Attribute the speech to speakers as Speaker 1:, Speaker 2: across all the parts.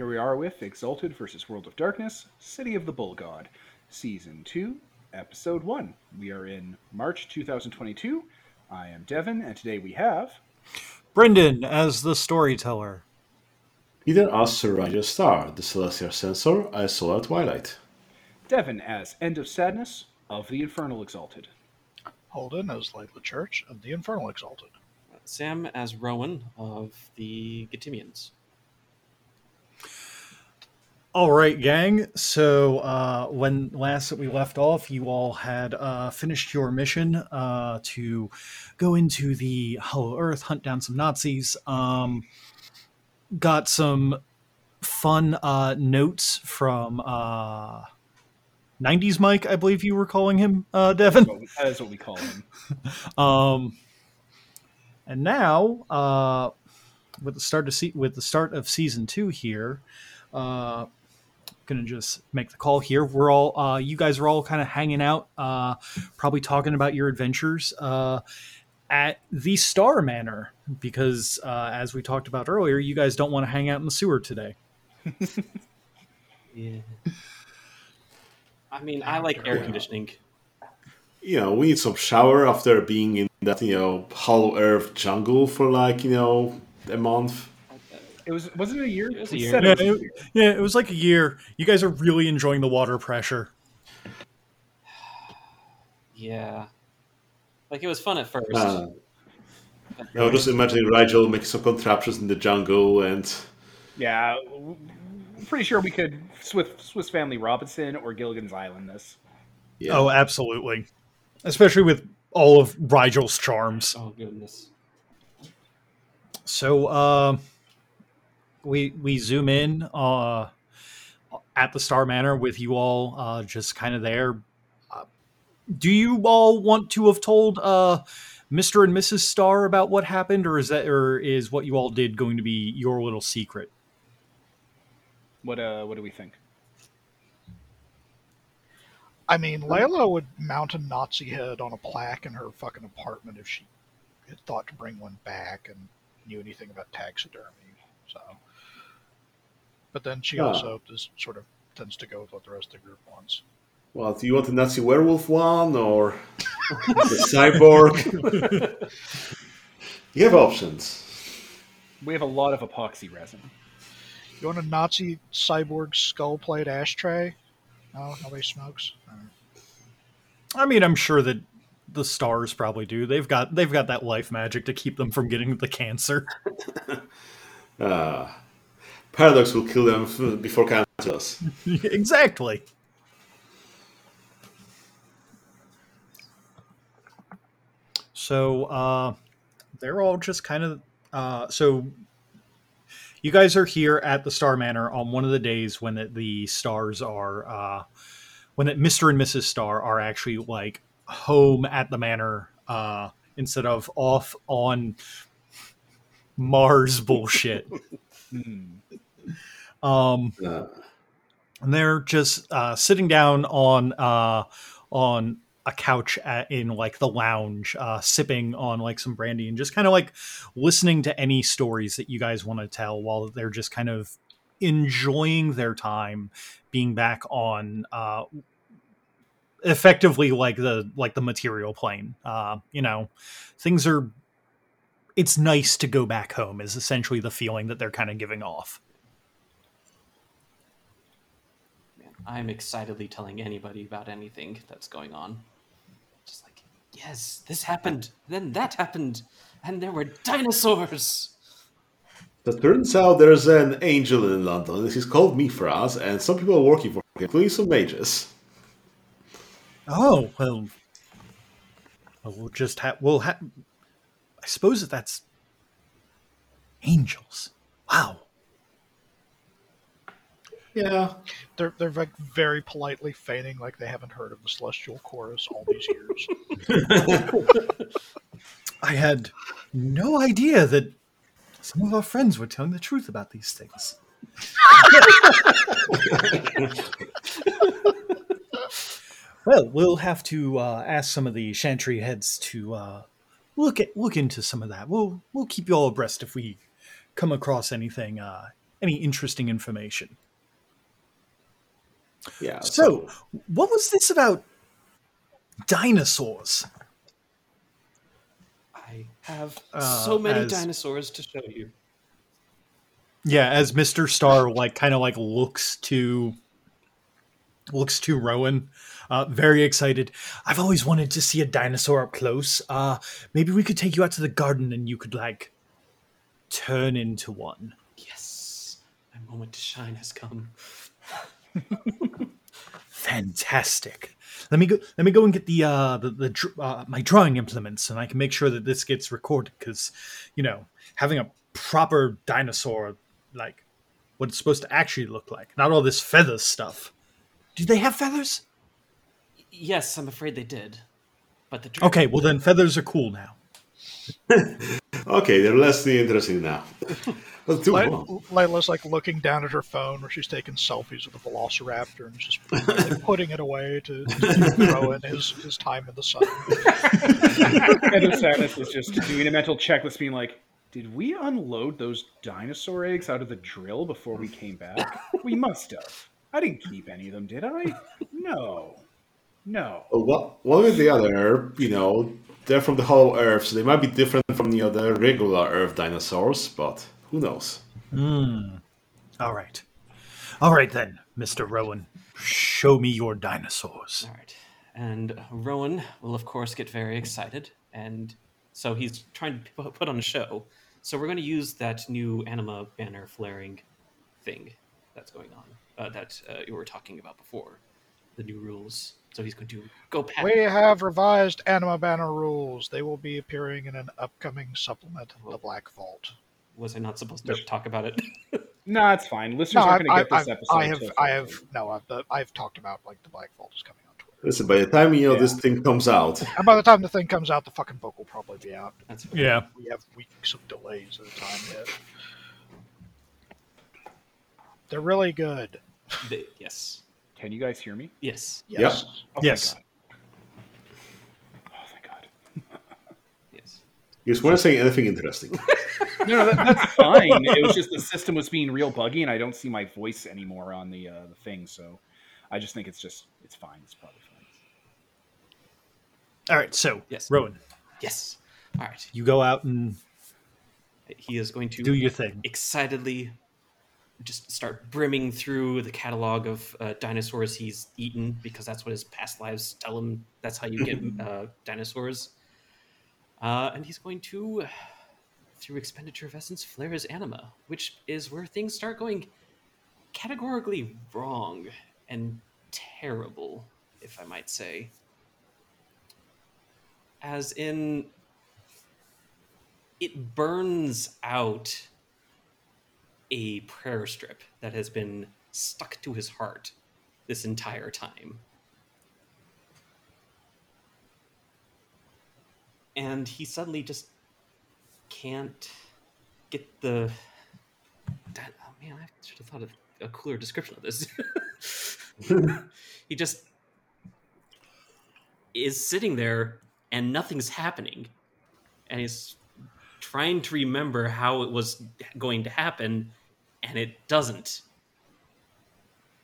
Speaker 1: are with Exalted versus World of Darkness, City of the Bull God, Season 2, Episode 1. We are in March 2022. I am Devin, and today we have.
Speaker 2: Brendan as the storyteller.
Speaker 3: Eden asks Siraj star, the celestial sensor I saw at twilight.
Speaker 1: Devin as End of Sadness of the Infernal Exalted.
Speaker 4: Holden as Light the Church of the Infernal Exalted.
Speaker 5: Sam as Rowan of the Gatimians.
Speaker 2: All right, gang. So uh, when last that we left off, you all had uh, finished your mission uh, to go into the Hollow Earth, hunt down some Nazis. Um, got some fun uh, notes from uh, '90s Mike, I believe you were calling him, uh, Devin.
Speaker 1: That's what we- That is what we call him.
Speaker 2: Um, and now, uh, with the start of se- with the start of season two here, uh, gonna just make the call here. We're all uh, you guys are all kind of hanging out, uh, probably talking about your adventures uh, at the Star Manor because, uh, as we talked about earlier, you guys don't want to hang out in the sewer today.
Speaker 5: Yeah. I mean, I like air conditioning.
Speaker 3: You know, we need some shower after being in that, you know, hollow earth jungle for like, you know, a month.
Speaker 1: It was wasn't it a year.
Speaker 5: It was a
Speaker 1: We
Speaker 5: year.
Speaker 1: said it
Speaker 2: Yeah,
Speaker 1: was a
Speaker 2: it-
Speaker 1: year.
Speaker 2: Yeah, it was like a year. You guys are really enjoying the water pressure.
Speaker 5: Yeah. Like it was fun at first.
Speaker 3: Uh,
Speaker 5: but
Speaker 3: you know, just imagine Rigel making some contraptions in the jungle and
Speaker 1: Yeah, w- I'm pretty sure we could Swiss, Swiss Family Robinson or Gilligan's Island this.
Speaker 3: yeah.
Speaker 2: Oh, absolutely. Especially with all of Rigel's charms.
Speaker 5: oh goodness.
Speaker 2: So uh, we we zoom in uh, at the Star Manor with you all uh, just kind of there. Uh, Do you all want to have told uh, Mr. and Mrs. Star about what happened, or is that or is what you all did going to be your little secret?
Speaker 1: What uh, what do we think?
Speaker 4: I mean, Layla would mount a Nazi head on a plaque in her fucking apartment if she had thought to bring one back and knew anything about taxidermy. So, but then she
Speaker 3: Huh.
Speaker 4: also just sort of tends to go with what the rest of the group wants.
Speaker 3: Well, do you want the Nazi werewolf one or the cyborg? you have options.
Speaker 1: We have a lot of epoxy resin.
Speaker 4: You want a Nazi cyborg skull plate ashtray? No, nobody smokes. Alright.
Speaker 2: I mean, I'm sure that the stars probably do. They've got they've got that life magic to keep them from getting the cancer.
Speaker 3: Uh, Paradox will kill them f- before cancer us.
Speaker 2: exactly. So uh, they're all just kind of uh, so. You guys are here at the Star Manor on one of the days when the, the stars are, uh, when that Mister and Mrs. Star are actually like home at the manor uh, instead of off on Mars bullshit.
Speaker 1: Hmm.
Speaker 2: um,
Speaker 3: Uh,
Speaker 2: and they're just uh, sitting down on uh, on a couch at, in like the lounge, uh, sipping on like some brandy and just kind of like listening to any stories that you guys want to tell while they're just kind of enjoying their time being back on uh, effectively like the like the material plane. Uh, you know, things are. It's nice to go back home is essentially the feeling that they're kind of giving off.
Speaker 5: Man, I'm excitedly telling anybody about anything that's going on. Just like, yes, this happened, then that happened, and there were dinosaurs.
Speaker 3: It turns out there's an angel in London. He's called Mifras, and some people are working for him, including some mages.
Speaker 2: Oh well, well, we'll just have we'll have. I suppose that that's angels. Wow.
Speaker 3: Yeah.
Speaker 4: They're, they're like very politely feigning like they haven't heard of the Celestial Chorus all these years.
Speaker 2: I had no idea that some of our friends were telling the truth about these things. well, we'll have to uh, ask some of the chantry heads to uh, look at look into some of that. We'll we'll keep you all abreast if we come across anything uh, any interesting information.
Speaker 3: Yeah.
Speaker 2: So, what was this about dinosaurs?
Speaker 5: I have
Speaker 2: Uh,
Speaker 5: so many
Speaker 2: as-
Speaker 5: dinosaurs to show you.
Speaker 2: Yeah, as Mister Star like kind of like looks to looks to Rowan, uh, very excited. I've always wanted to see a dinosaur up close. Uh, maybe we could take you out to the garden and you could like turn into one.
Speaker 5: Yes, my moment to shine has come.
Speaker 2: Fantastic. Let me go. Let me go and get the uh, the, the dr- uh, my drawing implements, and I can make sure that this gets recorded. Because, you know, having a proper dinosaur, like what it's supposed to actually look like, not all this feathers stuff. Do they have feathers?
Speaker 5: Yes, I'm afraid they did. But the dragon-
Speaker 2: Okay, well then feathers are cool now.
Speaker 3: Okay, they're less interesting now. Well, too
Speaker 4: Lay-
Speaker 3: long.
Speaker 4: Layla's like looking down at her phone where she's taking selfies of the Velociraptor and just putting it away to, to throw in his, his time in the sun.
Speaker 1: Head of Sadness is just doing a mental checklist, being like, "Did we unload those dinosaur eggs out of the drill before we came back? We must have. I didn't keep any of them, did I? No, no.
Speaker 3: But Uh, One one with the other, you know, they're from the hollow Earth, so they might be different from the other regular Earth dinosaurs, but who knows?
Speaker 2: All right, all right then, Mister Rowan, show me your dinosaurs.
Speaker 5: All right. And Rowan will, of course, get very excited. And so he's trying to pu- put on a show. So we're going to use that new anima banner flaring thing that's going on, uh, that uh, you were talking about before, the new rules. So he's going to go past.
Speaker 4: We have revised Anima Banner rules. They will be appearing in an upcoming supplement in the Black Vault.
Speaker 5: Was I not supposed to talk about it?
Speaker 1: Nah, it's fine. Listeners
Speaker 4: No, I,
Speaker 1: aren't going to get
Speaker 4: I-
Speaker 1: this
Speaker 4: I-
Speaker 1: episode.
Speaker 4: I have,
Speaker 1: till
Speaker 4: I
Speaker 1: Friday.
Speaker 4: have, no, I've, I've talked about like the Black Vault is coming on Twitter.
Speaker 3: Listen, by the time you know this thing comes out,
Speaker 4: And by the time the thing comes out, the fucking book will probably be out.
Speaker 5: That's fine.
Speaker 2: Yeah,
Speaker 4: We have weeks of delays at a time yet. They're really good.
Speaker 5: They- yes.
Speaker 1: Can you guys hear me?
Speaker 5: Yes.
Speaker 4: Yes.
Speaker 1: Oh,
Speaker 2: Yes.
Speaker 1: Thank God. Oh, thank God.
Speaker 5: Yes.
Speaker 3: you just weren't saying anything interesting.
Speaker 1: No, no, that, that's fine. It was just the system was being real buggy, and I don't see my voice anymore on the uh, the thing. So, I just think it's just it's fine. It's probably fine.
Speaker 2: all right. So,
Speaker 5: Yes.
Speaker 2: Rowan,
Speaker 5: Yes. All right.
Speaker 2: you go out and
Speaker 5: He is going to
Speaker 2: do your thing.
Speaker 5: excitedly just start brimming through the catalog of uh, dinosaurs he's eaten because that's what his past lives tell him. That's how you get uh, dinosaurs. Uh, and he's going to, uh, through expenditure of essence, flare his anima, which is where things start going categorically wrong and terrible, if I might say. As in, it burns out a prayer strip that has been stuck to his heart this entire time. And he suddenly just can't get the. That, oh man, I should have thought of a cooler description of this. he just is sitting there and nothing's happening. And he's trying to remember how it was going to happen and it doesn't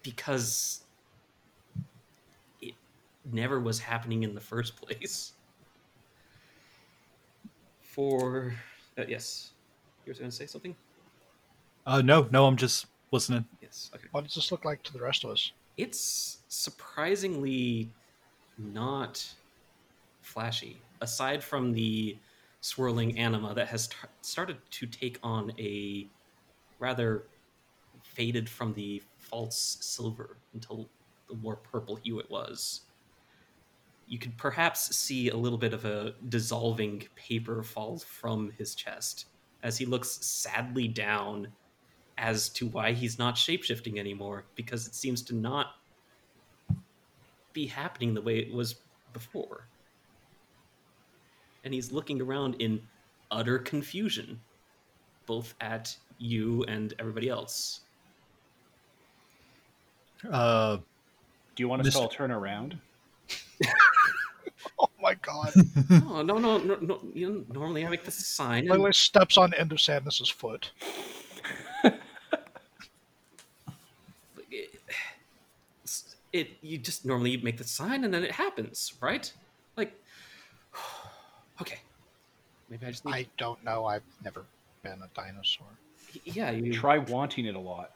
Speaker 5: because it never was happening in the first place for uh, yes you were going to say something
Speaker 2: Uh, no, no, I'm just listening.
Speaker 5: yes okay
Speaker 4: What does this look like to the rest of us?
Speaker 5: it's surprisingly not flashy aside from the swirling anima that has tar- started to take on a rather faded from the false silver until the more purple hue it was you could perhaps see a little bit of a dissolving paper fall from his chest as he looks sadly down as to why he's not shapeshifting anymore because it seems to not be happening the way it was before. And he's looking around in utter confusion, both at you and everybody else.
Speaker 2: Uh,
Speaker 1: Do you want us
Speaker 2: Mr.
Speaker 1: to all turn around?
Speaker 4: Oh my god.
Speaker 5: oh, no, no, no, no. You know, normally I make this sign. and-
Speaker 4: Layla steps on End of Sadness's foot.
Speaker 5: it- s- it you just normally you make the sign and then it happens, right? Like, okay, maybe I just need.
Speaker 4: I don't know. I've never been a dinosaur.
Speaker 5: yeah, you
Speaker 1: Try wanting it a lot.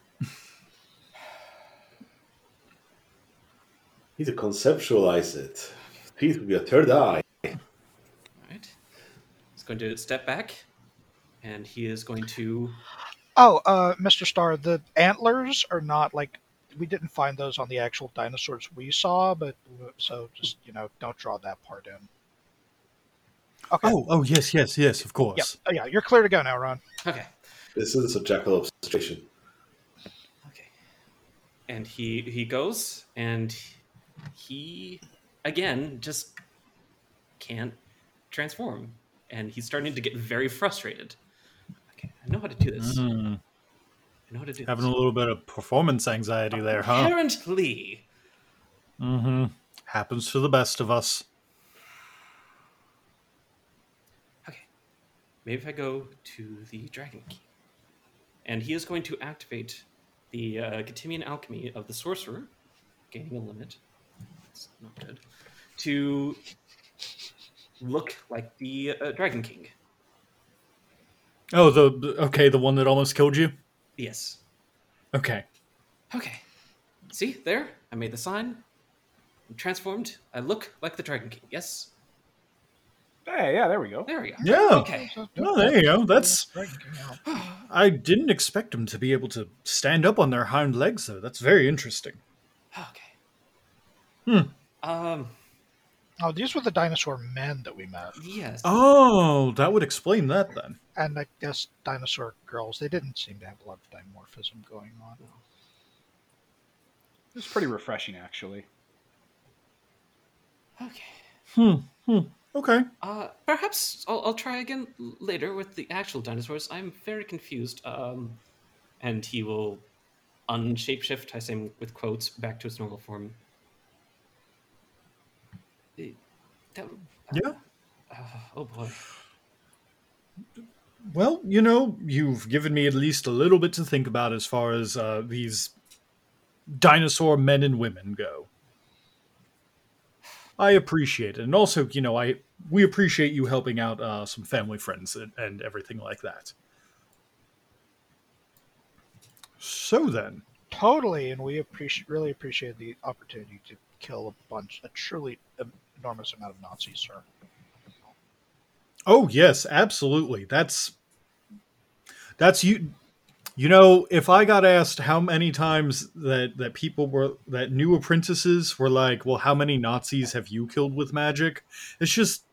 Speaker 3: Need to conceptualize it. Please, with your third eye.
Speaker 5: All right. He's going to step back, and he is going to.
Speaker 4: Oh, uh, Mr. Star, the antlers are not like we didn't find those on the actual dinosaurs we saw, but so just you know, don't draw that part in. Okay.
Speaker 2: Oh, oh yes, yes, yes, of
Speaker 4: yeah,
Speaker 2: course.
Speaker 4: oh, yeah, you're clear to go now, Ron.
Speaker 5: Okay.
Speaker 3: This is a jackalope situation.
Speaker 5: Okay. And he he goes and he again just can't transform, and he's starting to get very frustrated. Okay, I know how to do this.
Speaker 2: Mm,
Speaker 5: I know how to do
Speaker 2: having a
Speaker 5: this.
Speaker 2: little bit of performance anxiety there, huh?
Speaker 5: Apparently,
Speaker 2: Mm-hmm. Happens to the best of us.
Speaker 5: Okay. Maybe if I go to the Dragon Key. And he is going to activate the uh, Gatimian Alchemy of the Sorcerer, gaining a limit. That's not good. To look like the uh, Dragon King.
Speaker 2: Oh, the the- okay, the one that almost killed you.
Speaker 5: Yes.
Speaker 2: Okay.
Speaker 5: Okay. See, there? I made the sign. I'm transformed. I look like the Dragon King. Yes?
Speaker 1: Hey, yeah, there we go.
Speaker 5: There we go.
Speaker 2: Yeah.
Speaker 5: Okay.
Speaker 2: Oh, there you go. That's
Speaker 4: Right, yeah.
Speaker 2: I didn't expect them to be able to stand up on their hind legs, though. That's very interesting.
Speaker 5: Okay.
Speaker 2: Hmm.
Speaker 5: Um,
Speaker 4: Oh, these were the dinosaur men that we met,
Speaker 5: yes.
Speaker 2: Oh, that would explain that then.
Speaker 4: and I guess dinosaur girls. They didn't seem to have a lot of dimorphism going on.
Speaker 1: It's pretty refreshing, actually.
Speaker 5: Okay.
Speaker 2: Okay.
Speaker 5: Uh, perhaps I'll, I'll try again l- later with the actual dinosaurs. I'm very confused. Um, and he will unshapeshift, I say with quotes, back to his normal form. Eh, That,
Speaker 2: Yeah.
Speaker 5: uh, oh boy.
Speaker 2: Well, you know, you've given me at least a little bit to think about as far as uh, these dinosaur men and women go. I appreciate it, and also, you know, I we appreciate you helping out uh, some family friends and, and everything like that. So then,
Speaker 4: Totally, and we appreciate really appreciate the opportunity to kill a bunch, a truly enormous amount of Nazis, sir.
Speaker 2: Oh yes, absolutely. That's that's you. You know, if I got asked how many times that that people were that new apprentices were like, "Well, how many Nazis have you killed with magic?" It's just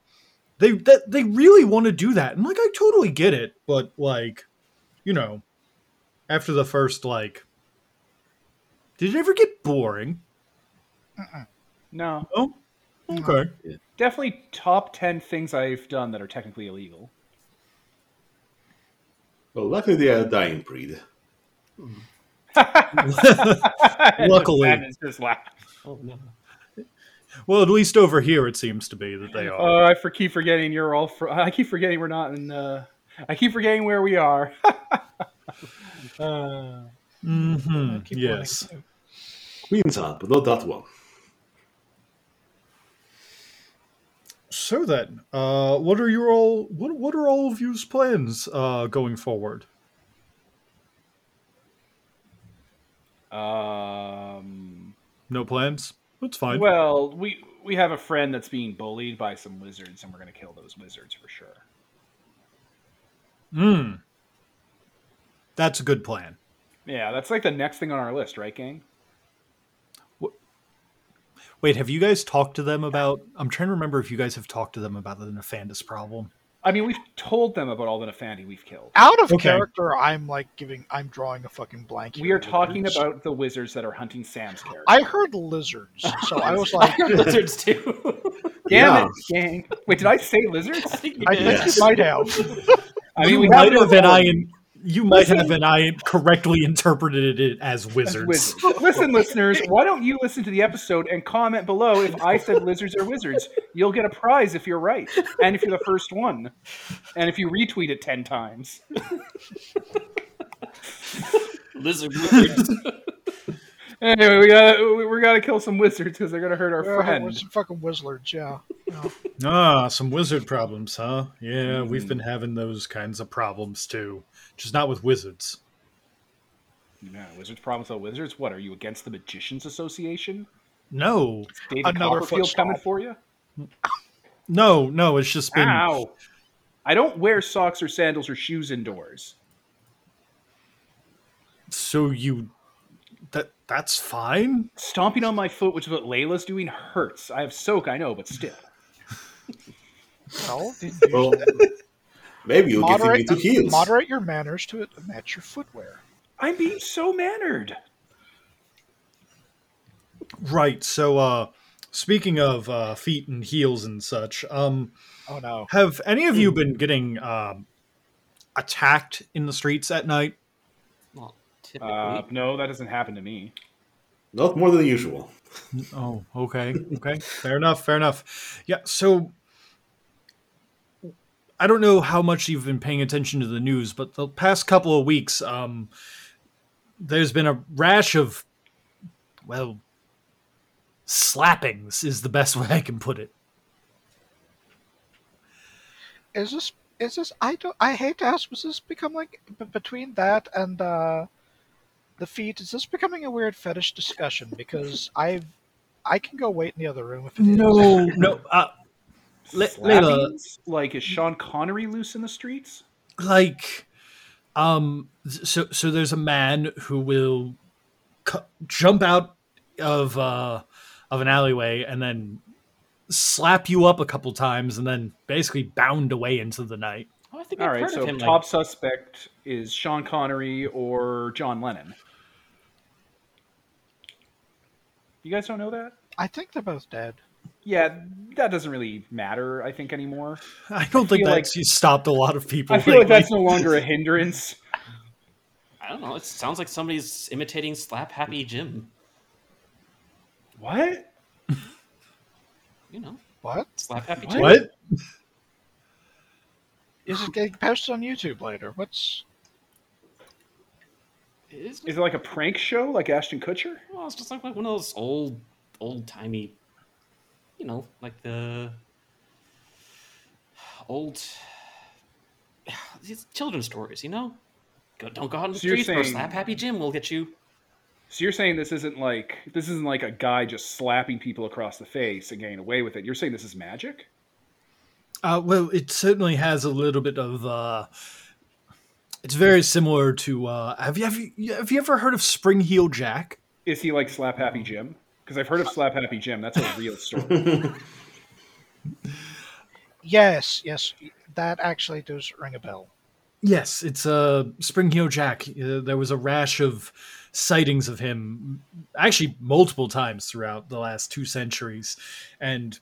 Speaker 2: they that they really want to do that, and like I totally get it, but like, you know, after the first like, did it ever get boring?
Speaker 1: No,
Speaker 2: Oh, okay.
Speaker 1: definitely top 10 things I've done that are technically illegal.
Speaker 3: Well, luckily they are a dying breed.
Speaker 2: Luckily.
Speaker 1: And it's just laugh.
Speaker 5: Oh no.
Speaker 2: Well, at least over here, it seems to be that they are.
Speaker 1: Oh, I for, keep forgetting you're all. Fr- I keep forgetting we're not in. Uh, I keep forgetting where we are. uh,
Speaker 2: hmm
Speaker 4: I keep wanting
Speaker 2: Yes.
Speaker 4: to-
Speaker 3: Queensland, but not that one.
Speaker 2: So then, uh, what are your all what what are all of you's plans uh, going forward?
Speaker 1: um,
Speaker 2: No plans? That's fine.
Speaker 1: well, we we have a friend that's being bullied by some wizards, and we're gonna kill those wizards for sure.
Speaker 2: Hmm. That's a good plan.
Speaker 1: Yeah, that's like the next thing on our list, right, gang?
Speaker 2: Wait, have you guys talked to them about? I'm trying to remember if you guys have talked to them about the Nefandis problem.
Speaker 1: I mean, we've told them about all the Nefandi we've killed.
Speaker 4: Out of
Speaker 2: Okay.
Speaker 4: character, I'm like giving, I'm drawing a fucking blank.
Speaker 1: We
Speaker 4: here
Speaker 1: are
Speaker 4: with
Speaker 1: talking
Speaker 4: this.
Speaker 1: about the wizards that are hunting Sam's character.
Speaker 4: I heard lizards, so I was like,
Speaker 5: Lizards too.
Speaker 1: Damn
Speaker 3: Yeah.
Speaker 1: it, gang! Wait, did I say lizards?
Speaker 4: I think
Speaker 3: Yes.
Speaker 4: you might have.
Speaker 1: I mean,
Speaker 2: you
Speaker 1: we
Speaker 2: might
Speaker 1: no
Speaker 2: have and I
Speaker 1: warning.
Speaker 2: you might have and I correctly interpreted it as wizards.
Speaker 1: Wizards. Listen, listeners, why don't you listen to the episode and comment below if I said lizards are wizards? You'll get a prize if you're right, and if you're the first one, and if you retweet it ten times.
Speaker 5: Lizard wizards.
Speaker 1: Anyway, we gotta we, we gotta kill some wizards because they're gonna hurt our
Speaker 4: Yeah,
Speaker 1: friend.
Speaker 4: with some fucking wizards, yeah. yeah.
Speaker 2: Ah, some wizard problems, huh? Yeah, we've been having those kinds of problems too. Just not with wizards.
Speaker 1: No, wizards problems with wizards. What are you against the magicians association?
Speaker 2: No,
Speaker 1: David
Speaker 4: Another
Speaker 1: Copperfield coming
Speaker 4: footstall.
Speaker 1: for you?
Speaker 2: no, no. It's just been.
Speaker 1: Ow! I don't wear socks or sandals or shoes indoors.
Speaker 2: So you, that that's fine.
Speaker 1: Stomping on my foot, which is what Layla's doing, hurts. I have soak, I know, but still.
Speaker 4: Well, then you
Speaker 3: Well, maybe you'll
Speaker 4: moderate,
Speaker 3: give him two heals.
Speaker 4: moderate your manners to it match your footwear.
Speaker 1: I'm being so mannered.
Speaker 2: Right. So, uh, speaking of uh, feet and heels and such, um,
Speaker 4: Oh no.
Speaker 2: have any of you been getting um, attacked in the streets at night?
Speaker 5: Well, typically,
Speaker 1: Uh, no, that doesn't happen to me.
Speaker 3: Not more than usual.
Speaker 2: Oh, okay. Okay. fair enough. Fair enough. Yeah. So I don't know how much you've been paying attention to the news, but the past couple of weeks, um, there's been a rash of, well, slappings is the best way I can put it.
Speaker 4: Is this is this I don't I hate to ask, was this become like b- between that and uh the feet, is this becoming a weird fetish discussion? Because I've I can go wait in the other room if it is.
Speaker 2: no. Uh, Le- Layla,
Speaker 1: Slappings? Like, is Sean Connery loose in the streets?
Speaker 2: like um so so there's a man who will cu- jump out of uh of an alleyway and then slap you up a couple times and then basically bound away into the night
Speaker 5: oh, I think
Speaker 1: All
Speaker 5: I've
Speaker 1: right,
Speaker 5: heard
Speaker 1: so
Speaker 5: of him.
Speaker 1: top
Speaker 5: like,
Speaker 1: suspect is Sean Connery or John Lennon. You guys don't know that?
Speaker 4: I think they're both dead.
Speaker 1: Yeah, that doesn't really matter, I think, anymore.
Speaker 2: i don't think
Speaker 1: feel
Speaker 2: that's
Speaker 1: like-
Speaker 2: actually stopped a lot of people
Speaker 1: I feel like
Speaker 2: lately.
Speaker 1: that's no longer a hindrance.
Speaker 5: I don't know. It sounds like somebody's imitating Slap Happy Jim.
Speaker 1: What?
Speaker 5: You know,
Speaker 4: What?
Speaker 5: Slap Happy Jim.
Speaker 2: what
Speaker 4: Is it getting posted on YouTube later? What's
Speaker 5: It is,
Speaker 1: Is it like a prank show like Ashton Kutcher?
Speaker 5: well, it's just like, like one of those old, old timey, you know, like the old these children's stories. You know, go, don't go out in the
Speaker 1: So you're
Speaker 5: streets or
Speaker 1: saying-
Speaker 5: Slap Happy Jim will get you.
Speaker 1: So you're saying this isn't like this isn't like a guy just slapping people across the face and getting away with it. You're saying this is magic?
Speaker 2: Uh, well, it certainly has a little bit of. Uh, it's very similar to. Uh, have you have you have you ever heard of Spring Heel Jack?
Speaker 1: Is he like Slap Happy Jim? Because I've heard of Slap Happy Jim. That's a real story.
Speaker 4: yes, yes, that actually does ring a bell.
Speaker 2: Yes, it's uh, Spring Heel Jack. Uh, there was a rash of sightings of him, actually multiple times throughout the last two centuries, and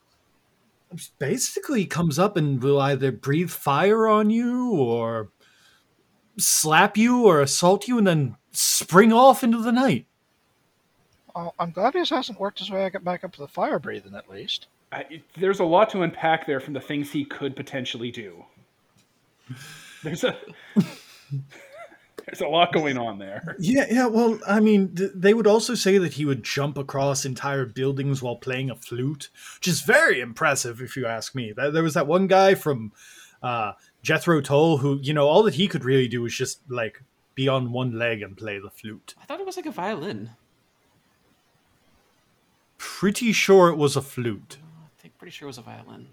Speaker 2: basically comes up and will either breathe fire on you or slap you or assault you and then spring off into the night.
Speaker 4: Well, Uh, I'm glad this hasn't worked his way back up to the fire breathing, at least.
Speaker 1: I, there's a lot to unpack there from the things he could potentially do. There's a there's a lot going on there.
Speaker 2: Yeah, yeah. Well, I mean, th- they would also say that he would jump across entire buildings while playing a flute, which is very impressive, if you ask me. Th- There was that one guy from uh, Jethro Tull who, you know, all that he could really do was just like be on one leg and play the flute.
Speaker 5: I thought it was like a violin.
Speaker 2: Pretty sure it was a flute.
Speaker 5: I think pretty sure it was a violin.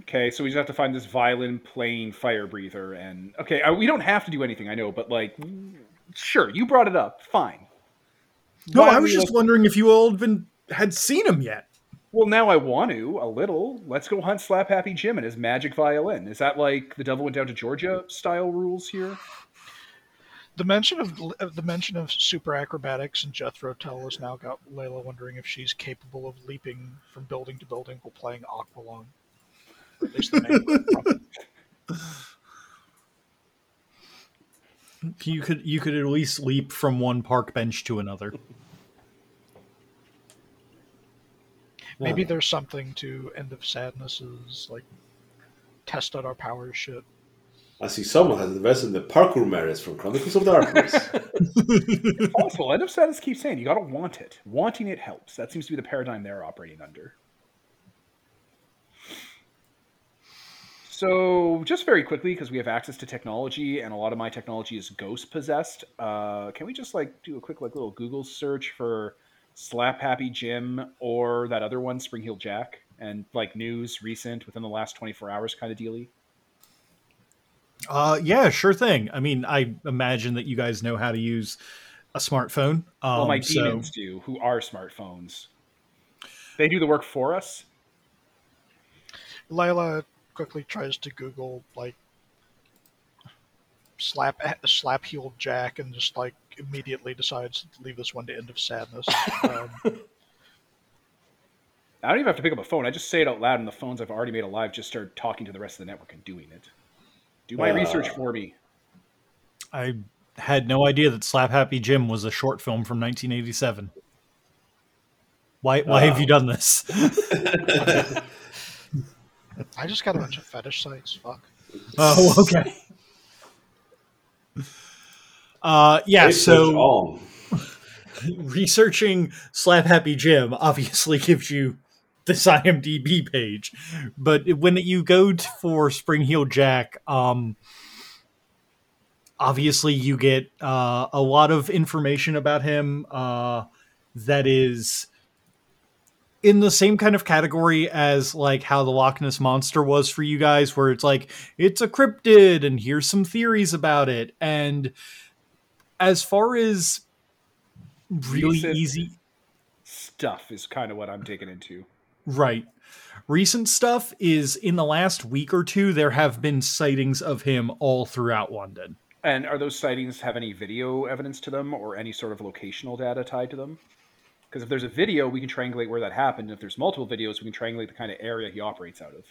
Speaker 1: Okay, so we just have to find this violin playing fire breather, and okay, I, we don't have to do anything, I know, but like, sure, you brought it up, fine.
Speaker 2: No,
Speaker 1: Why
Speaker 2: I
Speaker 1: are
Speaker 2: was
Speaker 1: you
Speaker 2: just wondering if you all had been had seen him yet.
Speaker 1: Well, now I want to a little. Let's go hunt Slap Happy Jim and his magic violin. Is that like the devil went down to Georgia style rules here?
Speaker 4: The mention of of the mention of super acrobatics and Jethro Tull has now got Layla wondering if she's capable of leaping from building to building while playing Aqualung. At least the main one.
Speaker 2: You could you could at least leap from one park bench to another.
Speaker 4: Maybe there's something to End of Sadness's like test out our powers shit.
Speaker 3: I see someone has invested in the parkour merits from Chronicles of Darkness.
Speaker 1: also, End of Status keeps saying you gotta want it. Wanting it helps. That seems to be the paradigm they're operating under. So, just very quickly, because we have access to technology, and a lot of my technology is ghost possessed. Uh, can we just like do a quick like little Google search for Slap Happy Jim or that other one, Spring Heel Jack, and like news recent within the last twenty four hours kind of dealy?
Speaker 2: Uh, yeah, sure thing. I mean, I imagine that you guys know how to use a smartphone. Um,
Speaker 1: well, my
Speaker 2: so-
Speaker 1: demons do, who are smartphones. They do the work for us.
Speaker 4: Layla quickly tries to Google like slap slap heeled Jack and just like immediately decides to leave this one to end of sadness. Um,
Speaker 1: I don't even have to pick up a phone. I just say it out loud, and the phones I've already made alive just start talking to the rest of the network and doing it. Do my
Speaker 3: Uh.
Speaker 1: research for me.
Speaker 2: I had no idea that Slap Happy Jim was a short film from 1987. Why, why have you done this?
Speaker 4: I just got a bunch of fetish sites. Fuck.
Speaker 2: Oh, okay. Uh, yeah,
Speaker 3: Research
Speaker 2: so
Speaker 3: on.
Speaker 2: researching Slap Happy Jim obviously gives you this IMDb page, but when you go t- for Spring Heel Jack, um, obviously you get uh, a lot of information about him uh, that is in the same kind of category as like how the Loch Ness monster was for you guys, where it's like it's a cryptid, and here's some theories about it, and as far as really
Speaker 1: Recent-
Speaker 2: easy
Speaker 1: Stuff is kind of what I'm digging into.
Speaker 2: Right. Recent stuff is in the last week or two, there have been sightings of him all throughout London.
Speaker 1: And are those sightings have any video evidence to them or any sort of locational data tied to them? Because if there's a video, we can triangulate where that happened. If there's multiple videos, we can triangulate the kind of area he operates out of.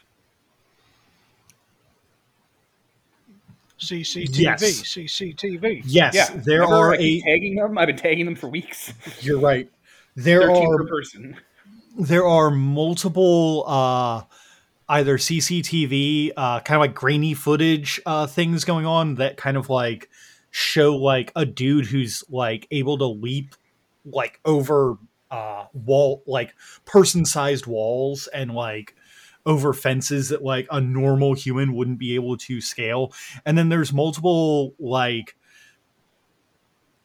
Speaker 4: CCTV,
Speaker 2: Yes.
Speaker 4: CCTV.
Speaker 2: Yes, there
Speaker 1: Remember,
Speaker 2: are
Speaker 1: I keep
Speaker 2: a.
Speaker 1: tagging them. I've been tagging them for weeks.
Speaker 2: You're right. There
Speaker 1: Thirteen
Speaker 2: are
Speaker 1: per person.
Speaker 2: there are multiple uh, either CCTV, uh, kind of like grainy footage uh, things going on that kind of like show like a dude who's like able to leap like over uh, wall like person sized walls and like over fences that like a normal human wouldn't be able to scale. And then there's multiple like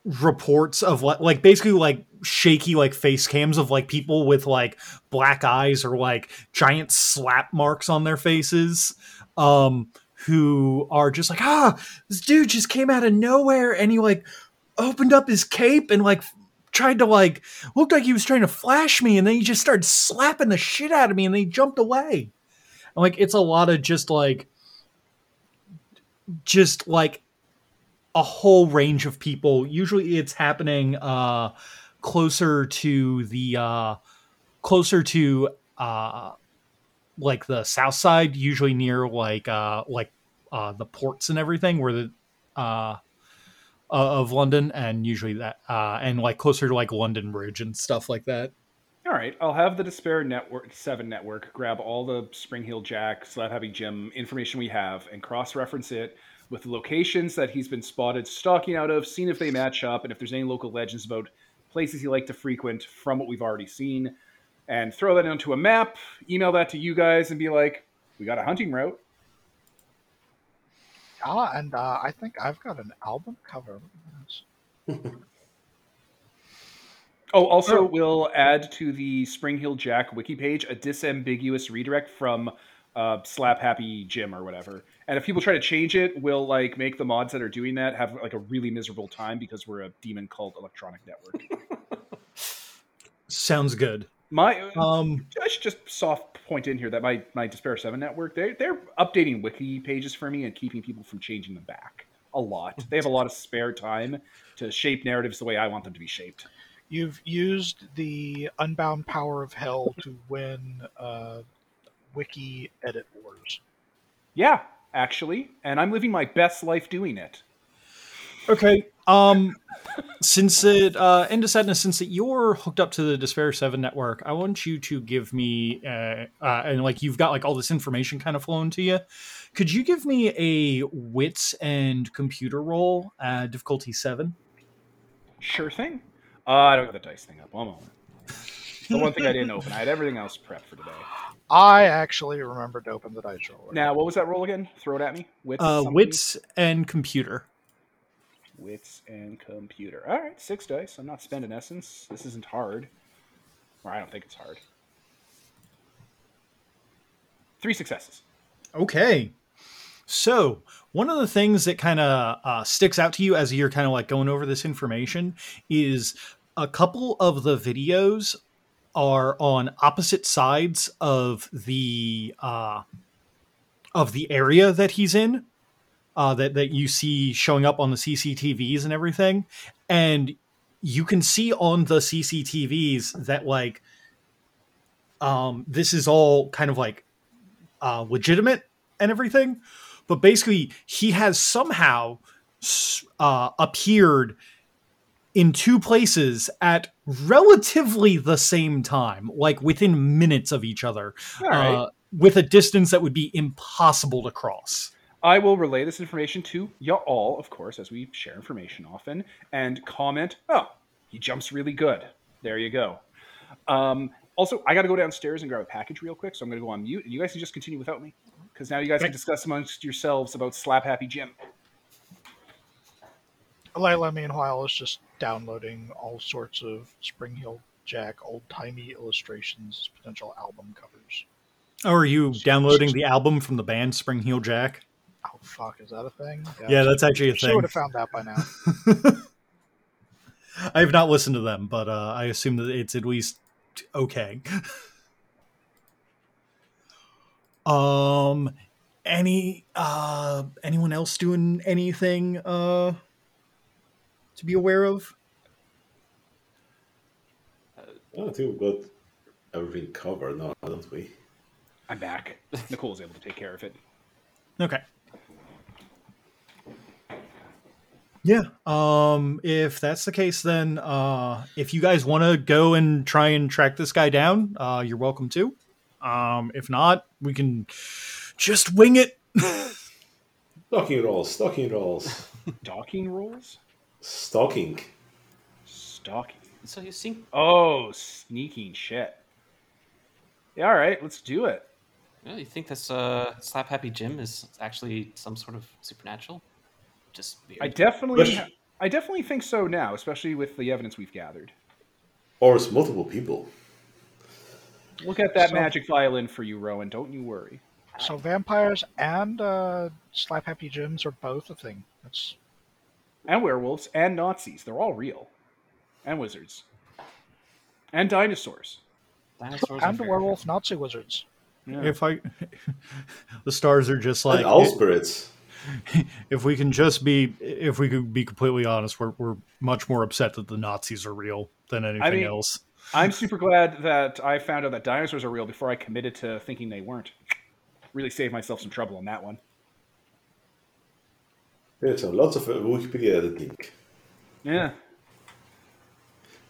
Speaker 2: reports of like, like basically like shaky like face cams of like people with like black eyes or like giant slap marks on their faces um who are just like ah this dude just came out of nowhere and he like opened up his cape and like tried to like looked like he was trying to flash me and then he just started slapping the shit out of me and then he jumped away and like it's a lot of just like just like a whole range of people. Usually it's happening uh closer to the uh closer to uh like the south side, usually near like uh like uh the ports and everything where the uh o- of London and usually that uh and like closer to like London Bridge and stuff like that.
Speaker 1: All right, I'll have the Despair Network Seven Network grab all the Spring Heel Jack Slap Happy Jim information we have and cross-reference it with the locations that he's been spotted stalking out of, seeing if they match up, and if there's any local legends about places he liked to frequent from what we've already seen, and throw that onto a map, email that to you guys, and be like, "We got a hunting route."
Speaker 4: Ah, and uh, I think I've got an album cover. Look at this.
Speaker 1: Oh, also, we'll add to the Spring Heel Jack wiki page a disambiguous redirect from uh, Slap Happy Jim or whatever. And if people try to change it, we'll like make the mods that are doing that have like a really miserable time because we're a demon cult electronic network.
Speaker 2: Sounds good.
Speaker 1: My,
Speaker 2: Um
Speaker 1: I should just soft point in here that my my Despair Seven network they they're updating wiki pages for me and keeping people from changing them back a lot. They have a lot of spare time to shape narratives the way I want them to be shaped.
Speaker 4: You've used the unbound power of hell to win uh, wiki edit wars.
Speaker 1: Yeah, actually, and I'm living my best life doing it.
Speaker 2: Okay. Um, since it uh, end of sadness, since that you're hooked up to the Despair Seven network, I want you to give me uh, uh, and like you've got like all this information kind of flowing to you. Could you give me a wits and computer roll, uh, difficulty seven?
Speaker 1: Sure thing. Uh, I don't got the dice thing up. One moment. The one thing I didn't open. I had everything else prepped for today.
Speaker 4: I actually remembered to open the dice roller.
Speaker 1: Now, what was that roll again? Throw it at me. Wits.
Speaker 2: Uh,
Speaker 1: something?
Speaker 2: wits and computer.
Speaker 1: Wits and computer. All right, six dice. I'm not spending essence. This isn't hard. Or I don't think it's hard. Three successes.
Speaker 2: Okay. So, one of the things that kind of uh, sticks out to you as you're kind of like going over this information is a couple of the videos are on opposite sides of the uh, of the area that he's in uh, that that you see showing up on the CCTVs and everything, and you can see on the CCTVs that like um, this is all kind of like uh, legitimate and everything, but basically he has somehow s- uh, appeared in two places at relatively the same time, like within minutes of each other,
Speaker 1: All right.
Speaker 2: uh, with a distance that would be impossible to cross.
Speaker 1: I will relay this information to y'all, of course, as we share information often, and comment, oh, he jumps really good. There you go. Um, also, I got to go downstairs and grab a package real quick, so I'm going to go on mute, and you guys can just continue without me, because now you guys can
Speaker 2: Okay.
Speaker 1: discuss amongst yourselves about Slap Happy Jim.
Speaker 4: Layla, meanwhile, is just downloading all sorts of Spring Hill Jack old timey illustrations, potential album covers.
Speaker 2: Oh, are you downloading the album from the band Spring Heel Jack?
Speaker 4: Oh fuck, is that a thing?
Speaker 2: Yeah, that's actually a
Speaker 4: she would
Speaker 2: thing.
Speaker 4: have found that by now.
Speaker 2: I have not listened to them, but uh, I assume that it's at least okay. um, any uh, anyone else doing anything uh to be aware of?
Speaker 3: I think we've got everything covered now, don't we?
Speaker 1: I'm back. Nicole's able to take care of it.
Speaker 2: Okay. Yeah. Um if that's the case then uh if you guys want to go and try and track this guy down, uh you're welcome to. Um if not, we can just wing it.
Speaker 3: Stocking rolls, stocking rolls,
Speaker 1: Docking rules?
Speaker 3: stocking.
Speaker 1: Stalking.
Speaker 5: So you see,
Speaker 1: Oh, sneaking shit. Yeah, all right, let's do it.
Speaker 5: yeah, you think this uh, slap happy Jim is actually some sort of supernatural? Just weird.
Speaker 1: I definitely,
Speaker 3: Yes.
Speaker 1: I definitely think so now, especially with the evidence we've gathered.
Speaker 3: Or it's multiple people.
Speaker 1: Look at that
Speaker 4: So-
Speaker 1: magic violin for you, Rowan. Don't you worry.
Speaker 4: So vampires and uh, slap happy gyms are both a thing. That's
Speaker 1: And werewolves and Nazis. They're all real. And wizards. And dinosaurs.
Speaker 5: Dinosaurs are
Speaker 4: and the
Speaker 5: very-
Speaker 4: werewolf Nazi wizards.
Speaker 1: Yeah.
Speaker 2: If I the stars are just
Speaker 3: Like
Speaker 2: like
Speaker 3: owl spirits.
Speaker 2: if we can just be if we could be completely honest, we're we're much more upset that the Nazis are real than anything
Speaker 1: mean-
Speaker 2: else.
Speaker 1: I'm super glad that I found out that dinosaurs are real before I committed to thinking they weren't. Really saved myself some trouble on that one.
Speaker 3: Yeah, so lots of uh, Wikipedia editing.
Speaker 1: Yeah.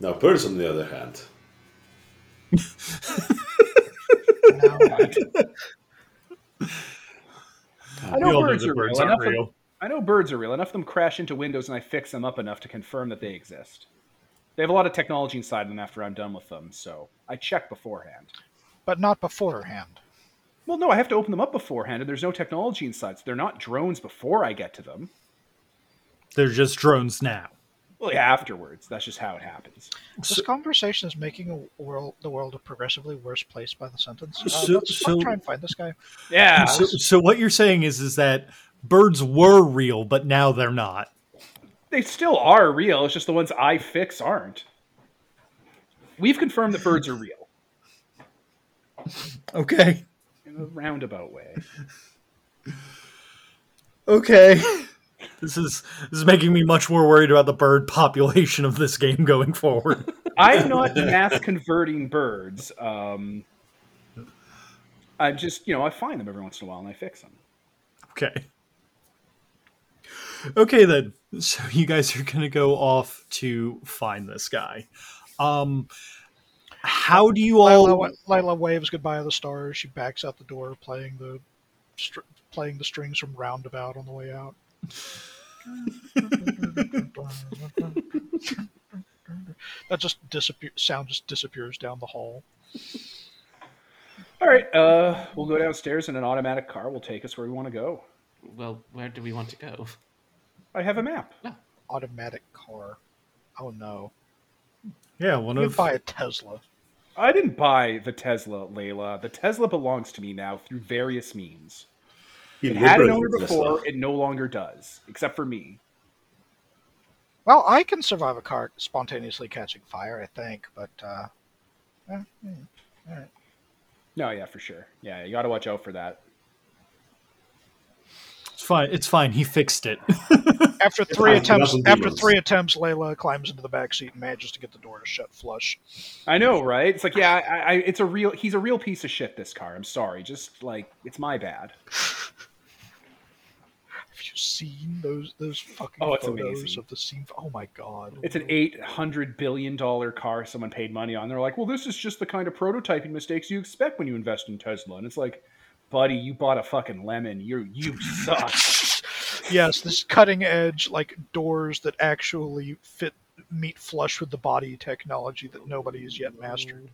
Speaker 3: Now, birds, on the other hand,
Speaker 4: Now,
Speaker 1: I
Speaker 2: We
Speaker 1: know
Speaker 2: all
Speaker 1: birds
Speaker 2: that
Speaker 1: are real. Enough of- I know birds are real. Enough of them crash into windows and I fix them up enough to confirm that they exist. They have a lot of technology inside them after I'm done with them, so I check beforehand.
Speaker 4: but not beforehand.
Speaker 1: Well, no, I have to open them up beforehand, and there's no technology inside, so they're not drones before I get to them.
Speaker 2: They're just drones now.
Speaker 1: Well, yeah, afterwards. That's just how it happens.
Speaker 4: This conversation is making a world, the world a progressively worse place by the sentence. Uh,
Speaker 2: So-
Speaker 4: let's
Speaker 2: so-
Speaker 4: fuck try and find this guy.
Speaker 1: Yeah.
Speaker 2: So, so what you're saying is is that birds were real, but now they're not.
Speaker 1: They still are real, it's just the ones I fix aren't. We've confirmed that birds are real
Speaker 2: Okay.
Speaker 1: in a roundabout way.
Speaker 2: Okay. This is this is making me much more worried about the bird population of this game going forward.
Speaker 1: I'm not mass converting birds. Um, I just, you know, I find them every once in a while and I fix them.
Speaker 2: Okay. Okay, then. So you guys are going to go off to find this guy. Um, how do you all?
Speaker 4: Lila, Lila waves goodbye to the stars. She backs out the door, playing the str- playing the strings from Roundabout on the way out. that just disappear. Sound just disappears down the hall.
Speaker 1: All right, uh, we'll go downstairs, and an automatic car will take us where we want to go.
Speaker 5: Well, where do we want to go?
Speaker 1: I have a map.
Speaker 4: Automatic car. Oh no!
Speaker 2: Yeah, one
Speaker 4: You
Speaker 2: of
Speaker 4: buy a Tesla.
Speaker 1: I didn't buy the Tesla, Layla. The Tesla belongs to me now through various means.
Speaker 3: You
Speaker 1: It had an
Speaker 3: liberated
Speaker 1: owner
Speaker 3: yourself.
Speaker 1: before, it no longer does, except for me.
Speaker 4: Well, I can survive a car spontaneously catching fire, I think, but uh, eh, hmm.
Speaker 1: No, yeah, for sure. Yeah, you got to watch out for that.
Speaker 2: It's fine. It's fine. He fixed it.
Speaker 4: after three
Speaker 3: fine,
Speaker 4: attempts,
Speaker 3: nothing
Speaker 4: after
Speaker 3: demons.
Speaker 4: three attempts, Layla climbs into the back seat and manages to get the door to shut flush.
Speaker 1: I know, right? It's like, yeah, I, I, it's a real. He's a real piece of shit. This car. I'm sorry. Just like it's my bad.
Speaker 4: Have you seen those those fucking
Speaker 1: Oh, it's
Speaker 4: photos
Speaker 1: amazing.
Speaker 4: of the scene? Oh my god!
Speaker 1: It's an eight hundred billion dollar car. Someone paid money on. They're like, well, this is just the kind of prototyping mistakes you expect when you invest in Tesla. And it's like, buddy, you bought a fucking lemon. You you suck.
Speaker 4: yes, this cutting edge like doors that actually fit meet flush with the body technology that nobody has yet mastered.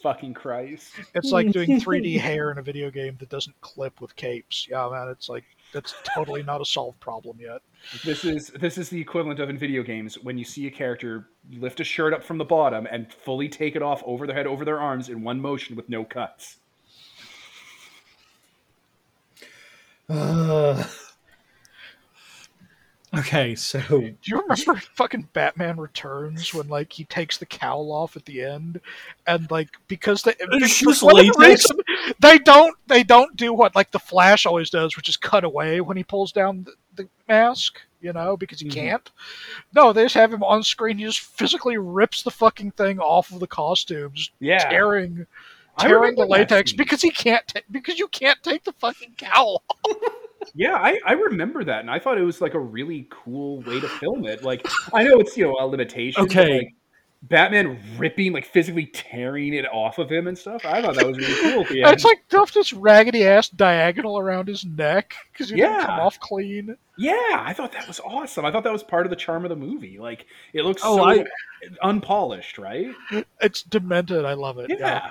Speaker 1: fucking Christ.
Speaker 4: It's like doing 3D hair in a video game that doesn't clip with capes. Yeah, man, it's like that's totally not a solved problem yet.
Speaker 1: This is this is the equivalent of in video games when you see a character lift a shirt up from the bottom and fully take it off over their head, over their arms in one motion with no cuts.
Speaker 2: Uh. okay, so
Speaker 4: Do you remember fucking Batman Returns when like he takes the cowl off at the end, and like because they
Speaker 2: It's
Speaker 4: for
Speaker 2: just
Speaker 4: whatever
Speaker 2: latex.
Speaker 4: reason they don't they don't do what like the Flash always does, which is cut away when he pulls down the, the mask, you know, because he
Speaker 1: Mhm.
Speaker 4: can't. No, they just have him on screen. He just physically rips the fucking thing off of the costume, just
Speaker 1: Yeah.
Speaker 4: tearing
Speaker 1: I
Speaker 4: tearing the
Speaker 1: remember that
Speaker 4: latex
Speaker 1: scene.
Speaker 4: because he can't ta- because you can't take the fucking cowl. off.
Speaker 1: Yeah, I, I remember that, and I thought it was like a really cool way to film it. Like, I know it's you know a limitation. but,
Speaker 2: Okay.
Speaker 1: like, Batman ripping, like physically tearing it off of him and stuff. I thought that was really cool. at the
Speaker 4: And
Speaker 1: end.
Speaker 4: It's like dumped this raggedy ass diagonal around his neck because he didn't come
Speaker 1: Yeah.
Speaker 4: off clean.
Speaker 1: yeah, I thought that was awesome. I thought that was part of the charm of the movie. Like, it looks
Speaker 2: Oh,
Speaker 1: so
Speaker 2: I-
Speaker 1: unpolished, right?
Speaker 4: It's demented. I love it.
Speaker 2: uh,
Speaker 1: Yeah.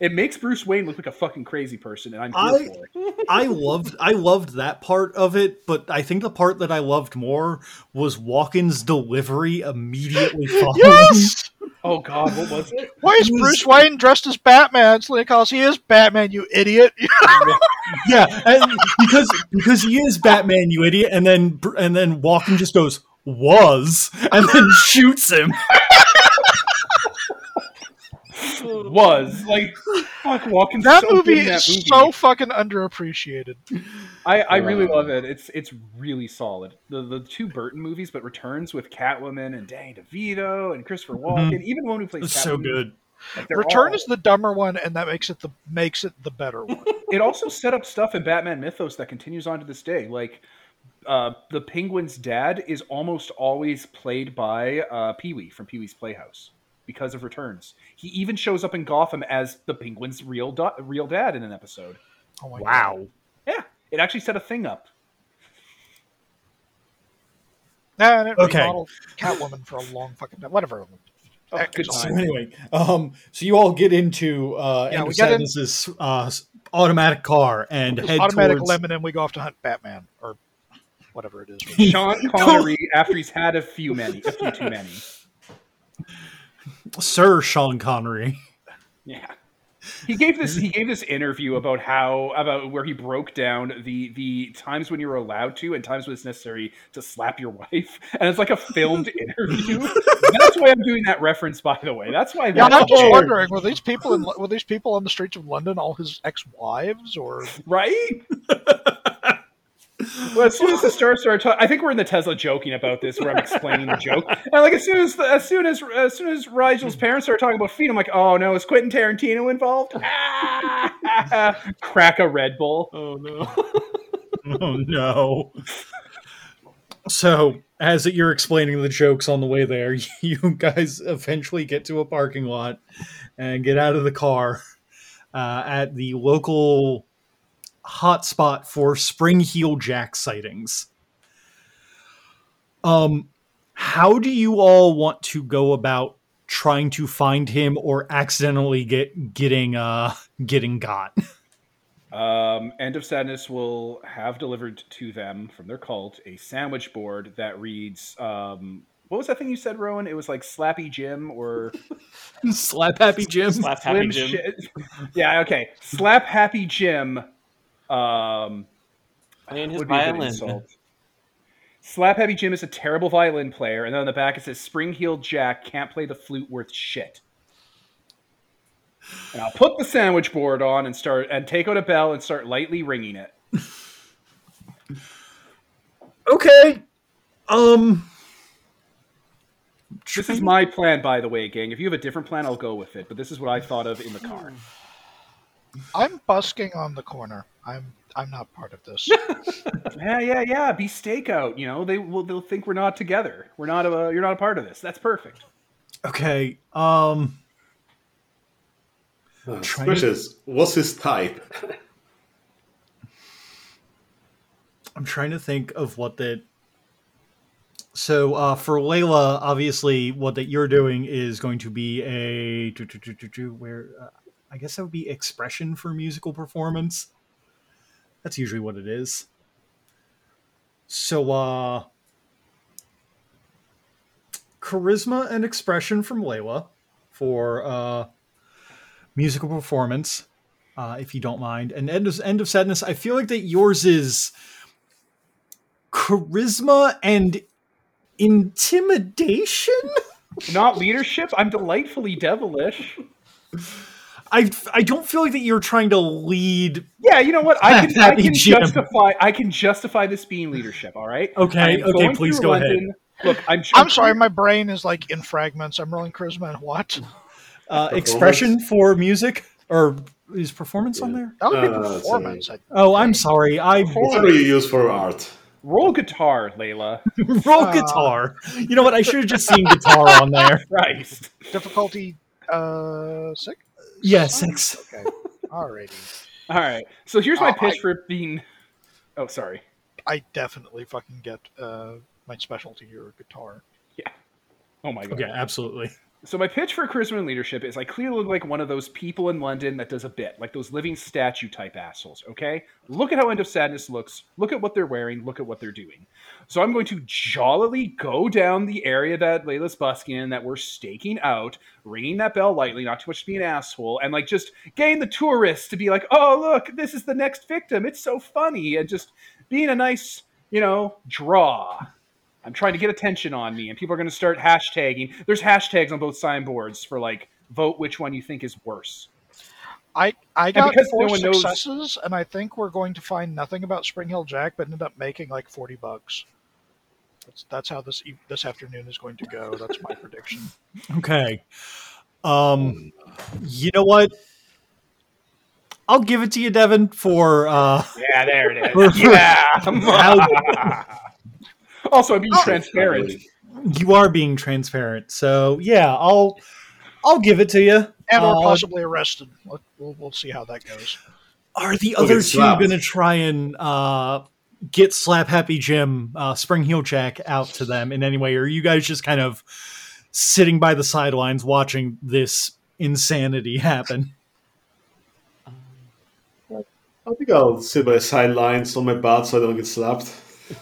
Speaker 1: It makes Bruce Wayne look like a fucking crazy person, and I'm here
Speaker 2: I-
Speaker 1: for it.
Speaker 2: I loved I loved that part of it, but I think the part that I loved more was Walken's delivery immediately following.
Speaker 4: Yes.
Speaker 1: Oh God, what was it?
Speaker 4: Why is
Speaker 2: It was-
Speaker 4: Bruce Wayne dressed as Batman? It's because he is Batman. You idiot.
Speaker 2: Yeah, and because because he is Batman, you idiot, and then Br- and then Walken just goes was and then shoots him.
Speaker 1: Was like fuck walking.
Speaker 4: That,
Speaker 1: so good
Speaker 4: movie
Speaker 1: in that
Speaker 4: is
Speaker 1: movie.
Speaker 4: so fucking underappreciated.
Speaker 1: I, I really
Speaker 3: Wow.
Speaker 1: love it. It's it's really solid. The the two Burton movies, but returns with Catwoman and Danny DeVito and Christopher Walken. Even when we plays
Speaker 2: Mm-hmm. It's
Speaker 1: Catwoman,
Speaker 2: so good.
Speaker 1: like, they're
Speaker 4: Return
Speaker 1: all-
Speaker 4: is the dumber one, and that makes it the makes it the better one.
Speaker 1: it also set up stuff in Batman Mythos that continues on to this day. Like uh, the Penguin's dad is almost always played by uh, Pee Wee from Pee Wee's Playhouse because of Returns. He even shows up in Gotham as the Penguin's real da- real dad in an episode.
Speaker 4: Oh my God.
Speaker 2: Wow.
Speaker 1: Yeah, it actually set a thing up.
Speaker 4: Nah, and it
Speaker 2: Okay.
Speaker 4: remodeled Catwoman for a long fucking time. Whatever.
Speaker 1: Oh, good
Speaker 4: Excellent.
Speaker 2: So
Speaker 1: time.
Speaker 2: anyway, um, so you all get into uh,
Speaker 4: Yeah,
Speaker 2: Andrew
Speaker 4: we get in-
Speaker 2: Sadness's, uh, s- automatic car and head
Speaker 4: Automatic
Speaker 2: towards.
Speaker 4: lemon, and we go off to hunt Batman or whatever it is.
Speaker 1: Sean Connery after he's had a few many, a few too many.
Speaker 2: Sir Sean Connery.
Speaker 1: Yeah. He gave this he gave this interview about how about where he broke down the the times when you were allowed to and times when it's necessary to slap your wife. And it's like a filmed interview. That's why I'm doing that reference by the way. That's why
Speaker 4: Yeah,
Speaker 1: that's
Speaker 4: I'm just
Speaker 2: Lord.
Speaker 4: wondering were these people in, were these people on the streets of London all his ex-wives or
Speaker 1: right? Well, as soon as the star started talking, I think we're in the Tesla joking about this, where I'm explaining the joke. And like as soon as the, as soon as as soon as Rigel's parents started talking about feet, I'm like, oh no, is Quentin Tarantino involved? Ah! Crack a Red Bull.
Speaker 5: Oh no.
Speaker 2: Oh no. So, as you're explaining the jokes on the way there, you guys eventually get to a parking lot and get out of the car uh, at the local hotspot for spring heel jack sightings. Um, how do you all want to go about trying to find him or accidentally get getting uh getting got?
Speaker 1: Um, End of Sadness will have delivered to them from their cult a sandwich board that reads, um, what was that thing you said, Rowan? It was like Slappy Jim or
Speaker 2: Slap Happy Jim.
Speaker 5: Slap
Speaker 1: Slim
Speaker 5: Happy Jim.
Speaker 1: Shi- yeah, okay. Slap Happy Jim. Um,
Speaker 5: Playing his
Speaker 1: would be a good
Speaker 5: violin.
Speaker 1: insult. Slap Happy Jim is a terrible violin player, and then on the back it says Spring Heel Jack can't play the flute worth shit. And I'll put the sandwich board on and start and take out a bell and start lightly ringing it.
Speaker 2: Okay. Um
Speaker 1: This is my plan, by the way, gang. If you have a different plan, I'll go with it. But this is what I thought of in the
Speaker 2: Hmm.
Speaker 1: car.
Speaker 4: I'm busking on the corner. I'm I'm not part of this.
Speaker 1: yeah, yeah, yeah. Be stakeout. You know, they will. They'll think we're not together. We're not. A, you're not a part of this. That's perfect.
Speaker 2: okay. Um
Speaker 3: Uh,
Speaker 2: Try
Speaker 3: question is, what's his type?
Speaker 2: I'm trying to think of what that. So uh, for Layla, obviously, what that you're doing is going to be a do, do, do, do, do, where uh, I guess that would be expression for musical performance. That's usually what it is. So uh, charisma and expression from Layla for uh, musical performance, uh, if you don't mind. And end of end of sadness. I feel like that yours is charisma and intimidation
Speaker 1: Not leadership. I'm delightfully devilish.
Speaker 2: i i don't feel like that you're trying to lead
Speaker 1: Yeah, you know what? I can, I
Speaker 2: Happy
Speaker 1: can
Speaker 2: Jim.
Speaker 1: justify. I can justify this being leadership. All right.
Speaker 2: okay
Speaker 1: I'm
Speaker 2: okay
Speaker 1: going
Speaker 2: please
Speaker 1: through
Speaker 2: go ahead
Speaker 1: London. Look, I'm.
Speaker 4: I'm sorry, my brain is like in fragments. I'm rolling charisma and what?
Speaker 2: uh, expression for music or is performance on there
Speaker 4: That would be
Speaker 3: Uh, it's, uh,
Speaker 4: performance. I,
Speaker 2: oh i'm sorry i
Speaker 3: Whatever you use for art.
Speaker 1: Roll guitar, Layla.
Speaker 2: roll guitar you know what i should have just seen guitar on there
Speaker 1: Christ.
Speaker 4: difficulty uh six.
Speaker 2: yeah six
Speaker 4: Okay. Alrighty.
Speaker 1: All right. So here's my
Speaker 4: Oh,
Speaker 1: pitch
Speaker 4: I-
Speaker 1: for it being. Oh, sorry.
Speaker 4: I definitely fucking get uh my specialty or guitar.
Speaker 1: Oh my god.
Speaker 2: okay absolutely
Speaker 1: So my pitch for charisma and leadership is I clearly look like one of those people in London that does a bit, like those living statue type assholes, okay? Look at how End of Sadness looks, look at what they're wearing, look at what they're doing. So I'm going to jollily go down the area that Layla's busking in that we're staking out, ringing that bell lightly, not too much to be an asshole, and like just gain the tourists to be like, oh look, this is the next victim. It's so funny, and just being a nice, you know, draw. I'm trying to get attention on me, and people are going to start hashtagging. There's hashtags on both signboards for like vote which one you think is worse.
Speaker 4: I I got
Speaker 1: because no
Speaker 4: four
Speaker 1: one knows-
Speaker 4: successes, and I think we're going to find nothing about Spring Hill Jack, but ended up making like forty bucks. That's that's how this eve- this afternoon is going to go. That's my prediction.
Speaker 2: Okay. Um, you know what? I'll give it to you, Devin, for uh,
Speaker 1: Yeah, there it
Speaker 2: is. Yeah. how
Speaker 1: also, I'm being transparent.
Speaker 2: you are being transparent. So yeah, I'll I'll give it to you.
Speaker 4: And or
Speaker 2: Uh,
Speaker 4: possibly arrested. We'll, we'll, we'll see how that goes.
Speaker 2: are the
Speaker 3: Look,
Speaker 2: other
Speaker 3: it's
Speaker 2: two
Speaker 3: loud.
Speaker 2: going to try and uh, get Slap Happy Jim, uh, Spring Heel Jack out to them in any way? Or are you guys just kind of sitting by the sidelines watching this insanity happen?
Speaker 3: I think I'll sit by the sidelines on my butt so I don't get slapped.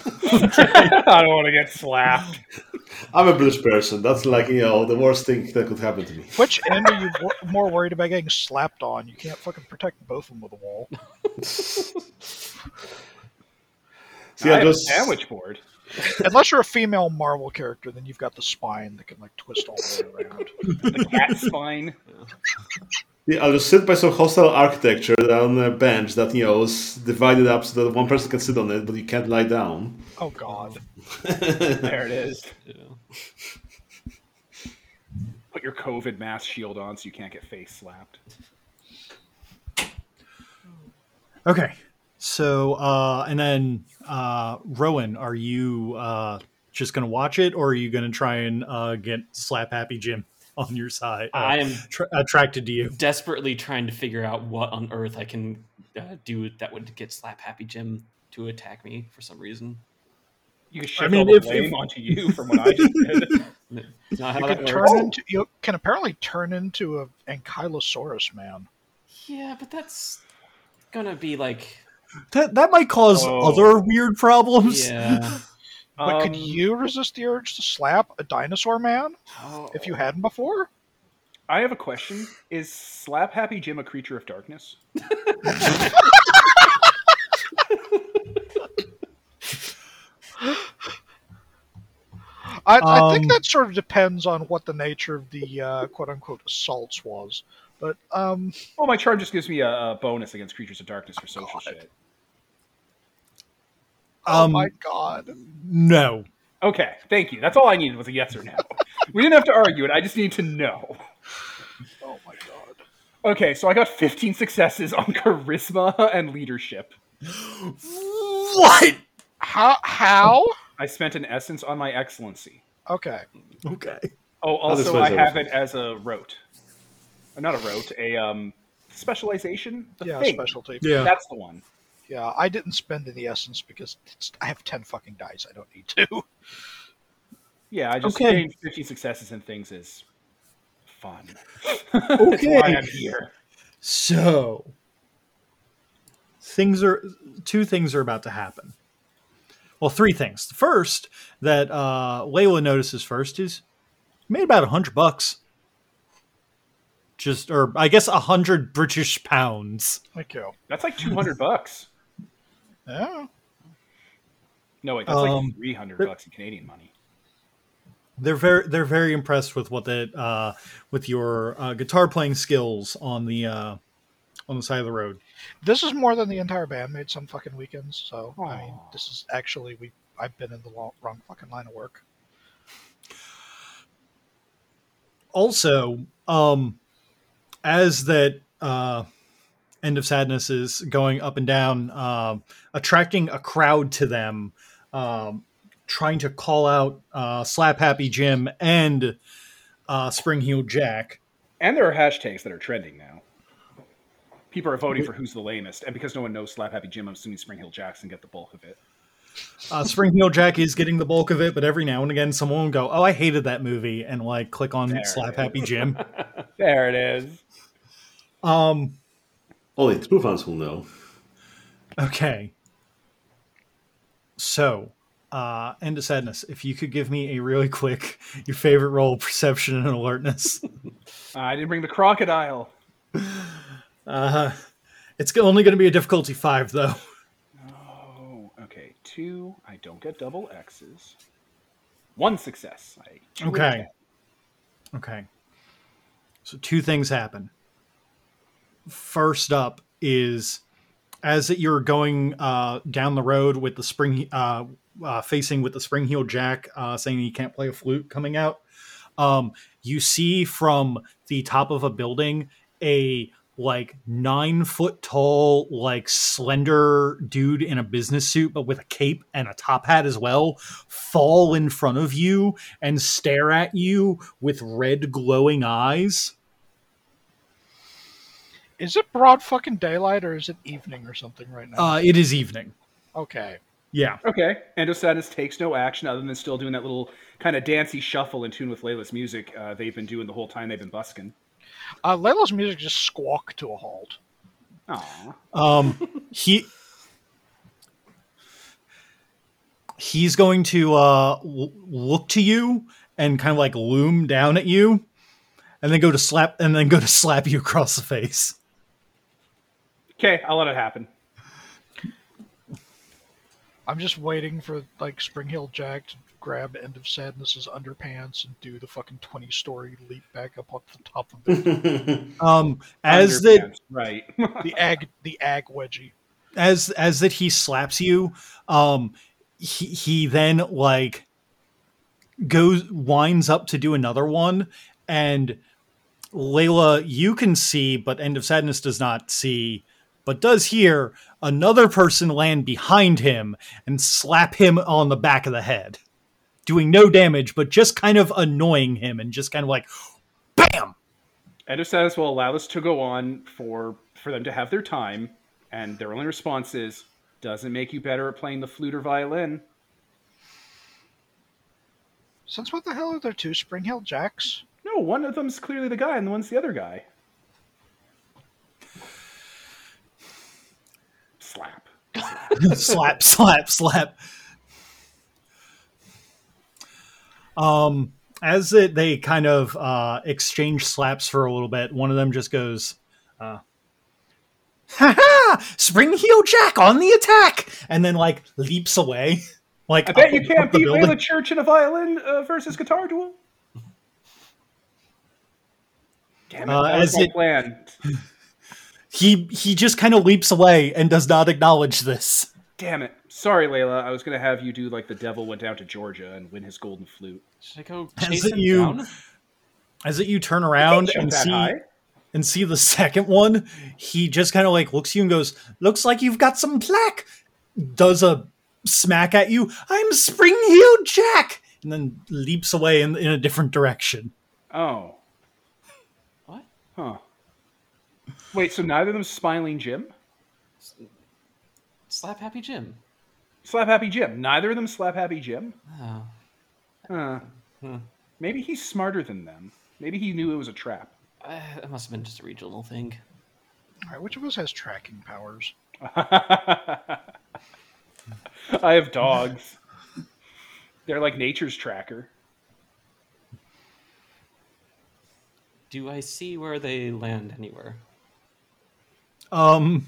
Speaker 1: I don't want to get slapped.
Speaker 3: I'm a British person. That's like, you know, the worst thing that could happen to me.
Speaker 4: Which end are you wor- more worried about getting slapped on? You can't fucking protect both of them with a wall.
Speaker 3: See,
Speaker 1: I
Speaker 3: I'm
Speaker 1: have a
Speaker 3: just.
Speaker 1: sandwich board.
Speaker 4: Unless you're a female Marvel character, then you've got the spine that can like twist all the way around.
Speaker 1: The cat spine.
Speaker 3: Yeah, I'll just sit by some hostile architecture on a bench that, you know, is divided up so that one person can sit on it, but you can't lie down.
Speaker 4: Oh god.
Speaker 1: There it is.
Speaker 5: Yeah.
Speaker 1: Put your COVID mask shield on so you can't get face slapped.
Speaker 2: Okay. So, uh, and then uh, Rowan, are you uh, just going to watch it, or are you going to try and uh, get slap happy Jim on your side? Uh,
Speaker 5: I am
Speaker 2: tr- attracted to you.
Speaker 5: desperately trying to figure out what on earth I can uh, do that would get Slap Happy Jim to attack me for some reason.
Speaker 1: You can shift
Speaker 2: mean,
Speaker 1: all
Speaker 2: if-
Speaker 1: the blame
Speaker 2: if-
Speaker 1: onto you from what I just did.
Speaker 5: It's not
Speaker 1: Uh,
Speaker 5: how
Speaker 4: You
Speaker 5: that
Speaker 4: can
Speaker 5: works.
Speaker 4: turn into you can apparently turn into a ankylosaurus man.
Speaker 5: Yeah, but that's gonna be like
Speaker 2: That, that might cause
Speaker 1: Oh.
Speaker 2: other weird problems.
Speaker 5: yeah.
Speaker 4: But
Speaker 1: Um,
Speaker 4: could you resist the urge to slap a dinosaur man if you hadn't before?
Speaker 1: I have a question. Is Slap Happy Jim a creature of darkness?
Speaker 4: I, I think
Speaker 2: Um,
Speaker 4: that sort of depends on what the nature of the uh, quote unquote assaults was. But um,
Speaker 1: Well, Oh, my charm just gives me a, a bonus against creatures of darkness for social
Speaker 4: God.
Speaker 1: shit.
Speaker 4: oh
Speaker 2: Um,
Speaker 4: my god,
Speaker 2: No.
Speaker 1: Okay, thank you. That's all I needed was a yes or no. we didn't have to argue it. I just need to know.
Speaker 4: oh my god.
Speaker 1: Okay, so I got 15 successes on charisma and leadership.
Speaker 2: What?
Speaker 4: How? How?
Speaker 1: I spent an essence on my excellency.
Speaker 4: Okay.
Speaker 2: Okay.
Speaker 1: Oh,
Speaker 3: this
Speaker 1: also
Speaker 3: was
Speaker 1: I
Speaker 3: a-
Speaker 1: have it as a rote. Uh, Not a rote, a um specialization. The
Speaker 4: Yeah,
Speaker 1: thing.
Speaker 4: specialty.
Speaker 2: Yeah.
Speaker 1: That's the one.
Speaker 4: Yeah, I didn't spend any essence because it's, I have ten fucking dice. I don't need to.
Speaker 1: Yeah, I just
Speaker 2: Okay.
Speaker 1: gained 15 successes and things is fun. That's
Speaker 2: Okay.
Speaker 1: why I'm here.
Speaker 2: So things are two things are about to happen. Well, three things. The first that uh, Layla notices first is made about a hundred bucks. Just or I guess a hundred British pounds.
Speaker 4: Thank you.
Speaker 1: That's like 200 bucks.
Speaker 4: Yeah.
Speaker 1: No, wait, that's
Speaker 2: Um,
Speaker 1: like 300 bucks in Canadian money.
Speaker 2: They're very they're very impressed with what that uh, with your uh, guitar playing skills on the uh, on the side of the road.
Speaker 4: This is more than the entire band made some fucking weekends. So I mean,
Speaker 1: Aw.
Speaker 4: this is actually we. I've been in the lo- wrong fucking line of work.
Speaker 2: also um as that uh end of sadness is going up and down um attracting a crowd to them um trying to call out uh slap happy jim and uh spring heel jack
Speaker 1: And there are hashtags that are trending now. People are voting for who's the lamest, and because no one knows Slap Happy Jim, I'm assuming Spring Hill Jackson get the bulk of it.
Speaker 2: uh spring heel jack is getting the bulk of it but every now and again someone will go oh i hated that movie and like click on
Speaker 1: There it
Speaker 2: slap
Speaker 1: is.
Speaker 2: happy jim
Speaker 1: There it is.
Speaker 2: um
Speaker 3: Only true fans will know.
Speaker 2: Okay. So, uh, end of sadness. If you could give me a really quick your favorite role, perception and alertness.
Speaker 1: I didn't bring the crocodile.
Speaker 2: Uh, it's go- only going to be a difficulty five, though.
Speaker 1: Oh, okay. Two. I don't get double X's. One success. I
Speaker 2: Okay. Okay. So two things happen. First up is as that you're going uh, down the road with the spring uh, uh, facing with the spring heel jack uh, saying he can't play a flute coming out. Um, you see from the top of a building a like nine foot tall, like slender dude in a business suit, but with a cape and a top hat as well, fall in front of you and stare at you with red glowing eyes.
Speaker 4: Is it broad fucking daylight or is it evening or something right now?
Speaker 2: Uh, it is evening.
Speaker 4: okay.
Speaker 2: Yeah.
Speaker 1: Okay. End of Sadness takes no action other than still doing that little kind of dancey shuffle in tune with Layla's music uh, they've been doing the whole time they've been busking.
Speaker 4: Uh, Layla's music just squawked to a halt.
Speaker 1: Aw.
Speaker 2: Um, he he's going to uh, l- look to you and kind of like loom down at you, and then go to slap and then go to slap you across the face.
Speaker 1: Okay, I'll let it happen.
Speaker 4: I'm just waiting for like Spring Hill Jack to grab End of Sadness's underpants and do the fucking twenty story leap back up off the top of the
Speaker 2: Um, as that
Speaker 1: Underpants, right.
Speaker 4: the ag the ag wedgie.
Speaker 2: as as that he slaps you um he he then like goes winds up to do another one and layla you can see but end of sadness does not see but does hear another person land behind him and slap him on the back of the head, doing no damage, but just kind of annoying him and just kind of like, bam!
Speaker 1: Edostatus will allow this to go on for for them to have their time, and their only response is, "Doesn't make you better at playing the flute or violin."
Speaker 4: Since what the hell are there two Spring Hill Jacks?
Speaker 1: No, one of them's clearly the guy, and the one's the other guy. Slap.
Speaker 2: slap, slap, slap. Um, as it, they kind of uh, exchange slaps for a little bit, one of them just goes, uh, "Ha ha! Spring heel Jack on the attack!" and then like leaps away. Like
Speaker 1: I bet you
Speaker 2: up-
Speaker 1: can't
Speaker 2: up Oh, the
Speaker 1: beat
Speaker 2: building.
Speaker 1: Layla Church in a violin uh, versus guitar duel. Damn it!
Speaker 2: Uh,
Speaker 1: that was
Speaker 2: as
Speaker 1: my
Speaker 2: it-
Speaker 1: plan.
Speaker 2: He he just kind of leaps away and does not acknowledge this.
Speaker 1: Damn it! Sorry, Layla. I was gonna have you do like the devil went down to Georgia and win his golden flute.
Speaker 5: Should I go
Speaker 2: As
Speaker 5: chase
Speaker 2: it
Speaker 5: him
Speaker 2: you-
Speaker 5: down?
Speaker 2: As it, you turn around
Speaker 1: Jump
Speaker 2: and
Speaker 1: that
Speaker 2: see
Speaker 1: high.
Speaker 2: and see the second one, he just kind of like looks at you and goes, "Looks like you've got some plaque." Does a smack at you. I'm Spring Heel Jack, and then leaps away in, in a different direction.
Speaker 1: Oh,
Speaker 5: What?
Speaker 1: huh. Wait, so neither of them's smiling Jim?
Speaker 5: Slap Happy Jim.
Speaker 1: Slap Happy Jim. Neither of them slap Happy Jim?
Speaker 5: Oh.
Speaker 1: Huh.
Speaker 5: Hmm.
Speaker 1: Maybe he's smarter than them. Maybe he knew it was a trap.
Speaker 5: Uh, it must have been just a regional thing.
Speaker 4: All right, which of us has tracking powers?
Speaker 1: I have dogs. They're like nature's tracker.
Speaker 5: Do I see where they land anywhere?
Speaker 2: Um,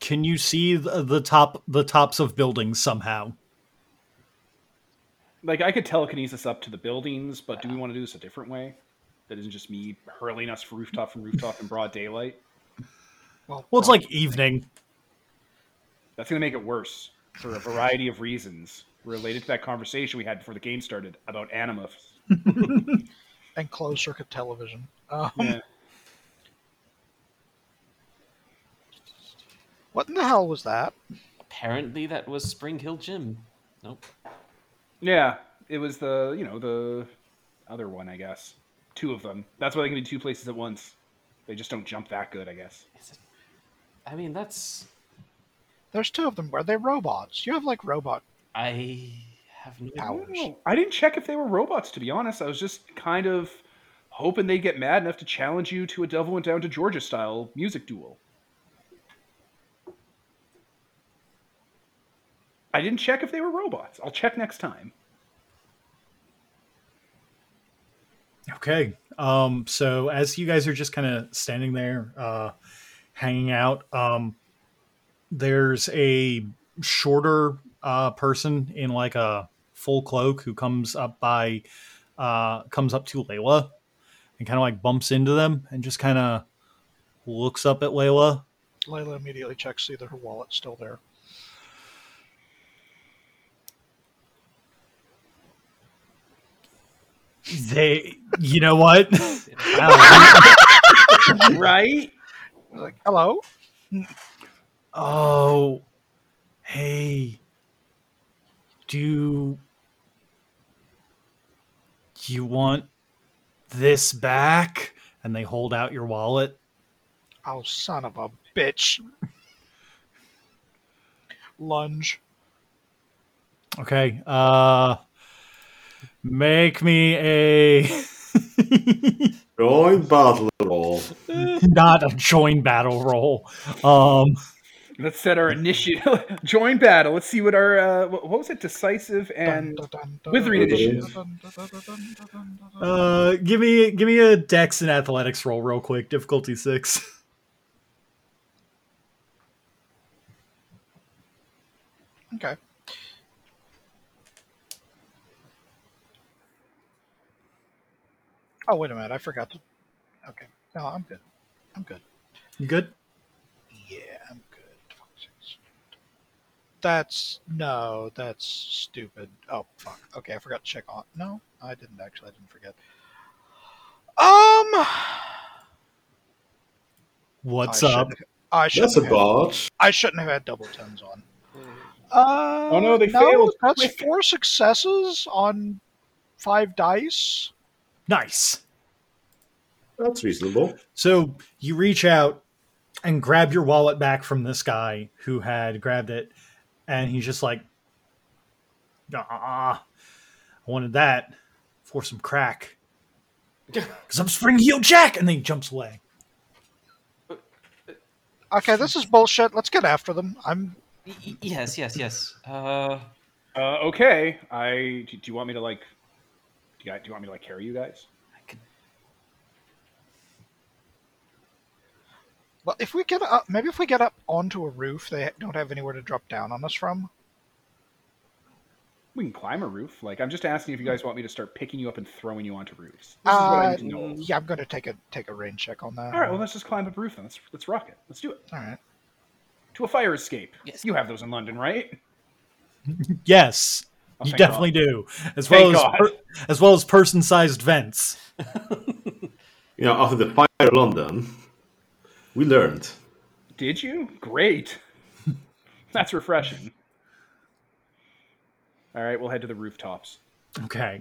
Speaker 2: can you see the, the top the tops of buildings somehow?
Speaker 1: Like I could telekinesis up to the buildings, but do we want to do this a different way? That isn't just me hurling us from rooftop from rooftop in broad daylight.
Speaker 2: Well, it's like evening.
Speaker 1: That's going to make it worse for a variety of reasons related to that conversation we had before the game started about anima.
Speaker 4: and closed circuit television. Um,
Speaker 1: Yeah.
Speaker 4: What in the hell was that?
Speaker 5: Apparently, that was Spring Hill Jim. Nope.
Speaker 1: Yeah, it was the you know the other one, I guess. Two of them. That's why they can be two places at once. They just don't jump that good, I guess.
Speaker 5: Is it- I mean, that's.
Speaker 4: There's two of them. Were they robots? You have like robot.
Speaker 5: I have no
Speaker 1: I
Speaker 4: Ow.
Speaker 5: idea.
Speaker 1: don't know. I didn't check if they were robots, to be honest. I was just kind of hoping they'd get mad enough to challenge you to a Devil Went Down to Georgia style music duel. I didn't check if they were robots. I'll check next time.
Speaker 2: Okay. Um, so as you guys are just kind of standing there, uh, hanging out, um, there's a shorter uh, person in like a full cloak who comes up by, uh, comes up to Layla and kind of like bumps into them and just kind of looks up at Layla.
Speaker 4: Layla immediately checks to see that her wallet's still there.
Speaker 2: They, you know what?
Speaker 1: right?
Speaker 4: I was like, hello?
Speaker 2: Oh, hey, do you want this back? And they hold out your wallet.
Speaker 4: Oh, son of a bitch. Lunge.
Speaker 2: Okay, uh, make me a
Speaker 3: Join battle roll.
Speaker 2: not a join battle roll. Um,
Speaker 1: Let's set our initiative. Join battle. Let's see what our uh, what what was it? Decisive
Speaker 4: Dun,
Speaker 1: and
Speaker 4: dun, dun, dun,
Speaker 1: withering
Speaker 4: dun,
Speaker 3: initiative.
Speaker 4: dun, dun, dun, dun, dun, dun, dun, dun, dun.
Speaker 2: uh, give me give me a dex and athletics roll real quick. Difficulty six.
Speaker 4: Okay. Oh, wait a minute. I forgot to. Okay. No, I'm good. I'm good.
Speaker 2: You good?
Speaker 4: Yeah, I'm good. Fuck sakes. That's no, that's stupid. Oh fuck. Okay, I forgot to check on. No, I didn't actually. I didn't forget. Um,
Speaker 2: What's
Speaker 4: I
Speaker 2: up?
Speaker 4: Should, I shouldn't
Speaker 3: That's a
Speaker 4: have-
Speaker 3: botch.
Speaker 4: I shouldn't have had double tens on. Uh,
Speaker 1: Oh, no, they failed.
Speaker 4: That's four successes on five dice.
Speaker 2: Nice.
Speaker 3: That's reasonable.
Speaker 2: So you reach out and grab your wallet back from this guy who had grabbed it, and he's just like, "Ah, I wanted that for some crack." Because I'm spring heel Jack, and then he jumps away.
Speaker 4: Okay, this is bullshit. Let's get after them. I'm
Speaker 5: Y- y- yes, yes, yes. Uh,
Speaker 1: Uh, okay, I. Do, do you want me to like? Do you, do you want me to like carry you guys?
Speaker 5: I could,
Speaker 4: well. If we get up, maybe if we get up onto a roof, they don't have anywhere to drop down on us from.
Speaker 1: We can climb a roof. Like, I'm just asking if you guys want me to start picking you up and throwing you onto roofs. This is what I
Speaker 4: Uh,
Speaker 1: need to
Speaker 5: Mm.
Speaker 1: know.
Speaker 4: Yeah, I'm going to take a take a rain check on that.
Speaker 1: All right, well, let's just climb up a roof then. Let's let's rock it. Let's do it
Speaker 4: All right.
Speaker 1: to a fire escape.
Speaker 5: Yes.
Speaker 1: You have those in London, right?
Speaker 2: Yes,
Speaker 1: Oh,
Speaker 2: you
Speaker 1: thank
Speaker 2: definitely do, as
Speaker 1: Thank
Speaker 2: well as
Speaker 1: God.
Speaker 2: per- as well as person-sized vents.
Speaker 3: You know, after the fire in London, we learned.
Speaker 1: God. Did you? Great. That's refreshing. All right, we'll head to the rooftops.
Speaker 2: Okay,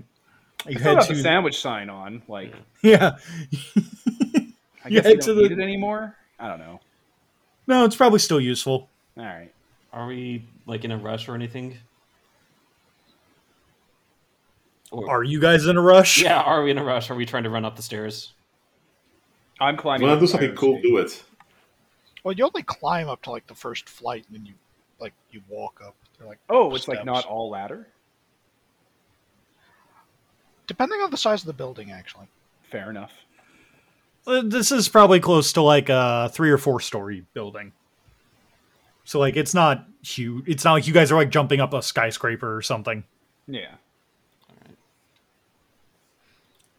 Speaker 2: you
Speaker 1: Still
Speaker 2: head
Speaker 1: got the
Speaker 2: to
Speaker 1: sandwich sign on. Like,
Speaker 2: yeah.
Speaker 1: I
Speaker 2: You
Speaker 1: guess we
Speaker 2: head to
Speaker 1: don't
Speaker 2: the-
Speaker 1: need it anymore. I don't know.
Speaker 2: No, it's probably still useful.
Speaker 1: All right.
Speaker 5: are we like in a rush or anything? Or,
Speaker 2: Are you guys in a rush?
Speaker 5: yeah, are we in a rush? Are we trying to run up the stairs?
Speaker 1: I'm
Speaker 3: When
Speaker 1: climbing.
Speaker 3: I
Speaker 1: up
Speaker 3: do
Speaker 1: the
Speaker 3: something
Speaker 1: fire
Speaker 3: cool,
Speaker 1: escape.
Speaker 3: do it.
Speaker 4: Well, you only climb up to like the first flight, and then you like you walk up. They're like,
Speaker 1: Oh, it's like
Speaker 4: Steps.
Speaker 1: not all ladder.
Speaker 4: depending on the size of the building, actually.
Speaker 1: Fair enough.
Speaker 2: Uh, this is probably close to like a three or four story building so like it's not huge it's not like you guys are like jumping up a skyscraper or something
Speaker 1: Yeah.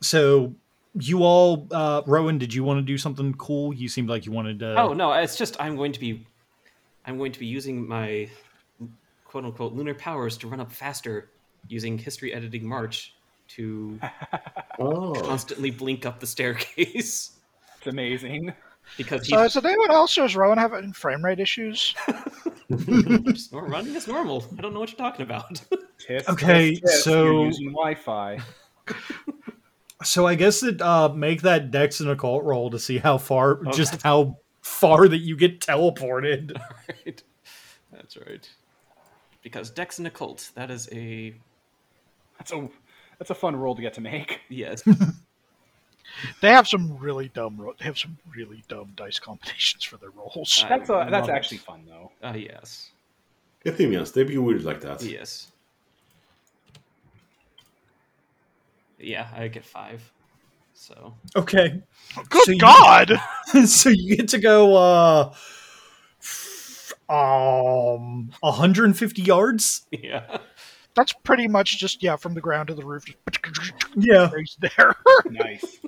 Speaker 2: so you all uh rowan did you want to do something cool you seemed like you wanted to
Speaker 5: Oh no, it's just I'm going to be I'm going to be using my quote unquote lunar powers to run up faster using history editing march to
Speaker 3: Oh.
Speaker 5: constantly blink up the staircase
Speaker 1: It's amazing.
Speaker 5: because
Speaker 4: So,
Speaker 5: he's
Speaker 4: is anyone else who's Rowan having frame rate issues?
Speaker 5: just nor- running as normal. I don't know what you're talking about.
Speaker 1: Tiff,
Speaker 2: Okay,
Speaker 1: tiff, tiff,
Speaker 2: so-
Speaker 1: you're using Wi-Fi.
Speaker 2: so i guess that uh make that dex and occult roll to see how far just how far that you get teleported
Speaker 5: right. That's right. Because Dex and Occult, that is a
Speaker 1: That's a that's a fun roll to get to make.
Speaker 5: yes.
Speaker 4: They have some really dumb. ro- They have some really dumb dice combinations for their rolls.
Speaker 5: I
Speaker 1: That's a, that's
Speaker 5: love it.
Speaker 1: actually fun though.
Speaker 5: Ah, yes.
Speaker 3: Athenians, they be weird like that.
Speaker 5: Yes. Yeah, I get five. So
Speaker 2: okay
Speaker 4: Good
Speaker 2: So you-
Speaker 4: God!
Speaker 2: so you get to go uh um 150 yards
Speaker 5: yeah.
Speaker 4: That's pretty much just yeah, from the ground to the roof. Just
Speaker 2: yeah
Speaker 4: raised there.
Speaker 1: Nice.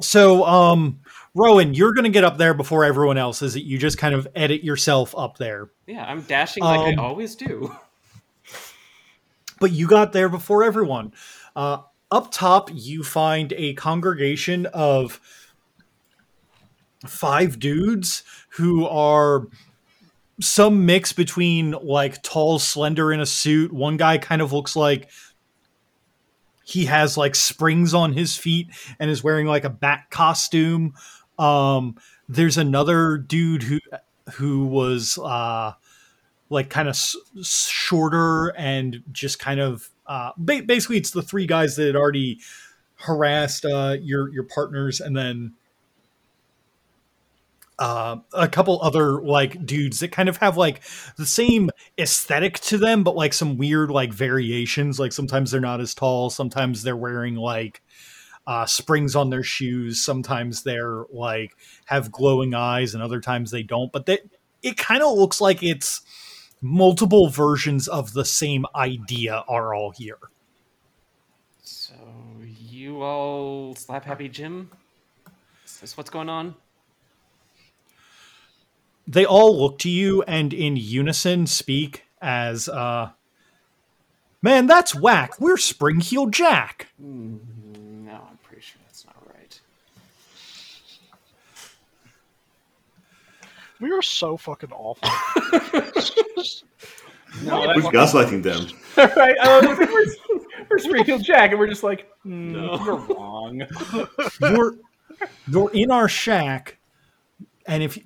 Speaker 2: So, um, Rowan, you're going to get up there before everyone else. Is it you just kind of edit yourself up there?
Speaker 5: Yeah, I'm dashing like
Speaker 2: Um,
Speaker 5: I always do.
Speaker 2: But you got there before everyone. Uh, up top, you find a congregation of five dudes who are some mix between like tall, slender in a suit. One guy kind of looks like he has like springs on his feet and is wearing like a bat costume. Um, there's another dude who who was uh, like kind of s- s- shorter and just kind of uh, ba- basically it's the three guys that had already harassed uh, your your partners and then uh, a couple other like dudes that kind of have like the same aesthetic to them, but like some weird like variations. Like sometimes they're not as tall, sometimes they're wearing like uh, springs on their shoes, sometimes they're like have glowing eyes, and other times they don't. But that it kind of looks like it's multiple versions of the same idea are all here.
Speaker 5: So you all slap happy Jim? Is this what's going on?
Speaker 2: They all look to you and in unison speak as uh Man, that's whack. We're Spring Heel Jack.
Speaker 5: No, I'm pretty sure that's not right.
Speaker 4: We are so fucking awful.
Speaker 1: No,
Speaker 3: We're
Speaker 1: that's-
Speaker 3: gaslighting them.
Speaker 1: right? I love it. We're, we're Springfield Jack, and we're just like, mm,
Speaker 5: No.
Speaker 1: you're wrong.
Speaker 2: you're you're in our shack, and if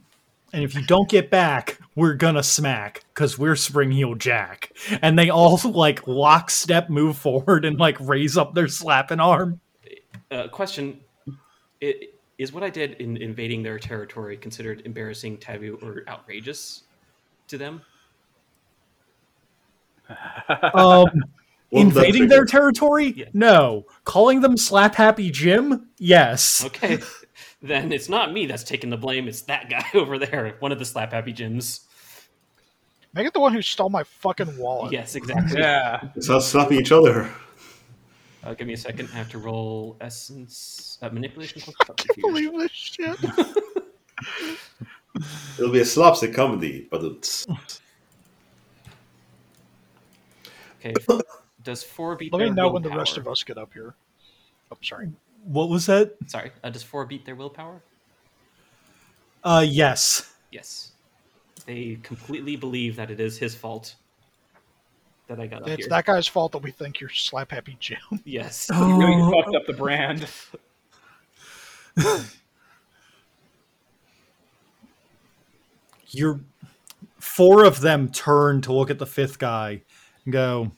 Speaker 2: and if you don't get back, we're gonna smack because we're Spring Heel Jack. And they all like lockstep move forward and like raise up their slapping arm.
Speaker 5: Uh, question: i- Is what I did in invading their territory considered embarrassing, taboo, or outrageous to them?
Speaker 2: Um,
Speaker 3: Won't that
Speaker 2: invading their
Speaker 3: trigger?
Speaker 2: territory?
Speaker 5: Yeah.
Speaker 2: No. Calling them slap happy Jim? Yes.
Speaker 5: Okay, then it's not me that's taking the blame. It's that guy over there, one of the slap happy gyms.
Speaker 4: Make it the one who stole my fucking wallet.
Speaker 5: Yes, exactly.
Speaker 1: Yeah.
Speaker 3: It's us slapping each other.
Speaker 5: Uh, give me a second. I have to roll essence uh, manipulation. plus
Speaker 4: I can't
Speaker 5: subterfuge.
Speaker 4: believe this shit.
Speaker 3: It'll be a slapstick comedy, but it's
Speaker 5: Okay, does four beat?
Speaker 4: Let me
Speaker 5: their
Speaker 4: know when the rest of
Speaker 5: willpower?
Speaker 4: us get up here. I'm sorry.
Speaker 2: What was that?
Speaker 5: Sorry, uh, does four beat their willpower?
Speaker 2: Uh, yes.
Speaker 5: Yes, they completely believe that it is his fault that I got up
Speaker 4: It's
Speaker 5: here.
Speaker 4: that Oh. guy's fault that we think you're slap happy Jim.
Speaker 5: Yes.
Speaker 1: You really
Speaker 2: Oh.
Speaker 1: fucked up the brand.
Speaker 2: you're four of them turn to look at the fifth guy and go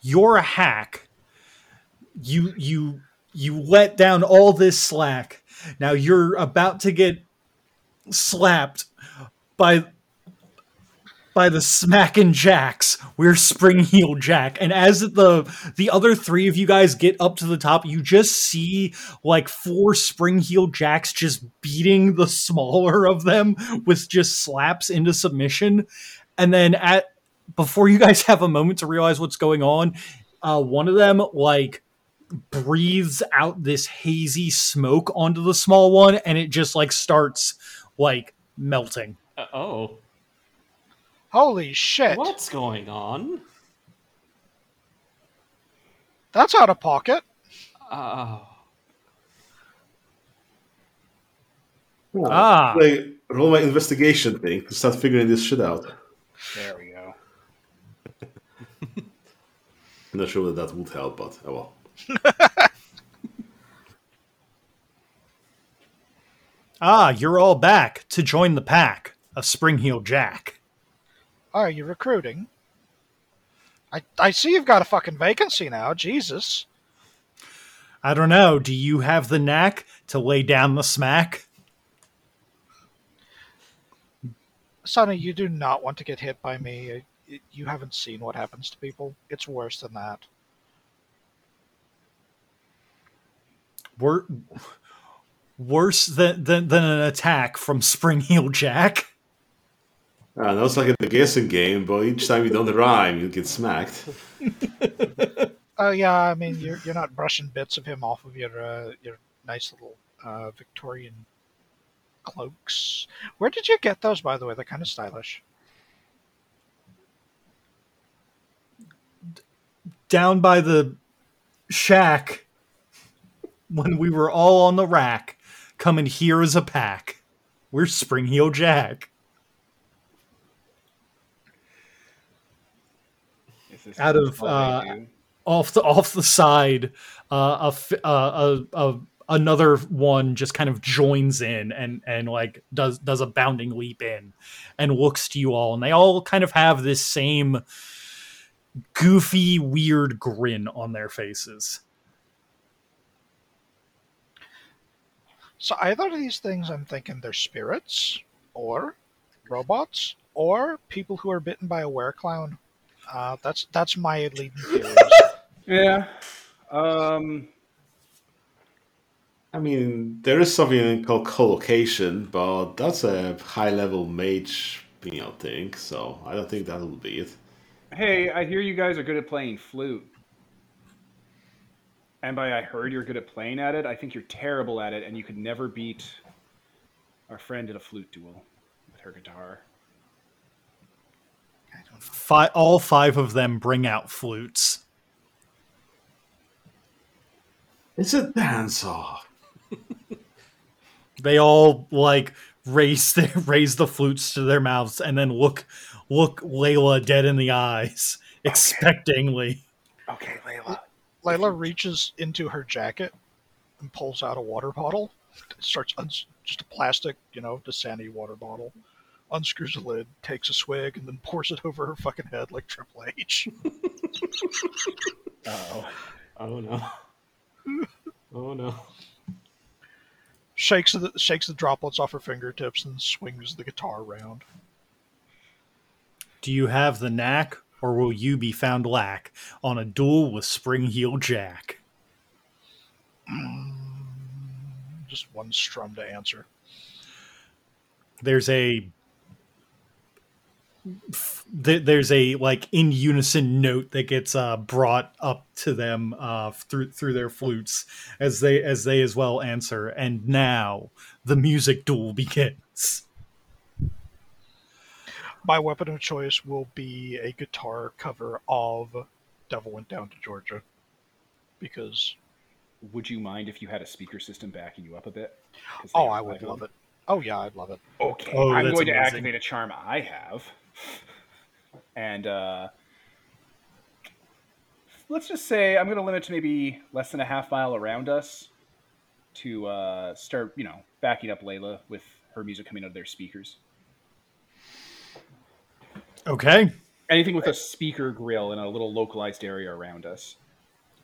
Speaker 2: you're a hack you you you let down all this slack now you're about to get slapped by by the smacking jacks. We're spring heel jack. And as the the other three of you guys get up to the top, you just see like four spring heel jacks just beating the smaller of them with just slaps into submission. And then at before you guys have a moment to realize what's going on, uh, one of them like breathes out this hazy smoke onto the small one and it just like starts like melting.
Speaker 5: Uh, oh,
Speaker 4: Holy shit.
Speaker 5: what's going on?
Speaker 4: That's out of pocket.
Speaker 5: Oh,
Speaker 2: Ah.
Speaker 3: I roll my investigation thing to start figuring this shit out.
Speaker 1: There we go.
Speaker 3: I'm not sure that that would help, but oh well.
Speaker 2: Ah, you're all back to join the pack of Springheel Jack.
Speaker 4: Are you recruiting? I, I see you've got a fucking vacancy now. Jesus.
Speaker 2: I don't know, do you have the knack to lay down the smack?
Speaker 4: Sonny, you do not want to get hit by me. I- You haven't seen what happens to people. It's worse than that.
Speaker 2: Wor- worse than, than, than an attack from Springheel Jack?
Speaker 3: I know Ah, it's like a guessing game, but each time you don't rhyme, you get smacked.
Speaker 4: Oh yeah, I mean you're you're not brushing bits of him off of your uh, your nice little uh, Victorian cloaks. Where did you get those, by the way? They're kind of stylish.
Speaker 2: Down by the shack when we were all on the rack, coming here as a pack. We're Springheel Jack.
Speaker 1: Is this
Speaker 2: Out of,
Speaker 1: all they
Speaker 2: uh,
Speaker 1: do?
Speaker 2: off the off the side uh, a, f- uh, a, a another one just kind of joins in and and like does does a bounding leap in and looks to you all and they all kind of have this same goofy weird grin on their faces
Speaker 4: So either of these things, I'm thinking they're spirits or robots or people who are bitten by a wereclown. Uh, that's that's my leading theories.
Speaker 1: yeah. Um,
Speaker 3: I mean, there is something called collocation, but that's a high-level mage, you know, thing. So I don't think that will be it.
Speaker 1: hey, I hear you guys are good at playing flute. And by I heard you're good at playing at it, I think you're terrible at it, and you could never beat our friend at a flute duel with her guitar.
Speaker 4: I don't know.
Speaker 2: Fi- all five of them bring out flutes
Speaker 3: It's a dance off.
Speaker 2: They all like raise their raise the flutes to their mouths and then look look Layla dead in the eyes, expectingly.
Speaker 1: Okay, Layla.
Speaker 4: Layla reaches into her jacket and pulls out a water bottle. Starts uns- just a plastic, you know, Dasani water bottle. Unscrews the lid, takes a swig, and then pours it over her fucking head like Triple H.
Speaker 1: Oh,
Speaker 5: Oh no. Oh no.
Speaker 4: Shakes the shakes the droplets off her fingertips and swings the guitar around.
Speaker 2: Do you have the knack or will you be found lack on a duel with Spring Heel Jack?
Speaker 4: Just one strum to answer.
Speaker 2: There's a f- there- there's a like in unison note that gets uh, brought up to them uh, through through their flutes as they as they as well answer and now the music duel begins
Speaker 4: My weapon of choice will be a guitar cover of Devil Went Down to Georgia. Because,
Speaker 1: would you mind if you had a speaker system backing you up a bit? 'Cause they
Speaker 4: oh,
Speaker 1: have
Speaker 4: I would
Speaker 1: five of
Speaker 4: love
Speaker 1: them.
Speaker 4: it. Oh, yeah, I'd love it.
Speaker 1: Okay,
Speaker 2: Oh,
Speaker 1: I'm
Speaker 2: that's
Speaker 1: going to
Speaker 2: amazing.
Speaker 1: activate a charm I have, and uh, let's just say I'm going to limit to maybe less than a half mile around us to uh, start, you know, backing up Layla with her music coming out of their speakers.
Speaker 2: okay
Speaker 1: Anything with a speaker grill in a little localized area around us.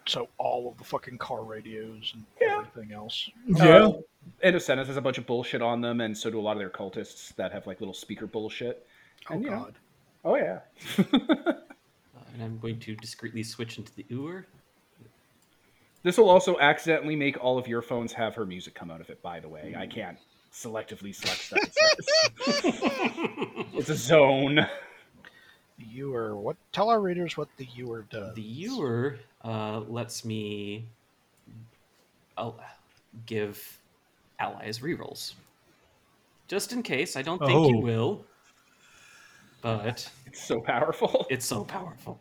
Speaker 4: So, all of the fucking car radios and
Speaker 1: Yeah.
Speaker 4: everything else.
Speaker 1: Uh, and Asena's has a bunch of bullshit on them, and so do a lot of their cultists that have like little speaker bullshit.
Speaker 4: Oh,
Speaker 1: And, you know,
Speaker 4: God.
Speaker 1: Oh yeah.
Speaker 5: Uh, and I'm going to discreetly switch into the Uber.
Speaker 1: this will also accidentally make all of your phones have her music come out of it. By the way, I can't selectively select stuff. it's a zone.
Speaker 4: The Ewer. What? Tell our readers what the Ewer does.
Speaker 5: The Ewer uh, lets me i give allies rerolls. Just in case, I don't think you
Speaker 2: Oh.
Speaker 5: will, but
Speaker 1: It's so powerful.
Speaker 5: it's so powerful.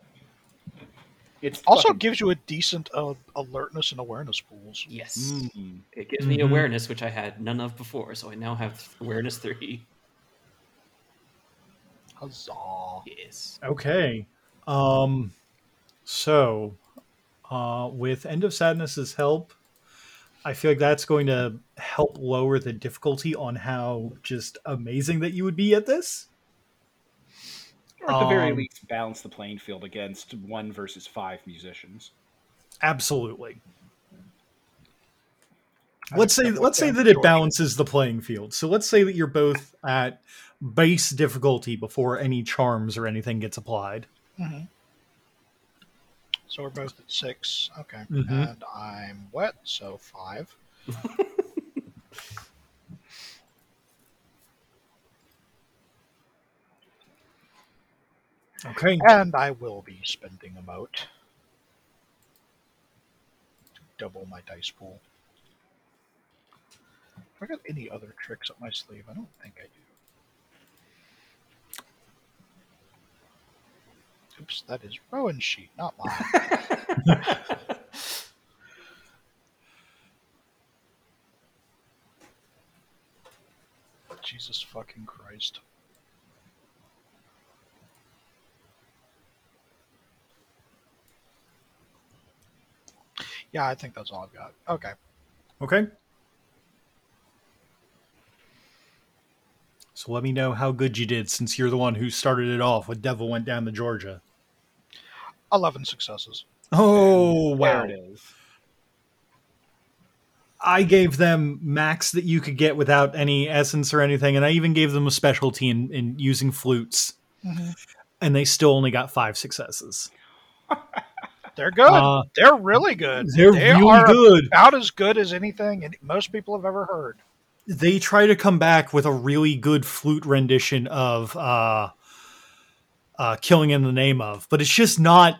Speaker 1: It's
Speaker 4: also
Speaker 1: fucking-
Speaker 4: gives you a decent uh, alertness and awareness pools.
Speaker 5: Yes.
Speaker 1: Mm.
Speaker 5: It gives me
Speaker 2: Mhm.
Speaker 5: awareness, which I had none of before, so I now have awareness three.
Speaker 4: Huzzah.
Speaker 5: Yes.
Speaker 2: Okay. Um so uh with End of Sadness's help, I feel like that's going to help lower the difficulty on how just amazing that you would be at this.
Speaker 1: Or at the very
Speaker 2: Um,
Speaker 1: least, balance the playing field against one versus five musicians.
Speaker 2: Absolutely.
Speaker 4: I
Speaker 2: Let's
Speaker 4: think
Speaker 2: say
Speaker 4: that
Speaker 2: let's say
Speaker 4: worked out
Speaker 2: that it
Speaker 4: George.
Speaker 2: balances the playing field. So let's say that you're both at base difficulty before any charms or anything gets applied.
Speaker 1: Mm-hmm.
Speaker 4: So we're both at six. Okay.
Speaker 2: Mhm.
Speaker 1: Mm-hmm.
Speaker 4: And I'm wet, so five.
Speaker 2: Okay.
Speaker 4: And I will be spending a moat to double my dice pool. Have I got any other tricks up my sleeve? I don't think I do. Oops, that is Rowan's sheet, not mine. Jesus fucking Christ. Yeah, I think that's all I've got. Okay.
Speaker 2: Okay. So let me know how good you did since you're the one who started it off with Devil Went Down to Georgia.
Speaker 4: 11 successes.
Speaker 2: Oh, wow.
Speaker 1: There it is.
Speaker 2: I gave them max that you could get without any essence or anything, and I even gave them a specialty in, in using flutes,
Speaker 4: Mm-hmm.
Speaker 2: and they still only got five successes.
Speaker 4: They're good.
Speaker 2: Uh,
Speaker 4: they're really good.
Speaker 2: They're
Speaker 4: They
Speaker 2: really
Speaker 4: are
Speaker 2: good.
Speaker 4: About as good as anything and most people have ever heard.
Speaker 2: They try to come back with a really good flute rendition of uh, uh, Killing in the Name of, but it's just not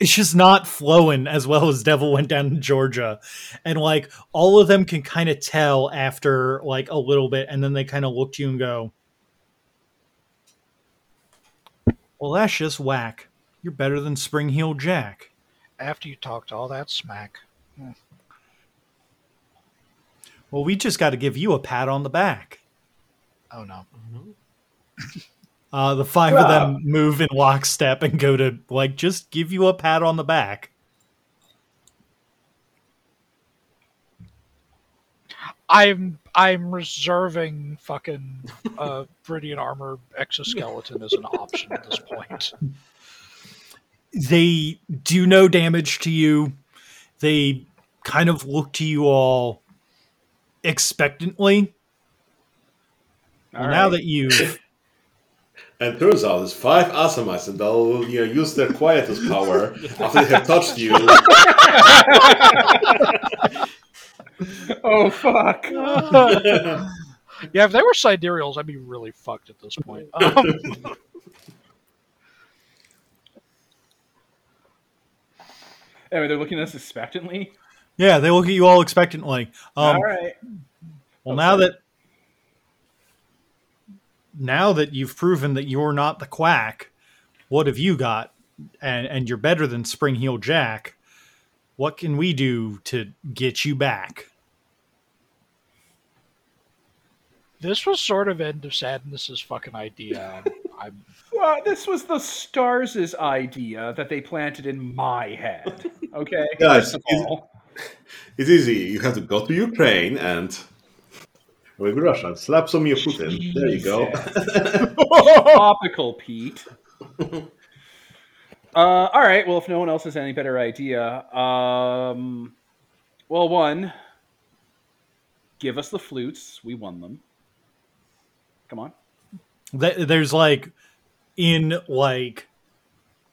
Speaker 2: it's just not flowing as well as Devil Went Down to Georgia. And like all of them can kind of tell after like a little bit, and then they kind of look to you and go, Well, that's just whack. You're better than Spring Heel Jack.
Speaker 4: After you talked all that smack.
Speaker 2: Well, we just got to give you a pat on the back.
Speaker 4: Oh no.
Speaker 2: Uh, the five of them move in lockstep and go to like just give you a pat on the back.
Speaker 4: I'm I'm reserving fucking uh Viridian armor exoskeleton as an option at this point.
Speaker 2: They do no damage to you. They kind of look to you all expectantly.
Speaker 1: All
Speaker 2: Well, Now
Speaker 1: right.
Speaker 2: that you
Speaker 3: And turns out there's five Asamites, and they'll you know, use their quietus power after they have touched you.
Speaker 1: oh fuck.
Speaker 4: yeah, if they were sidereals, I'd be really fucked at this point. Um,
Speaker 1: Anyway, they're looking at us expectantly.
Speaker 2: Yeah, they look at you all expectantly. Um,
Speaker 1: All right.
Speaker 2: Well, now that now that you've proven that you're not the quack, what have you got? And and you're better than Spring Heel Jack. What can we do to get you back?
Speaker 4: this was sort of end of sadness's fucking idea. I'm,
Speaker 1: Well, this was the stars' idea that they planted in my head. Okay.
Speaker 3: Guys,
Speaker 1: First of all.
Speaker 3: It's easy. You have to go to Ukraine and with Russia, slap some of your Putin. There you go.
Speaker 1: topical, Pete. Uh, all right. Well, if no one else has any better idea, um, well, one, give us the flutes. We won them. Come on.
Speaker 2: Th- There's like in like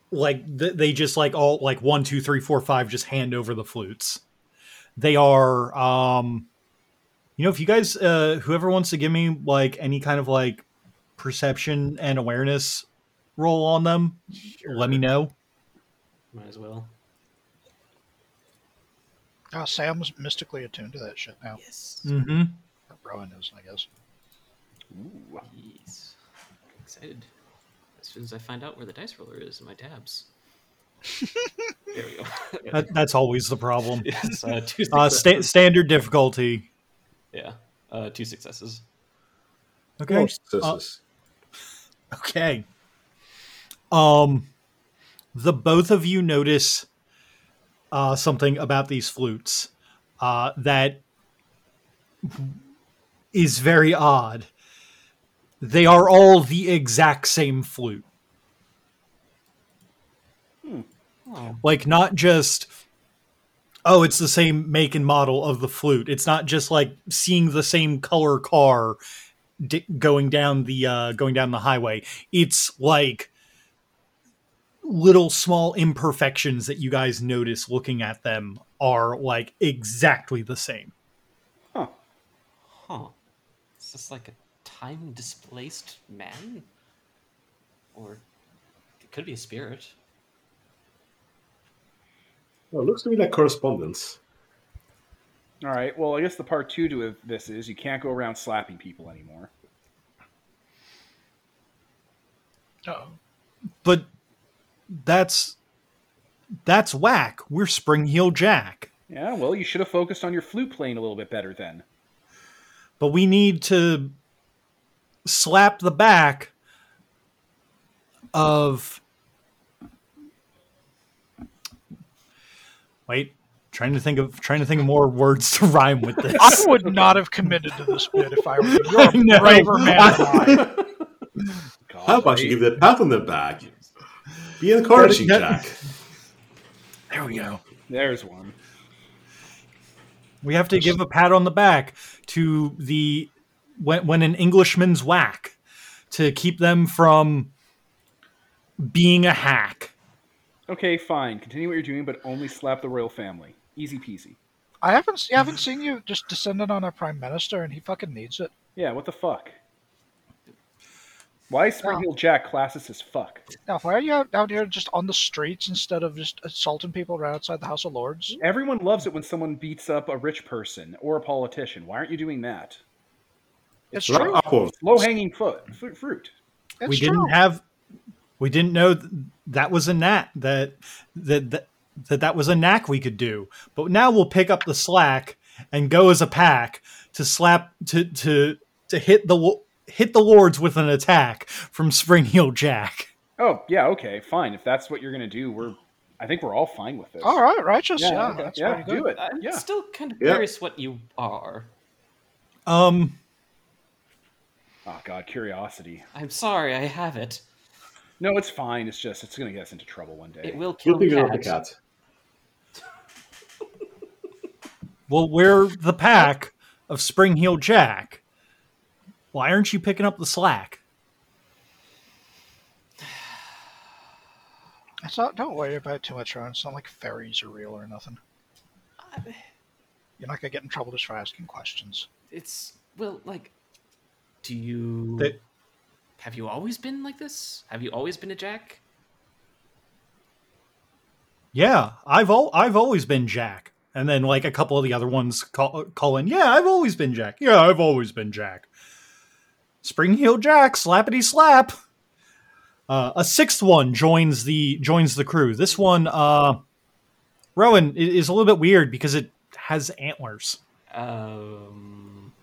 Speaker 2: like th- they just like all like one two three four five just hand over the flutes. They are um you know if you guys uh whoever wants to give me like any kind of like perception and awareness roll on them, let me know.
Speaker 5: Might as well.
Speaker 4: oh, Sam's mystically attuned to that shit now.
Speaker 5: Yes.
Speaker 2: Mm-hmm.
Speaker 4: Or Rowan is, I guess.
Speaker 1: Ooh.
Speaker 5: Yes. Excited. As soon as I find out where the dice roller is in my tabs. there we go.
Speaker 2: That, that's always the problem.
Speaker 5: Yes, uh, two
Speaker 2: Uh,
Speaker 5: successes.
Speaker 2: sta- standard difficulty.
Speaker 5: yeah, uh, two successes.
Speaker 2: Okay. Okay. Um, the both of you notice uh, something about these flutes uh, that is very odd. They are all the exact same flute.
Speaker 5: Oh.
Speaker 2: Like, not just, oh, it's the same make and model of the flute. It's not just like seeing the same color car di- going down the uh, going down the highway. It's like little small imperfections that you guys notice looking at them are like exactly the same.
Speaker 1: Huh.
Speaker 5: Huh. Is this like a time displaced man? Or it could be a spirit.
Speaker 3: Well, it looks to me like correspondence.
Speaker 1: All right. Well, I guess the part two to this is you can't go around slapping people anymore.
Speaker 4: Oh,
Speaker 2: But that's that's whack. We're Spring Heel Jack.
Speaker 1: Yeah. Well, you should have focused on your flute playing a little bit better then.
Speaker 2: but we need to slap the back of wait trying to think of trying to think of more words to rhyme with
Speaker 4: I
Speaker 2: this
Speaker 4: would not have committed to this bit if I were you. You're a
Speaker 2: No.
Speaker 4: braver man than I.
Speaker 1: God,
Speaker 3: How about you
Speaker 1: right?
Speaker 3: give the pat on the back? Be encouraging,
Speaker 2: That-
Speaker 3: Jack.
Speaker 2: there we go
Speaker 1: There's one.
Speaker 2: we have to give a pat on the back to the when, when an englishman's whack to keep them from being a hack
Speaker 1: Okay, fine. Continue what you're doing, but only slap the royal family. Easy peasy.
Speaker 4: I haven't I haven't seen you just descended on a prime minister, and he fucking needs it.
Speaker 1: Yeah, what the fuck? Why is Spring Hill Jack classist as fuck?
Speaker 4: Now, why are you out, out here just on the streets instead of just assaulting people right outside the House of Lords?
Speaker 1: Everyone loves it when someone beats up a rich person or a politician. Why aren't you doing that?
Speaker 4: It's
Speaker 3: Right
Speaker 4: true.
Speaker 3: upward.
Speaker 1: Low hanging foot fru- fruit.
Speaker 4: It's
Speaker 2: we
Speaker 4: true.
Speaker 2: didn't have we didn't know th- that was a knack that that that that that was a knack we could do but now we'll pick up the slack and go as a pack to slap to to to hit the lo- hit the lords with an attack from Springheel Jack.
Speaker 1: Oh yeah, okay, fine. If that's what you're gonna do, we're I think we're all fine with this.
Speaker 4: All right, righteous. Yeah,
Speaker 1: yeah, okay,
Speaker 4: that's
Speaker 1: yeah,
Speaker 4: pretty good.
Speaker 1: do it.
Speaker 5: I'm
Speaker 1: yeah,
Speaker 5: still kind of
Speaker 3: Yeah.
Speaker 5: curious what you are.
Speaker 2: Um,
Speaker 1: Oh god, curiosity.
Speaker 5: I'm sorry, I have it.
Speaker 1: No, it's fine. It's just it's gonna get us into trouble one day.
Speaker 5: It will
Speaker 3: We'll
Speaker 5: kill
Speaker 3: figure out the
Speaker 5: cats.
Speaker 3: cat.
Speaker 2: well, we're the pack of Springheel Jack. Why aren't you picking up the slack?
Speaker 4: It's not, don't worry about it too much, Ron. It's not like fairies are real or nothing. You're not gonna get in trouble just for asking questions.
Speaker 5: It's well, like, do you
Speaker 2: They-
Speaker 5: have you always been like this? Have you always been a Jack?
Speaker 2: Yeah, I've al- I've always been Jack. And then like a couple of the other ones call, call in, yeah, I've always been Jack. Yeah, I've always been Jack. Springheel Jack, slappity slap. Uh, a sixth one joins the joins the crew. This one, uh, Rowan, i- is a little bit weird because it has antlers.
Speaker 5: Um,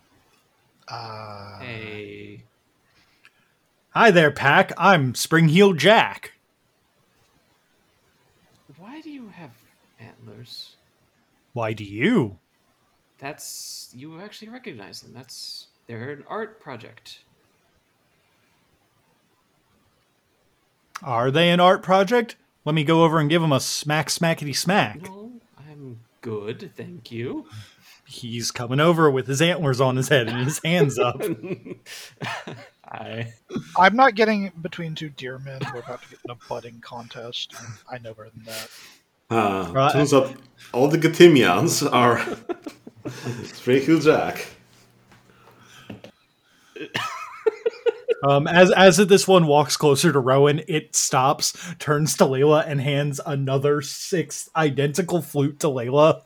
Speaker 4: Uh,
Speaker 5: hey,
Speaker 2: Hi there, pack. I'm Springheel Jack.
Speaker 5: why do you have antlers?
Speaker 2: Why do you?
Speaker 5: That's you actually recognize them. That's they're an art project.
Speaker 2: Are they an art project? Let me go over and give him a smack, smackety smack.
Speaker 5: No, I'm good, thank you.
Speaker 2: He's coming over with his antlers on his head and his hands up.
Speaker 5: I
Speaker 4: I'm not getting between two deer men. We're about to get in a butting contest. I know better than that.
Speaker 3: Ah,
Speaker 2: Right.
Speaker 3: Turns out all the Gatimians are Springhill Jack.
Speaker 2: Um, as as this one walks closer to Rowan, it stops, turns to Layla, and hands another sixth identical flute to Layla,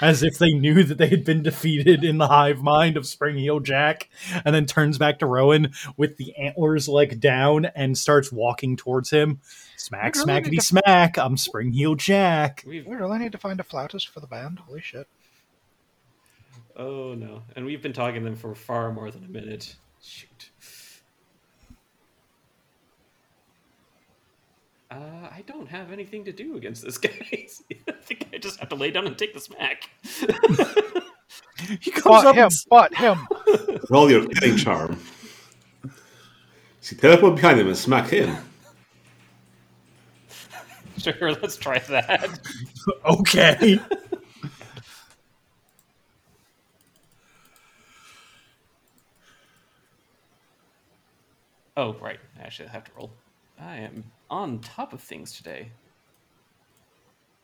Speaker 2: as if they knew that they had been defeated in the hive mind of Springheel Jack, and then turns back to Rowan with the antlers like down and starts walking towards him. Smack,
Speaker 4: Look, Rowan,
Speaker 2: smackety,
Speaker 4: it-
Speaker 2: smack! I'm Springheel Jack.
Speaker 5: we've
Speaker 4: We really need to find a flautist for the band. Holy shit!
Speaker 5: oh no, and we've been talking to them for far more than a minute. Shoot. Uh, I don't have anything to do against this guy. I think I just have to lay down and take the smack.
Speaker 2: He comes
Speaker 4: But
Speaker 2: up.
Speaker 4: him,
Speaker 2: and s-
Speaker 4: but him.
Speaker 3: Roll your killing charm. See, teleport behind him and smack him.
Speaker 5: sure, let's try that.
Speaker 2: okay.
Speaker 5: Oh, right. Actually, I have to roll. I am on top of things today.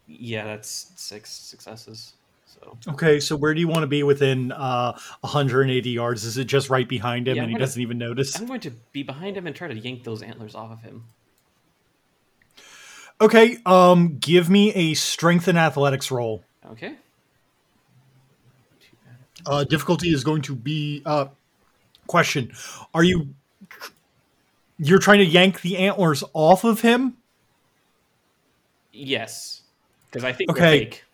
Speaker 5: Yeah, that's six successes. So
Speaker 2: Okay, so where do you want to be within uh 180 yards? Is it just right behind him
Speaker 5: Yeah,
Speaker 2: and he
Speaker 5: I'm gonna-
Speaker 2: doesn't even notice?
Speaker 5: I'm going to be behind him and try to yank those antlers off of him.
Speaker 2: Okay, um give me a strength and athletics roll.
Speaker 5: Okay.
Speaker 2: Uh difficulty is going to be uh question. Are you you're trying to yank the antlers off of him?
Speaker 5: Yes, because I think
Speaker 2: Okay.
Speaker 5: we're fake.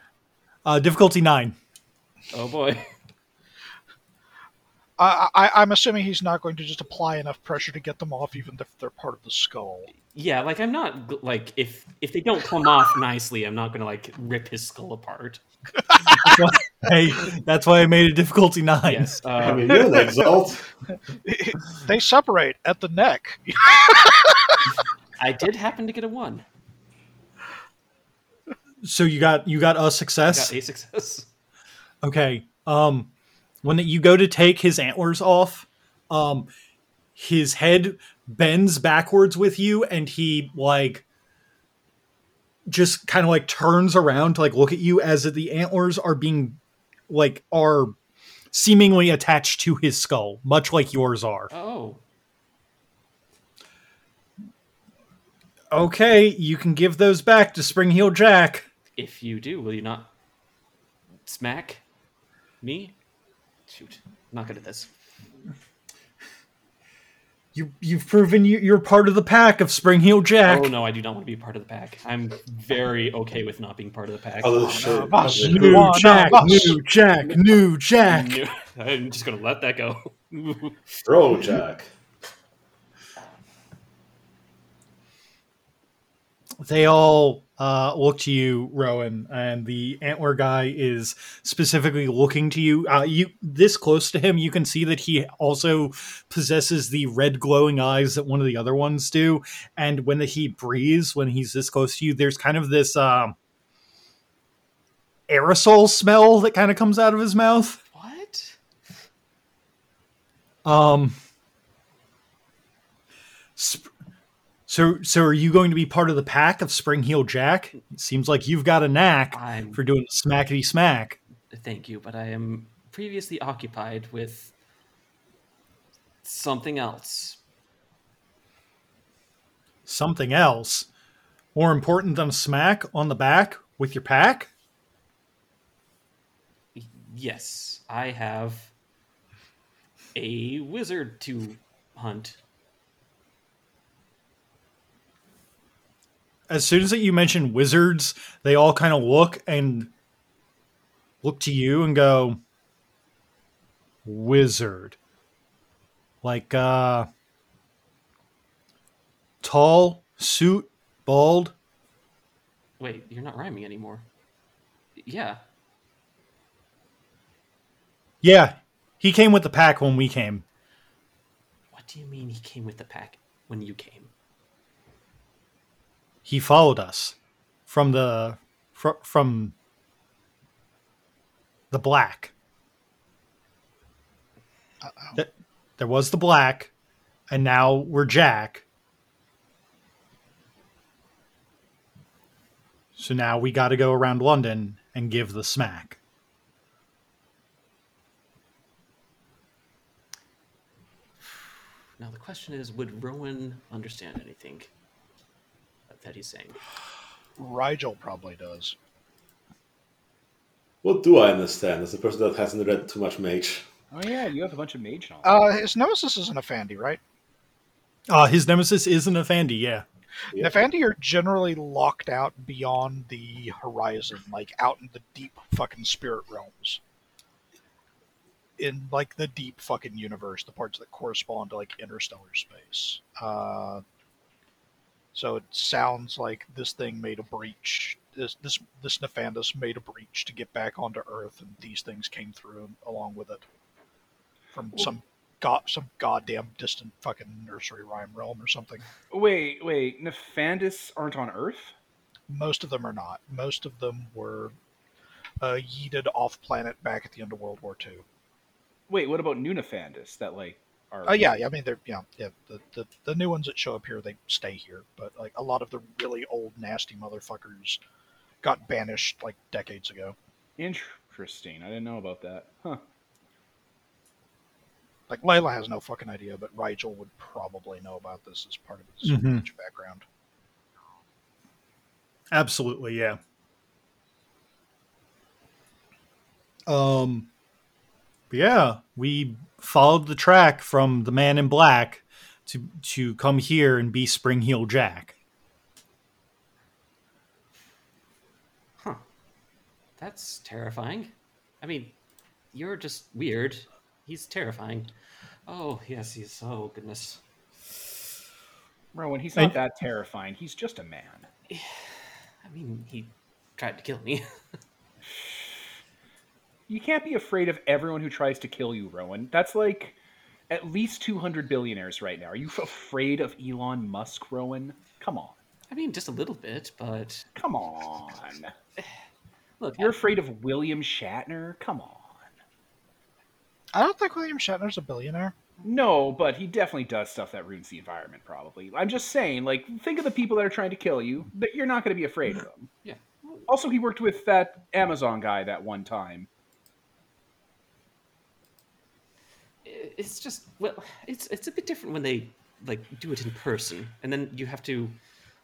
Speaker 2: Uh difficulty 9.
Speaker 5: Oh boy.
Speaker 4: I, I, I'm assuming he's not going to just apply enough pressure to get them off, even if they're part of the skull.
Speaker 5: Yeah, like I'm not g- like if if they don't come off nicely, I'm not gonna like rip his skull apart.
Speaker 2: That's why- hey, that's why I made it difficulty 9.
Speaker 5: Yes.
Speaker 3: I
Speaker 5: Uh,
Speaker 3: mean, you're an exalt.
Speaker 4: They separate at the neck.
Speaker 5: I did happen to get a one.
Speaker 2: So you got you got a
Speaker 5: I
Speaker 2: success.
Speaker 5: got a success.
Speaker 2: Okay. Um, when you go to take his antlers off, um, his head bends backwards with you, and he like just kind of like turns around to like look at you as the antlers are being like are seemingly attached to his skull, much like yours are.
Speaker 5: Oh,
Speaker 2: Okay, you can give those back to Springheel Jack.
Speaker 5: if you do, will you not smack me? Shoot, I'm not good at this.
Speaker 2: You you've proven you, you're part of the pack of Spring Heel Jack.
Speaker 5: Oh no, I do not want to be part of the pack. I'm very okay with not being part of the pack.
Speaker 3: Oh,
Speaker 4: no,
Speaker 3: shit.
Speaker 4: boss.
Speaker 3: Okay.
Speaker 2: New
Speaker 4: You are
Speaker 2: Jack,
Speaker 4: not us.
Speaker 2: new Jack, new Jack.
Speaker 5: No, I'm just gonna let that go.
Speaker 3: Throw Jack.
Speaker 2: They all uh, look to you, Rowan, and the antler guy is specifically looking to you. Uh, you this close to him, you can see that he also possesses the red glowing eyes that one of the other ones do. And when the, he breathes, when he's this close to you, there's kind of this um, aerosol smell that kind of comes out of his mouth.
Speaker 5: What?
Speaker 2: Um. sp- So, so are you going to be part of the pack of Spring Heel Jack? It seems like you've got a knack
Speaker 5: I'm
Speaker 2: for doing the smackety smack.
Speaker 5: thank you, but I am previously occupied with something else.
Speaker 2: Something else more important than a smack on the back with your pack.
Speaker 5: Y- Yes, I have a wizard to hunt.
Speaker 2: As soon as that you mention wizards, they all kind of look and look to you and go, "Wizard." Like uh tall, suit, bald,
Speaker 5: Wait, you're not rhyming anymore. Yeah,
Speaker 2: Yeah, he came with the pack when we came.
Speaker 5: What do you mean he came with the pack when you came?
Speaker 2: He followed us from the fr- from the black. Th- There was the black, and now we're Jack. So now we got to go around London and give the smack.
Speaker 5: Now the question is, would Rowan understand anything that he's saying?
Speaker 4: Rigel probably does.
Speaker 3: What do I understand as a person that hasn't read too much Mage?
Speaker 1: Oh yeah, you have a bunch of mage knowledge.
Speaker 4: Uh, his nemesis is Nefandi, right?
Speaker 2: Uh, his nemesis is an Afandi, yeah.
Speaker 3: Yeah.
Speaker 4: Nefandi are generally locked out beyond the horizon, like out in the deep fucking spirit realms. In like the deep fucking universe, the parts that correspond to like interstellar space. Uh, so it sounds like this thing made a breach. This this this Nefandus made a breach to get back onto Earth, and these things came through along with it from some god some goddamn distant fucking nursery rhyme realm or something.
Speaker 1: Oh, Wait, wait, Nefandis aren't on Earth?
Speaker 4: most of them are not. Most of them were uh, yeeted off planet back at the end of World War II.
Speaker 1: Wait, what about new Nefandis that like are
Speaker 4: Oh yeah, yeah, I mean they're you know, yeah, the, the the new ones that show up here they stay here, but like a lot of the really old nasty motherfuckers got banished like decades ago.
Speaker 1: interesting. I didn't know about that. Huh.
Speaker 4: Like Layla has no fucking idea, but Rigel would probably know about this as part of his
Speaker 2: Mhm.
Speaker 4: rich background.
Speaker 2: Absolutely, yeah. Um but yeah, we followed the track from the man in black to to come here and be Spring Heel Jack.
Speaker 5: Huh. That's terrifying. I mean, you're just weird. He's terrifying. Oh, yes, he's. Oh, goodness.
Speaker 1: Rowan, he's
Speaker 2: I-
Speaker 1: not that terrifying. He's just a man.
Speaker 5: I mean, he tried to kill me.
Speaker 1: You can't be afraid of everyone who tries to kill you, Rowan. That's like at least 200 billionaires right now. Are you afraid of Elon Musk, Rowan? Come on.
Speaker 5: I mean, just a little bit, but
Speaker 1: Come on.
Speaker 5: look,
Speaker 1: You're afraid of William Shatner? Come on.
Speaker 4: I don't think William Shatner's a billionaire.
Speaker 1: No, but he definitely does stuff that ruins the environment, probably. I'm just saying, like, think of the people that are trying to kill you, that you're not going to be afraid of them.
Speaker 5: Yeah.
Speaker 1: Also, he worked with that Amazon guy that one time.
Speaker 5: i- it's just well, it's it's a bit different when they like do it in person, and then you have to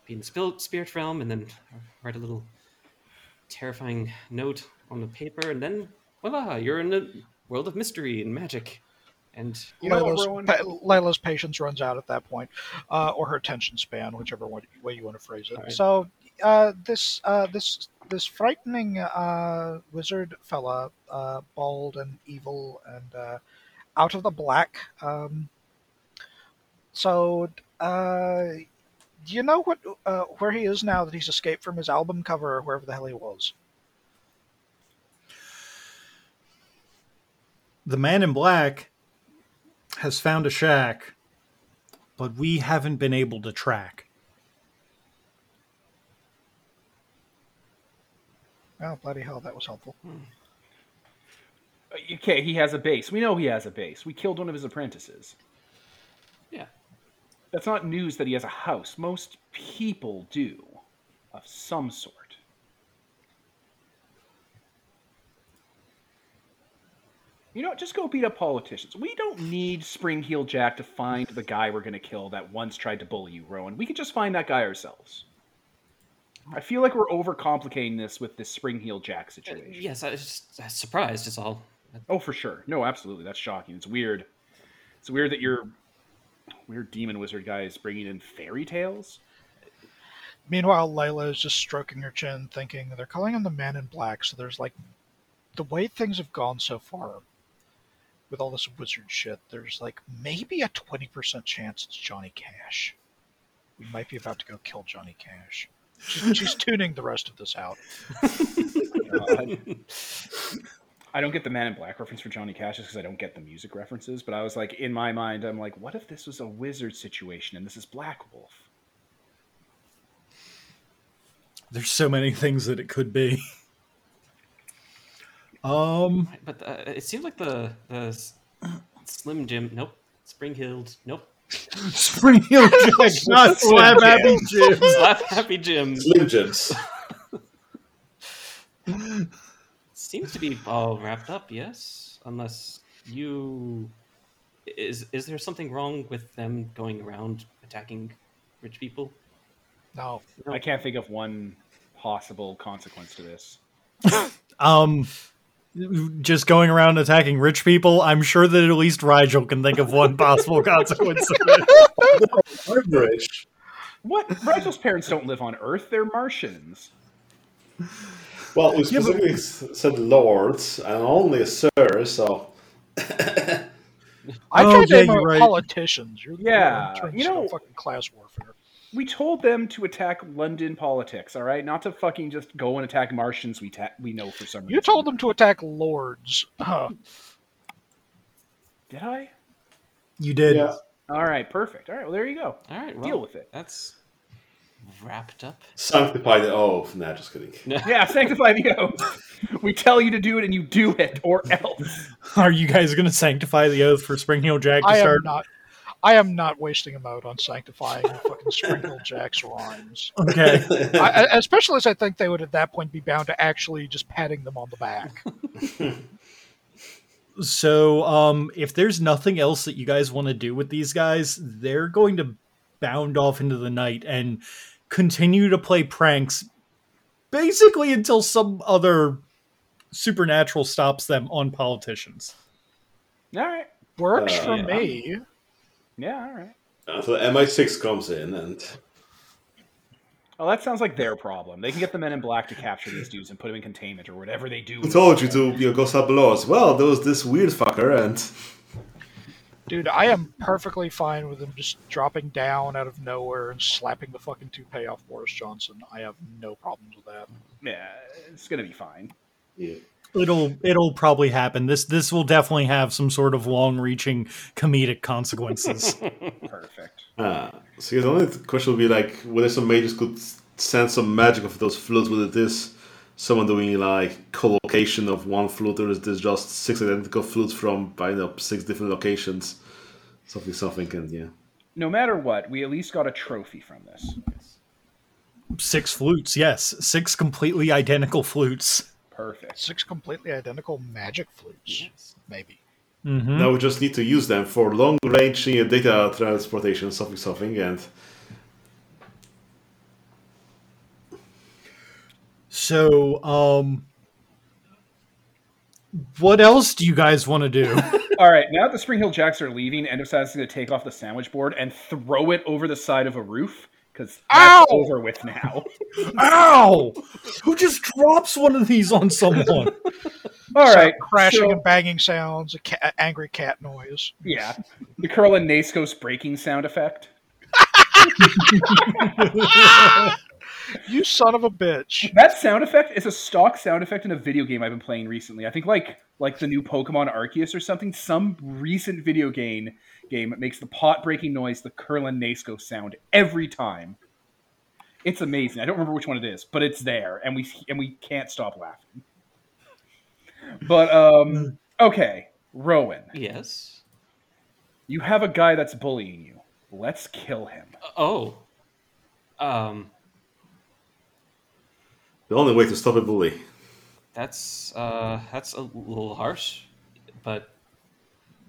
Speaker 5: be in the spil- spirit realm, and then write a little terrifying note on the paper, and then voila, you're in a world of mystery and magic. And you know what,
Speaker 4: Layla's,
Speaker 5: Rowan?
Speaker 4: pa- Layla's patience runs out at that point, uh, or her attention span, whichever way, way you want to phrase it.
Speaker 5: Right.
Speaker 4: So uh, this uh, this this frightening uh, wizard fella, uh, bald and evil and uh, out of the black. Um, so uh, do you know what uh, where he is now that he's escaped from his album cover or wherever the hell he was?
Speaker 2: The man in black has found a shack, but we haven't been able to track.
Speaker 4: Oh bloody hell, that was helpful.
Speaker 1: Okay, he has a base. We know he has a base. We killed one of his apprentices.
Speaker 5: Yeah.
Speaker 1: That's not news that he has a house. Most people do, of some sort. You know, what, just go beat up politicians. We don't need Spring Heel Jack to find the guy we're going to kill that once tried to bully you, Rowan. We can just find that guy ourselves. I feel like we're overcomplicating this with this Spring Heel Jack
Speaker 5: Uh,
Speaker 1: situation.
Speaker 5: yes, I was just uh, surprised. Is all.
Speaker 1: Oh, for sure. No, absolutely. That's shocking. It's weird. It's weird that your weird demon wizard guy is bringing in fairy tales.
Speaker 4: Meanwhile, Layla is just stroking her chin, thinking they're calling him the Man in Black. So there's like the way things have gone so far with all this wizard shit. There's like maybe a twenty percent chance it's Johnny Cash. We might be about to go kill Johnny Cash. She's, she's tuning the rest of this out.
Speaker 1: Uh, I don't get the Man in Black reference for Johnny Cash because I don't get the music references. But I was like, in my mind, I'm like, what if this was a wizard situation and this is Black Wolf?
Speaker 2: There's so many things that it could be. Um,
Speaker 5: Right, But uh, it seemed like the the s- Slim Jim. Nope. Spring Hilled. Nope.
Speaker 2: Spring Heel Jack, not Slab Happy Jim.
Speaker 5: Slap Happy Jim
Speaker 3: Slim Jims.
Speaker 5: seems to be all wrapped up. Yes, unless you is is there something wrong with them going around attacking rich people?
Speaker 4: No,
Speaker 1: I can't think of one possible consequence to this.
Speaker 2: Um, just going around attacking rich people. I'm sure that at least Rigel can think of one possible consequence. Of it.
Speaker 3: I'm rich.
Speaker 1: What? Rigel's parents don't live on Earth. They're Martians.
Speaker 3: Well, we specifically s- said lords and only a sir, so
Speaker 4: I
Speaker 2: Oh,
Speaker 4: tried
Speaker 2: yeah,
Speaker 4: to name
Speaker 2: you're
Speaker 4: out
Speaker 2: right.
Speaker 4: uh, politicians. You're,
Speaker 1: Yeah,
Speaker 4: you turns
Speaker 1: you
Speaker 4: into
Speaker 1: know-
Speaker 4: fucking class warfare.
Speaker 1: We told them to attack London politics, all right? Not to fucking just go and attack Martians we ta- we know for some reason.
Speaker 4: You told them to attack lords. Huh.
Speaker 1: Did I?
Speaker 2: You did.
Speaker 3: yeah.
Speaker 1: All right, perfect. All right, well, there you go.
Speaker 5: All right, well,
Speaker 1: Deal with it.
Speaker 5: That's wrapped up.
Speaker 3: Sanctify the oath. Nah, just kidding.
Speaker 1: Yeah, sanctify the oath. We tell you to do it and you do it, or else.
Speaker 2: Are you guys going to sanctify the oath for Spring Heel Jack to
Speaker 4: I am
Speaker 2: start?
Speaker 4: not. I am not wasting a mode on sanctifying fucking Sprinkle Jack's rhymes.
Speaker 2: Okay.
Speaker 4: I, I- especially as I think they would at that point be bound to actually just patting them on the back.
Speaker 2: So, um, if there's nothing else that you guys want to do with these guys, they're going to bound off into the night and continue to play pranks basically until some other supernatural stops them on politicians.
Speaker 1: All right.
Speaker 4: Works
Speaker 3: Uh,
Speaker 4: for
Speaker 5: yeah.
Speaker 4: me.
Speaker 1: Yeah, all right.
Speaker 3: Until MI6 comes in and
Speaker 1: Well, Oh, that sounds like their problem. They can get the men in black to capture these dudes and put them in containment or whatever they do.
Speaker 3: who told you to you know, go sub lords. Well, there was this weird fucker and
Speaker 4: Dude, I am perfectly fine with them just dropping down out of nowhere and slapping the fucking toupee off Boris Johnson. I have no problems with that.
Speaker 1: Yeah, it's going to be fine.
Speaker 3: yeah.
Speaker 2: It'll it'll probably happen. This this will definitely have some sort of long-reaching comedic consequences.
Speaker 1: Perfect.
Speaker 3: Ah, so yeah, the only question would be like whether some mages could send some magic of those flutes. Whether it is someone doing like collocation of one flute, or is this just six identical flutes from I know six different locations, something, something, and yeah.
Speaker 1: No matter what, we at least got a trophy from this.
Speaker 2: six flutes, yes, six completely identical flutes.
Speaker 1: Perfect.
Speaker 4: Six completely identical magic flutes,
Speaker 5: Yes.
Speaker 4: maybe. Hmm?
Speaker 2: Mhm.
Speaker 3: Now we just need to use them for long range uh, data transportation, something, something, and
Speaker 2: So, um, What else do you guys want to do?
Speaker 1: All right, now that the Spring Hill Jacks are leaving, End of Sad is going to take off the sandwich board and throw it over the side of a roof because that's
Speaker 2: Ow!
Speaker 1: over with now.
Speaker 2: Ow! Who just drops one of these on someone?
Speaker 1: All
Speaker 4: So-
Speaker 1: right,
Speaker 4: crashing
Speaker 1: so-
Speaker 4: and banging sounds, a ca- angry cat noise.
Speaker 1: yeah, the Curl and Naskos breaking sound effect.
Speaker 4: You son of a bitch!
Speaker 1: That sound effect is a stock sound effect in a video game I've been playing recently. I think like like the new Pokemon Arceus or something. Some recent video game game makes the pot breaking noise, the Curlin Nasco sound every time. It's amazing. I don't remember which one it is, but it's there, and we and we can't stop laughing. But um, okay, Rowan,
Speaker 5: Yes.
Speaker 1: you have a guy that's bullying you. Let's kill him.
Speaker 5: Oh. Um.
Speaker 3: The only way to stop a bully.
Speaker 5: That's uh. That's a little harsh, but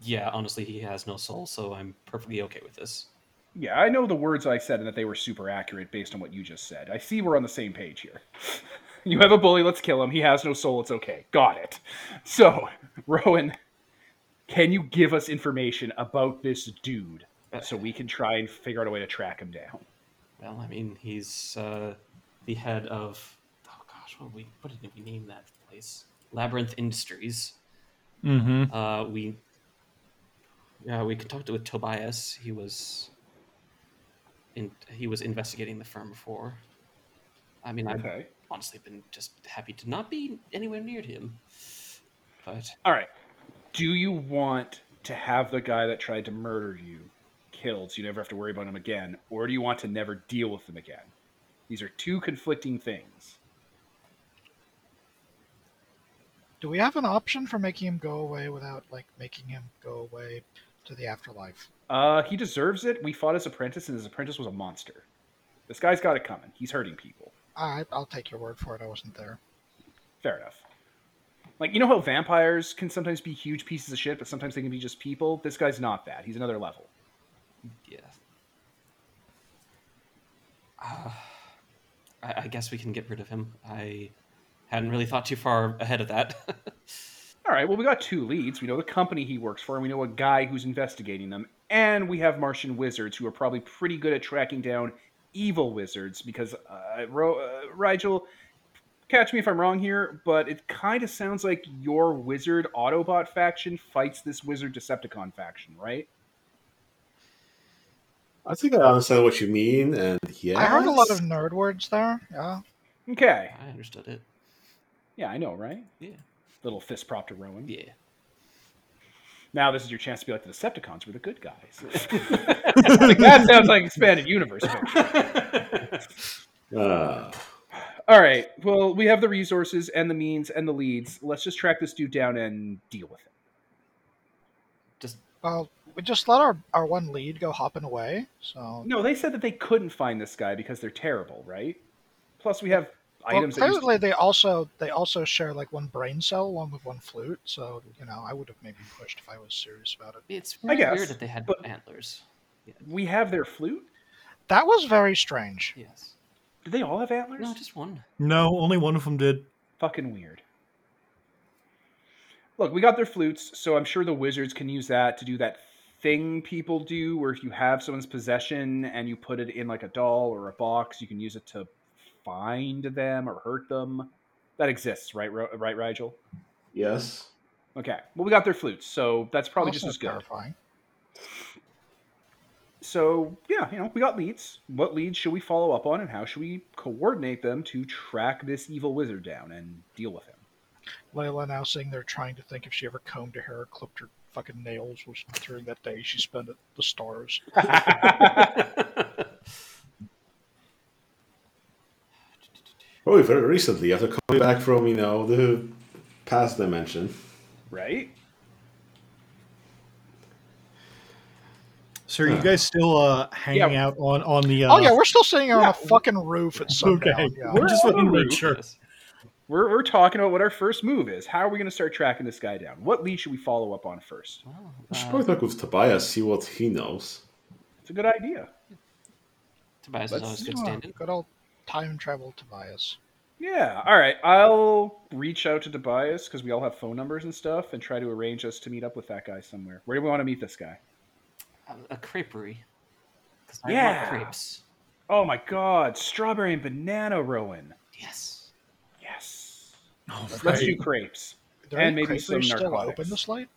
Speaker 5: yeah. Honestly, he has no soul, so I'm perfectly okay with this.
Speaker 1: Yeah, I know the words I said and that they were super accurate based on what you just said. I see we're on the same page here. You have a bully, let's kill him. He has no soul, it's okay. Got it. So, Rowan, can you give us information about this dude so we can try and figure out a way to track him down?
Speaker 5: Well, I mean, he's uh, the head of oh gosh, what we what did we name that place? Labyrinth Industries.
Speaker 2: Mm-hmm.
Speaker 5: Uh, we yeah, we contacted with Tobias. He was in he was investigating the firm before. I mean, I've
Speaker 1: Okay.
Speaker 5: honestly been just happy to not be anywhere near him. But
Speaker 1: All right. Do you want to have the guy that tried to murder you killed so you never have to worry about him again, or do you want to never deal with him again? These are two conflicting things.
Speaker 4: Do we have an option for making him go away without like making him go away to the afterlife?
Speaker 1: Uh, he deserves it. We fought his apprentice, and his apprentice was a monster. This guy's got it coming. He's hurting people.
Speaker 4: I, I'll take your word for it. I wasn't there.
Speaker 1: Fair enough. Like you know how vampires can sometimes be huge pieces of shit, but sometimes they can be just people. This guy's not that. He's another level.
Speaker 5: yeah, uh, I, I guess we can get rid of him. I hadn't really thought too far ahead of that.
Speaker 1: All right. Well, we got two leads. We know the company he works for, and we know a guy who's investigating them, and we have Martian wizards who are probably pretty good at tracking down evil wizards because uh, Ro- uh, Rigel. Catch me if I'm wrong here, but it kind of sounds like your wizard Autobot faction fights this wizard Decepticon faction, right?
Speaker 3: I think I understand what you mean, and yeah.
Speaker 4: I heard a lot of nerd words there. Yeah.
Speaker 1: Okay.
Speaker 5: I understood it.
Speaker 1: Yeah, I know, right?
Speaker 5: Yeah.
Speaker 1: Little fist prop to Rowan.
Speaker 5: Yeah.
Speaker 1: Now this is your chance to be like the Decepticons were the good guys. Like, that sounds like expanded universe. fiction.
Speaker 3: Ah.
Speaker 1: All right. Well, we have the resources and the means and the leads. Let's just track this dude down and deal with it.
Speaker 5: Just
Speaker 4: Well, we just let our, our one lead go hopping away. So
Speaker 1: No, they said that they couldn't find this guy because they're terrible, right? Plus, we have
Speaker 4: well,
Speaker 1: items. that use-
Speaker 4: clearly they also they also share like one brain cell along with one flute. So you know I would have maybe pushed if I was serious about it.
Speaker 5: it's
Speaker 1: I guess,
Speaker 5: weird that they had
Speaker 1: but-
Speaker 5: antlers.
Speaker 1: we have their flute.
Speaker 4: That was very strange.
Speaker 5: Yes.
Speaker 1: Do they all have antlers?
Speaker 5: No, just one.
Speaker 2: No, only one of them did.
Speaker 1: Fucking weird. Look, we got their flutes, so I'm sure the wizards can use that to do that thing people do where if you have someone's possession and you put it in like a doll or a box, you can use it to find them or hurt them. That exists, right, Ro- right, Rigel?
Speaker 3: Yes.
Speaker 1: Okay. Well, we got their flutes, so that's probably
Speaker 4: Also
Speaker 1: just as good.
Speaker 4: terrifying.
Speaker 1: So, yeah, you know, we got leads. What leads should we follow up on and how should we coordinate them to track this evil wizard down and deal with him?
Speaker 4: Layla now saying they're trying to think if she ever combed her hair or clipped her fucking nails was during that day she spent at the stars.
Speaker 3: Probably very recently, after coming back from, you know, the past dimension.
Speaker 1: Right?
Speaker 2: So are you guys still uh, hanging
Speaker 1: Yeah.
Speaker 2: out on on the? Uh,
Speaker 4: oh yeah, we're still sitting on
Speaker 1: yeah.
Speaker 4: a fucking roof at sundown.
Speaker 2: okay.
Speaker 4: Yeah.
Speaker 2: I'm just
Speaker 1: We're
Speaker 2: looking to
Speaker 1: on the
Speaker 2: make
Speaker 1: roof.
Speaker 2: sure.
Speaker 5: Yes.
Speaker 1: We're, we're talking about what our first move is. How are we going to start tracking this guy down? What lead should we follow up on first?
Speaker 5: Well,
Speaker 3: I should
Speaker 5: uh,
Speaker 3: probably talk with Tobias, see what he knows.
Speaker 1: It's a good idea.
Speaker 5: Tobias is
Speaker 1: let's-
Speaker 5: always good
Speaker 4: Oh,
Speaker 5: standing.
Speaker 4: good old time travel Tobias.
Speaker 1: Yeah. All right. I'll reach out to Tobias because we all have phone numbers and stuff, and try to arrange us to meet up with that guy somewhere. Where do we want to meet this guy?
Speaker 6: A, a creperie. 'Cause
Speaker 1: Yeah.
Speaker 6: I love crepes.
Speaker 1: Oh my God! Strawberry and banana, Rowan.
Speaker 6: Yes.
Speaker 1: Yes.
Speaker 2: Oh,
Speaker 1: Let's do crepes.
Speaker 4: Are there
Speaker 1: And
Speaker 4: any
Speaker 1: maybe
Speaker 4: crepes
Speaker 1: some
Speaker 4: that are still
Speaker 1: narcotics.
Speaker 4: open this late?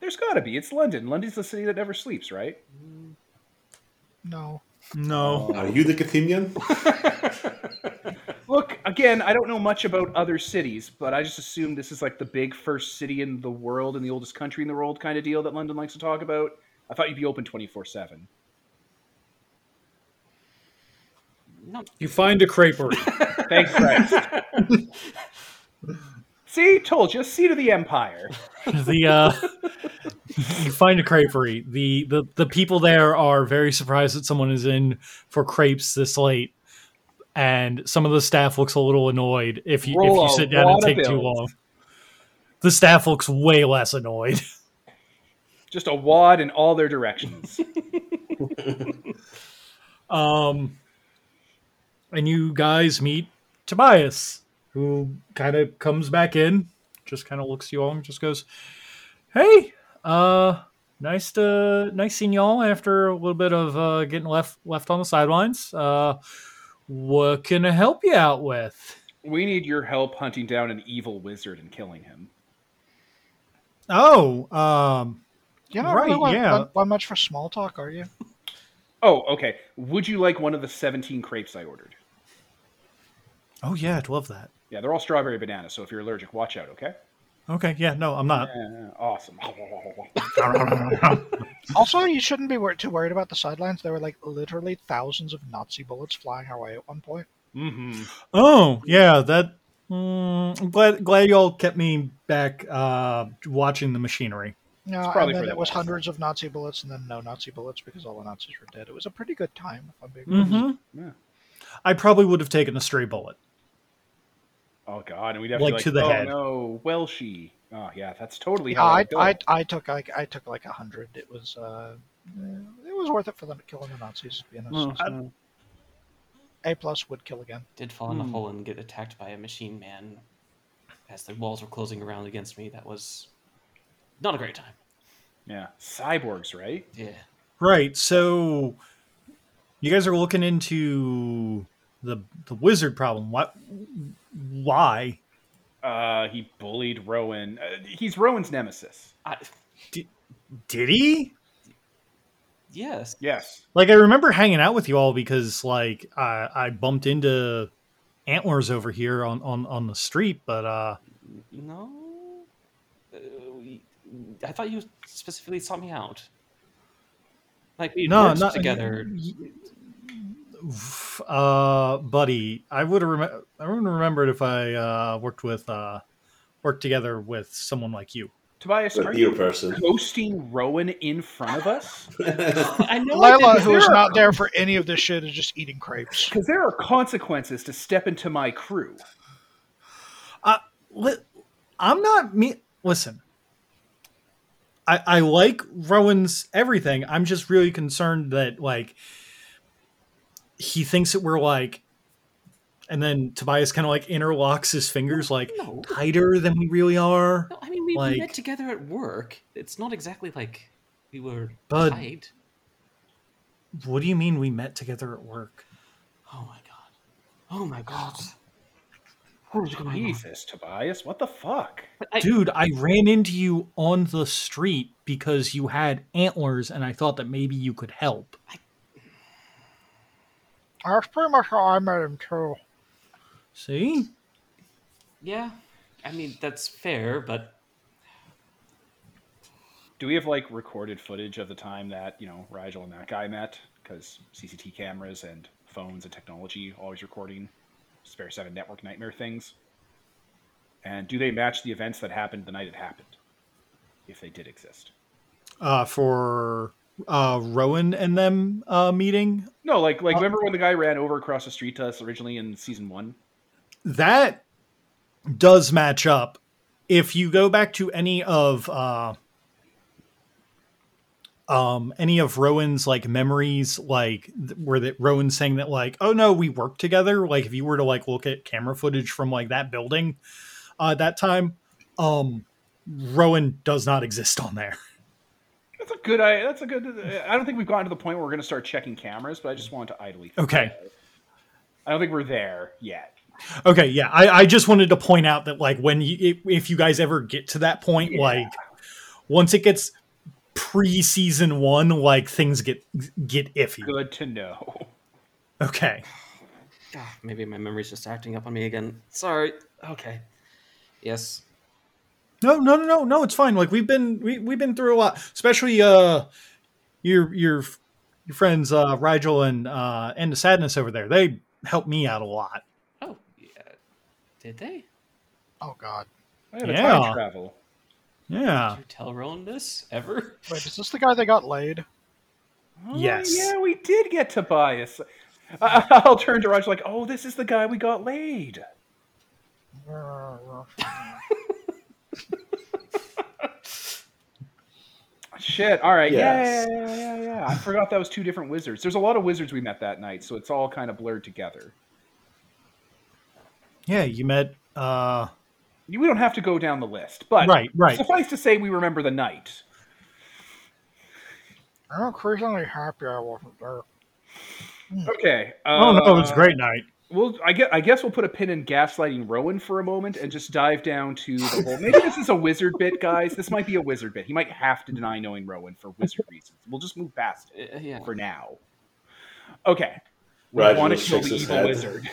Speaker 1: There's got to be. It's London. London's the city that never sleeps, right?
Speaker 4: No.
Speaker 2: No.
Speaker 3: Are you the Cathemian?
Speaker 1: Look, again, I don't know much about other cities, but I just assume this is like the big first city in the world and the oldest country in the world kind of deal that London likes to talk about. I thought you'd be open 24 7.
Speaker 6: No.
Speaker 2: You find a creperie.
Speaker 1: Thanks, Christ. See, told you, seat of the empire.
Speaker 2: the uh you find a creperie. The, the the people there are very surprised that someone is in for crepes this late. And some of the staff looks a little annoyed if you
Speaker 1: Roll
Speaker 2: if
Speaker 1: a
Speaker 2: you sit down and
Speaker 1: lot of
Speaker 2: take too
Speaker 1: bills.
Speaker 2: long. The staff looks way less annoyed.
Speaker 1: Just a wad in all their directions.
Speaker 2: Um, and you guys meet Tobias, who kind of comes back in, just kind of looks you all and just goes, "Hey, uh, nice to nice seeing y'all after a little bit of uh, getting left left on the sidelines. Uh, what can I help you out with?
Speaker 1: we need your help hunting down an evil wizard and killing him.
Speaker 2: Oh, um,
Speaker 4: You're not
Speaker 2: Right,
Speaker 4: really one-
Speaker 2: yeah.
Speaker 4: one- one much for small talk, are you?
Speaker 1: Oh, okay. Would you like one of the 17 crepes I ordered?
Speaker 2: oh yeah, I'd love that.
Speaker 1: Yeah, they're all strawberry banana, so if you're allergic, watch out, okay?
Speaker 2: Okay, yeah, no, I'm not.
Speaker 1: Yeah, awesome.
Speaker 4: Also, you shouldn't be wor- too worried about the sidelines. There were like literally thousands of Nazi bullets flying our way at one point.
Speaker 1: hmm
Speaker 2: Oh yeah, that. Mm, I'm glad glad y'all kept me back uh, watching the machinery.
Speaker 4: No,
Speaker 1: probably
Speaker 4: and then
Speaker 1: for
Speaker 4: it
Speaker 1: the
Speaker 4: was
Speaker 1: best.
Speaker 4: hundreds of Nazi bullets, and then no Nazi bullets because all the Nazis were dead. It was a pretty good time, if I'm being
Speaker 1: Mm-hmm.
Speaker 4: honest.
Speaker 1: Yeah.
Speaker 2: Mm-hmm. I probably would have taken a stray bullet.
Speaker 1: Oh god, and we'd have to
Speaker 2: Like,
Speaker 1: be like
Speaker 2: to the
Speaker 1: oh
Speaker 2: head."
Speaker 1: no, Welshie. Oh yeah, that's totally
Speaker 4: Yeah,
Speaker 1: how
Speaker 4: I,
Speaker 1: it would go.
Speaker 4: I, I took like I took like a hundred. It was uh, eh, it was worth it for them killing the Nazis. To be honest, A plus would kill again.
Speaker 6: Did fall in a
Speaker 1: Hmm.
Speaker 6: hole and get attacked by a machine man as the walls were closing around against me. That was not a great time.
Speaker 1: Yeah, cyborgs, right?
Speaker 6: Yeah.
Speaker 2: Right. So you guys are looking into the the wizard problem. What? Why?
Speaker 1: Uh, he bullied Rowan. Uh, he's Rowan's nemesis.
Speaker 6: I,
Speaker 2: Did he?
Speaker 6: yes.
Speaker 1: Yes.
Speaker 2: Like I remember hanging out with you all because like I, I bumped into antlers over here on on on the street, but uh
Speaker 6: No. Uh, we- I thought you specifically sought me out. Like we
Speaker 2: no,
Speaker 6: worked
Speaker 2: not
Speaker 6: together.
Speaker 2: uh buddy i would have rem- i wouldn't remembered if i uh worked with uh worked together with someone like you
Speaker 1: Tobias,
Speaker 3: But
Speaker 1: are
Speaker 3: you're a
Speaker 1: you
Speaker 3: person.
Speaker 1: roasting Rowan in front of us?
Speaker 6: I know. I
Speaker 4: Lila,
Speaker 6: didn't-
Speaker 4: who is not there for any of this shit, is just eating crepes.
Speaker 1: Because there are consequences to step into my crew.
Speaker 2: Li- i'm not me listen i i like rowan's everything i'm just really concerned that like he thinks that we're like and then tobias kind of like interlocks his fingers like
Speaker 6: No.
Speaker 2: tighter than we really are
Speaker 6: No, I mean we, we
Speaker 2: Like-
Speaker 6: met together at work. It's not exactly like we were
Speaker 2: Bud.
Speaker 6: tied.
Speaker 2: what do you mean we met together at work
Speaker 6: Oh my god. Oh my god.
Speaker 1: Jesus, Tobias, what the fuck?
Speaker 6: I-
Speaker 2: Dude, I ran into you on the street because you had antlers and I thought that maybe you could help.
Speaker 4: That's pretty much how I met him too.
Speaker 2: See?
Speaker 6: Yeah. I mean that's fair, but
Speaker 1: Do we have like recorded footage of the time that you know Rigel and that guy met? Because CCT cameras and phones and technology always recording spare side of network nightmare things. And do they match the events that happened the night it happened, if they did exist?
Speaker 2: Uh for uh Rowan and them uh meeting.
Speaker 1: No, like like remember when the guy ran over across the street to us originally in season one?
Speaker 2: That does match up. If you go back to any of uh um, any of Rowan's like memories, like th- where that Rowan saying that like, oh no, we worked together. Like if you were to like look at camera footage from like that building uh, that time, um, Rowan does not exist on there.
Speaker 1: That's a good. I that's a good. I don't think we've gotten to the point where we're going to start checking cameras, but I just wanted to idly. think
Speaker 2: Okay.
Speaker 1: about it. I don't think we're there yet.
Speaker 2: Okay, yeah, I, I just wanted to point out that like when you i- if you guys ever get to that point,
Speaker 1: Yeah.
Speaker 2: like once it gets pre season one, like things get get iffy.
Speaker 1: Good to know.
Speaker 2: Okay,
Speaker 5: Ah, maybe my memory's just acting up on me again. Sorry. Okay. Yes.
Speaker 2: no, no, no, no, no, it's fine. Like we've been we we've been through a lot, especially uh your your your friends uh Rigel and uh and the Sadness over there. They helped me out a lot.
Speaker 5: Oh, yeah. Did they?
Speaker 4: Oh God!
Speaker 1: I had a
Speaker 2: Yeah.
Speaker 1: time travel.
Speaker 2: Yeah,
Speaker 5: Did you tell Rowan this ever?
Speaker 4: Wait, is this the guy that got laid?
Speaker 1: Oh,
Speaker 2: Yes.
Speaker 1: Yeah, we did get Tobias. I- I'll turn to Roger like, oh, this is the guy we got laid. Shit. All right.
Speaker 3: Yes.
Speaker 1: Yeah, yeah, yeah, yeah, yeah, yeah. I forgot that was two different wizards. There's a lot of wizards we met that night, so it's all kind of blurred together.
Speaker 2: yeah, you met uh
Speaker 1: You- We don't have to go down the list, but
Speaker 2: right right.
Speaker 1: suffice to say, we remember the night.
Speaker 4: I'm increasingly happy I wasn't there.
Speaker 1: Okay.
Speaker 2: Oh no, it was
Speaker 1: uh,
Speaker 2: a great night.
Speaker 1: Well, I guess, I guess we'll put a pin in gaslighting Rowan for a moment and just dive down to the whole. Maybe this is a wizard bit, guys. This might be a wizard bit. He might have to deny knowing Rowan for wizard reasons. We'll just move past it
Speaker 5: Uh, yeah.
Speaker 1: for now. Okay. We
Speaker 3: Roger
Speaker 1: want to
Speaker 3: just
Speaker 1: kill
Speaker 3: shakes
Speaker 1: the
Speaker 3: his
Speaker 1: evil
Speaker 3: head.
Speaker 1: wizard.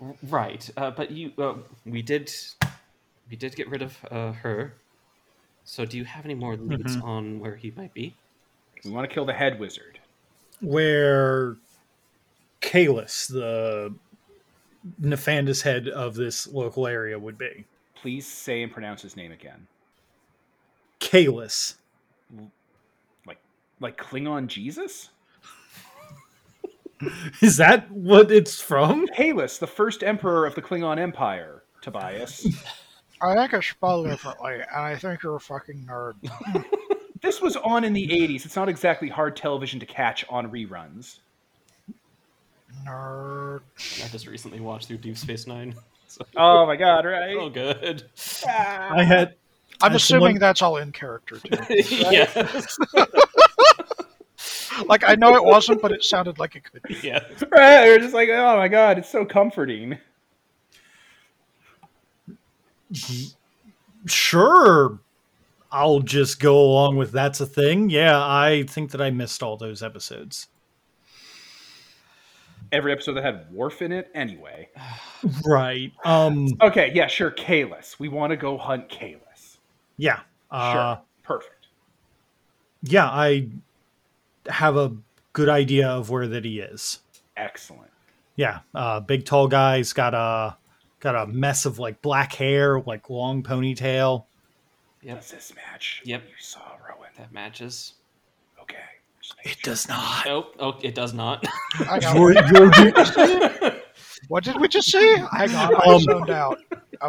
Speaker 5: R- Right. Uh, but you, uh, we did, we did get rid of uh, her. So, do you have any more leads on where he might be?
Speaker 1: We want to kill the head wizard.
Speaker 2: where Kalis, the Nefandus head of this local area, would be.
Speaker 1: Please say and pronounce his name again.
Speaker 2: Kalis.
Speaker 1: Like Klingon Jesus?
Speaker 2: Is that what it's from?
Speaker 1: Halus, the first emperor of the Klingon Empire, Tobias.
Speaker 4: I think I spell differently, and I think you're a fucking nerd.
Speaker 1: this was on in the 80s. It's not exactly hard television to catch on reruns.
Speaker 4: Nerd.
Speaker 5: I just recently watched through Deep Space Nine. So,
Speaker 1: Oh my god, right?
Speaker 5: oh, good.
Speaker 2: I had.
Speaker 4: I'm
Speaker 2: That's the
Speaker 4: assuming
Speaker 2: one-
Speaker 4: that's all in character too.
Speaker 5: yes.
Speaker 4: like I know it wasn't, but it sounded like it could be.
Speaker 5: Yeah.
Speaker 1: Right, you're just like, oh my god, it's so comforting.
Speaker 2: Sure. I'll just go along with that's a thing. Yeah, I think that I missed all those episodes.
Speaker 1: Every episode that had Worf in it, anyway.
Speaker 2: Right. Um
Speaker 1: Okay, yeah, sure, Kalis. We want to go hunt Kalis.
Speaker 2: yeah.
Speaker 1: Sure,
Speaker 2: Uh
Speaker 1: perfect.
Speaker 2: yeah, I have a good idea of where that he is.
Speaker 1: Excellent.
Speaker 2: Yeah, uh, big tall guy's got a got a mess of like black hair, like long ponytail.
Speaker 5: Yep.
Speaker 1: Does this match?
Speaker 5: Yep.
Speaker 1: You saw Rowan.
Speaker 5: That matches.
Speaker 1: Okay. Just make
Speaker 2: It does not.
Speaker 5: Nope. Oh, it does not.
Speaker 4: I got
Speaker 2: You're, you're-
Speaker 4: What did we just see? Hang on, I
Speaker 2: Um,
Speaker 4: zoned out. I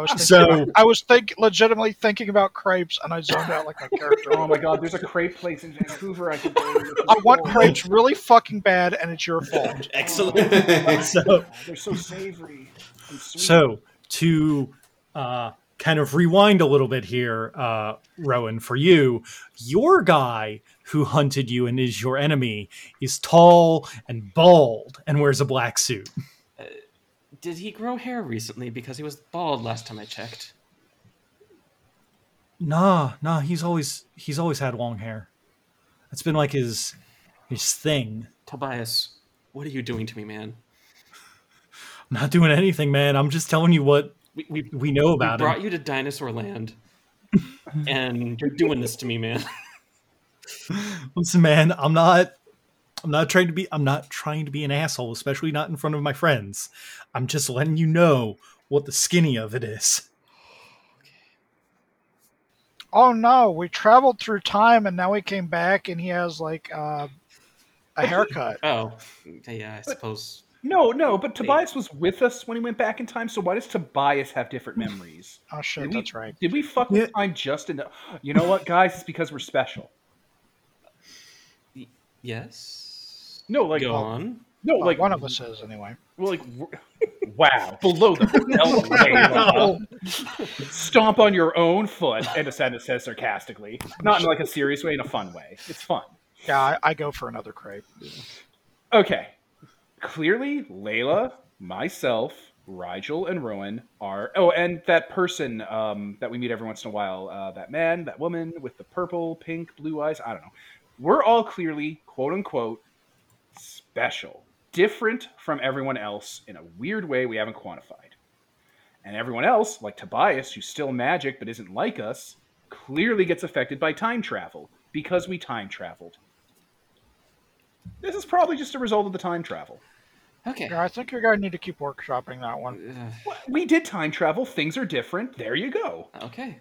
Speaker 4: was thinking
Speaker 2: so-
Speaker 4: about- I was think legitimately thinking about crepes, and I zoned out like a character.
Speaker 1: Oh my god, there's a crepe place in Vancouver I could go to.
Speaker 4: I want crepes really fucking bad, and it's your fault.
Speaker 5: Excellent.
Speaker 2: so,
Speaker 1: They're so savory. and sweet.
Speaker 2: so to uh, kind of rewind a little bit here, uh, Rowan, for you, your guy who hunted you and is your enemy is tall and bald and wears a black suit.
Speaker 5: Did he grow hair recently? Because he was bald last time I checked.
Speaker 2: Nah, nah, he's always he's always had long hair. That's been like his his thing.
Speaker 5: Tobias, what are you doing to me, man?
Speaker 2: I'm not doing anything, man. I'm just telling you what
Speaker 5: We, we, we
Speaker 2: we know about
Speaker 5: brought
Speaker 2: him.
Speaker 5: you to Dinosaur Land, and you're doing this to me, man.
Speaker 2: Listen, man, I'm not I'm not trying to be I'm not trying to be an asshole, especially not in front of my friends. I'm just letting you know what the skinny of it is.
Speaker 4: Oh no, we traveled through time, and now we came back, and he has like uh, a haircut.
Speaker 5: Oh, yeah, I suppose.
Speaker 1: No, no, but Tobias was with us when he went back in time, so why does Tobias have different memories?
Speaker 4: Oh shit,
Speaker 1: Did we-
Speaker 4: that's right.
Speaker 1: Did we fuck with time just enough? You know what, guys? It's because we're special.
Speaker 5: Yes.
Speaker 1: No, like,
Speaker 6: oh.
Speaker 5: go on.
Speaker 1: no,
Speaker 4: Well,
Speaker 1: like,
Speaker 4: one of us is anyway.
Speaker 1: well, like, we're- wow, below the belt
Speaker 4: Oh,
Speaker 1: stomp on your own foot. And Ascendant says sarcastically, not in like a serious way, in a fun way. It's fun.
Speaker 4: yeah, I, I go for another crepe.
Speaker 1: Okay. Clearly, Layla, myself, Rigel, and Rowan are. Oh, and that person um, that we meet every once in a while, uh, that man, that woman with the purple, pink, blue eyes, I don't know. We're all clearly, quote unquote, special, different from everyone else in a weird way we haven't quantified. And everyone else, like Tobias, who's still magic but isn't like us, clearly gets affected by time travel because we time traveled. This is probably just a result of the time travel.
Speaker 6: Okay.
Speaker 4: Yeah, I think you're gonna need to keep workshopping that one.
Speaker 6: Uh,
Speaker 1: We did time travel. Things are different. There you go.
Speaker 6: okay.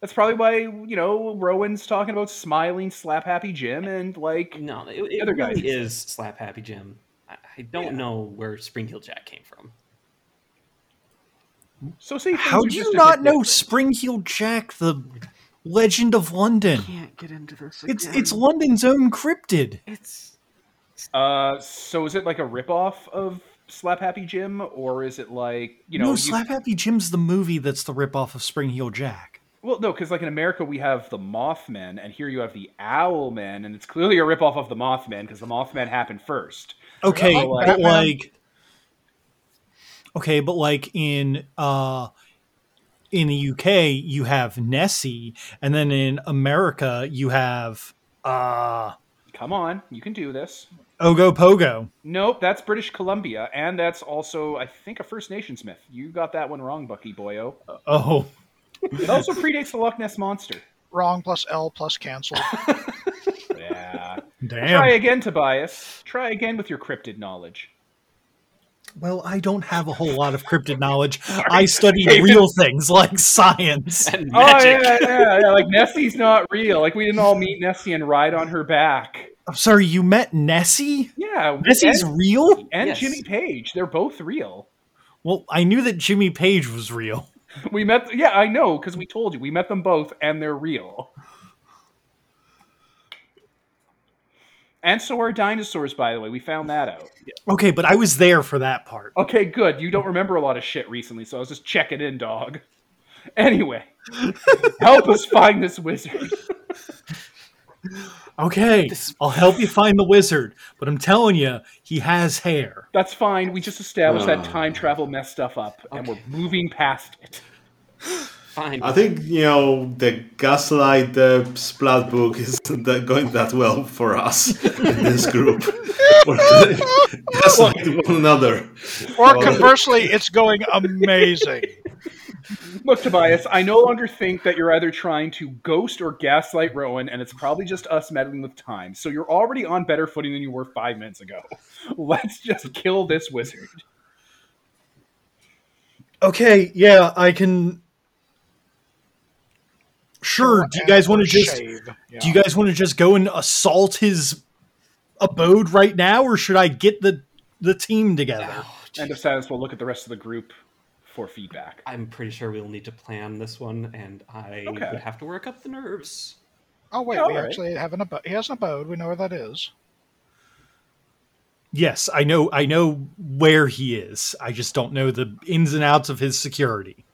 Speaker 1: That's probably why you know Rowan's talking about smiling, slap happy Jim, and like
Speaker 5: No, it, it
Speaker 1: other guy
Speaker 5: really
Speaker 1: is-
Speaker 5: is Slap Happy Jim. I, I don't
Speaker 1: Yeah.
Speaker 5: know where Spring Heel Jack came from.
Speaker 1: so. Say things
Speaker 2: How
Speaker 1: are
Speaker 2: do you
Speaker 1: just a
Speaker 2: not
Speaker 1: bit
Speaker 2: know
Speaker 1: different.
Speaker 2: Springheel Jack, the legend of London?
Speaker 5: Oh
Speaker 6: Can't get into this.
Speaker 2: It's it's London's own cryptid.
Speaker 6: It's
Speaker 1: Uh, so is it like a ripoff of Slap Happy Jim, or is it like you know?
Speaker 2: no,
Speaker 1: you-
Speaker 2: Slap Happy Jim's the movie that's the ripoff of Springheel Jack.
Speaker 1: well, no, because like in America we have the Mothman, and here you have the Owlman, and it's clearly a ripoff of the Mothman because the Mothman happened first.
Speaker 2: Okay,
Speaker 1: Oh,
Speaker 2: but
Speaker 4: Batman.
Speaker 2: like, okay, but like in uh, in the UK you have Nessie, and then in America you have uh
Speaker 1: Come on, you can do this.
Speaker 2: Ogo Pogo.
Speaker 1: Nope, that's British Columbia, and that's also, I think, a First Nations myth. You got that one wrong, Bucky Boyo.
Speaker 2: Oh,
Speaker 1: It also predates the Loch Ness Monster.
Speaker 4: Wrong plus L plus cancel.
Speaker 1: Yeah. Try
Speaker 2: damn.
Speaker 1: again, Tobias. Try again with your cryptid knowledge.
Speaker 2: Well, I don't have a whole lot of cryptid knowledge. I study real things like science.
Speaker 5: And
Speaker 1: Oh, yeah, yeah, yeah. Like, Nessie's not real. Like, we didn't all meet Nessie and ride on her back.
Speaker 2: I'm sorry, you met Nessie?
Speaker 1: Yeah.
Speaker 2: Nessie's
Speaker 1: and,
Speaker 2: real?
Speaker 1: and
Speaker 5: Yes.
Speaker 1: Jimmy Page. They're both real.
Speaker 2: Well, I knew that Jimmy Page was real.
Speaker 1: We met, yeah, I know, because we told you. We met them both, and they're real. And so are dinosaurs, by the way. We found that out.
Speaker 2: Okay, but I was there for that part.
Speaker 1: Okay, good. You don't remember a lot of shit recently, so I was just checking in, dog. Anyway, help us find this wizard.
Speaker 2: Okay, I'll help you find the wizard, but I'm telling you, he has hair.
Speaker 1: That's fine. We just established that
Speaker 3: Ah.
Speaker 1: time travel messed stuff up, and we're moving past it.
Speaker 5: fine.
Speaker 3: I think you know the gaslight, the splat book isn't that going that well for us in this group. We're gaslighting one another.
Speaker 4: or
Speaker 3: Well,
Speaker 4: conversely, it's going amazing.
Speaker 1: Look, Tobias, I no longer think that you're either trying to ghost or gaslight Rowan, and it's probably just us meddling with time. So you're already on better footing than you were five minutes ago. Let's just kill this wizard.
Speaker 2: Okay, yeah, I can. Sure. Do you guys want to just?
Speaker 4: Shave. Yeah.
Speaker 2: Do you guys want to just go and assault his abode right now, or should I get the the team together?
Speaker 5: Oh,
Speaker 1: End of sentence. We'll look at the rest of the group for feedback.
Speaker 5: I'm pretty sure we'll need to plan this one, and I
Speaker 1: Okay.
Speaker 5: would have to work up the nerves.
Speaker 4: Oh wait,
Speaker 1: Yeah,
Speaker 4: we
Speaker 1: alright.
Speaker 4: actually have an abode. He has an abode. We know where that is.
Speaker 2: Yes, I know. I know where he is. I just don't know the ins and outs of his security.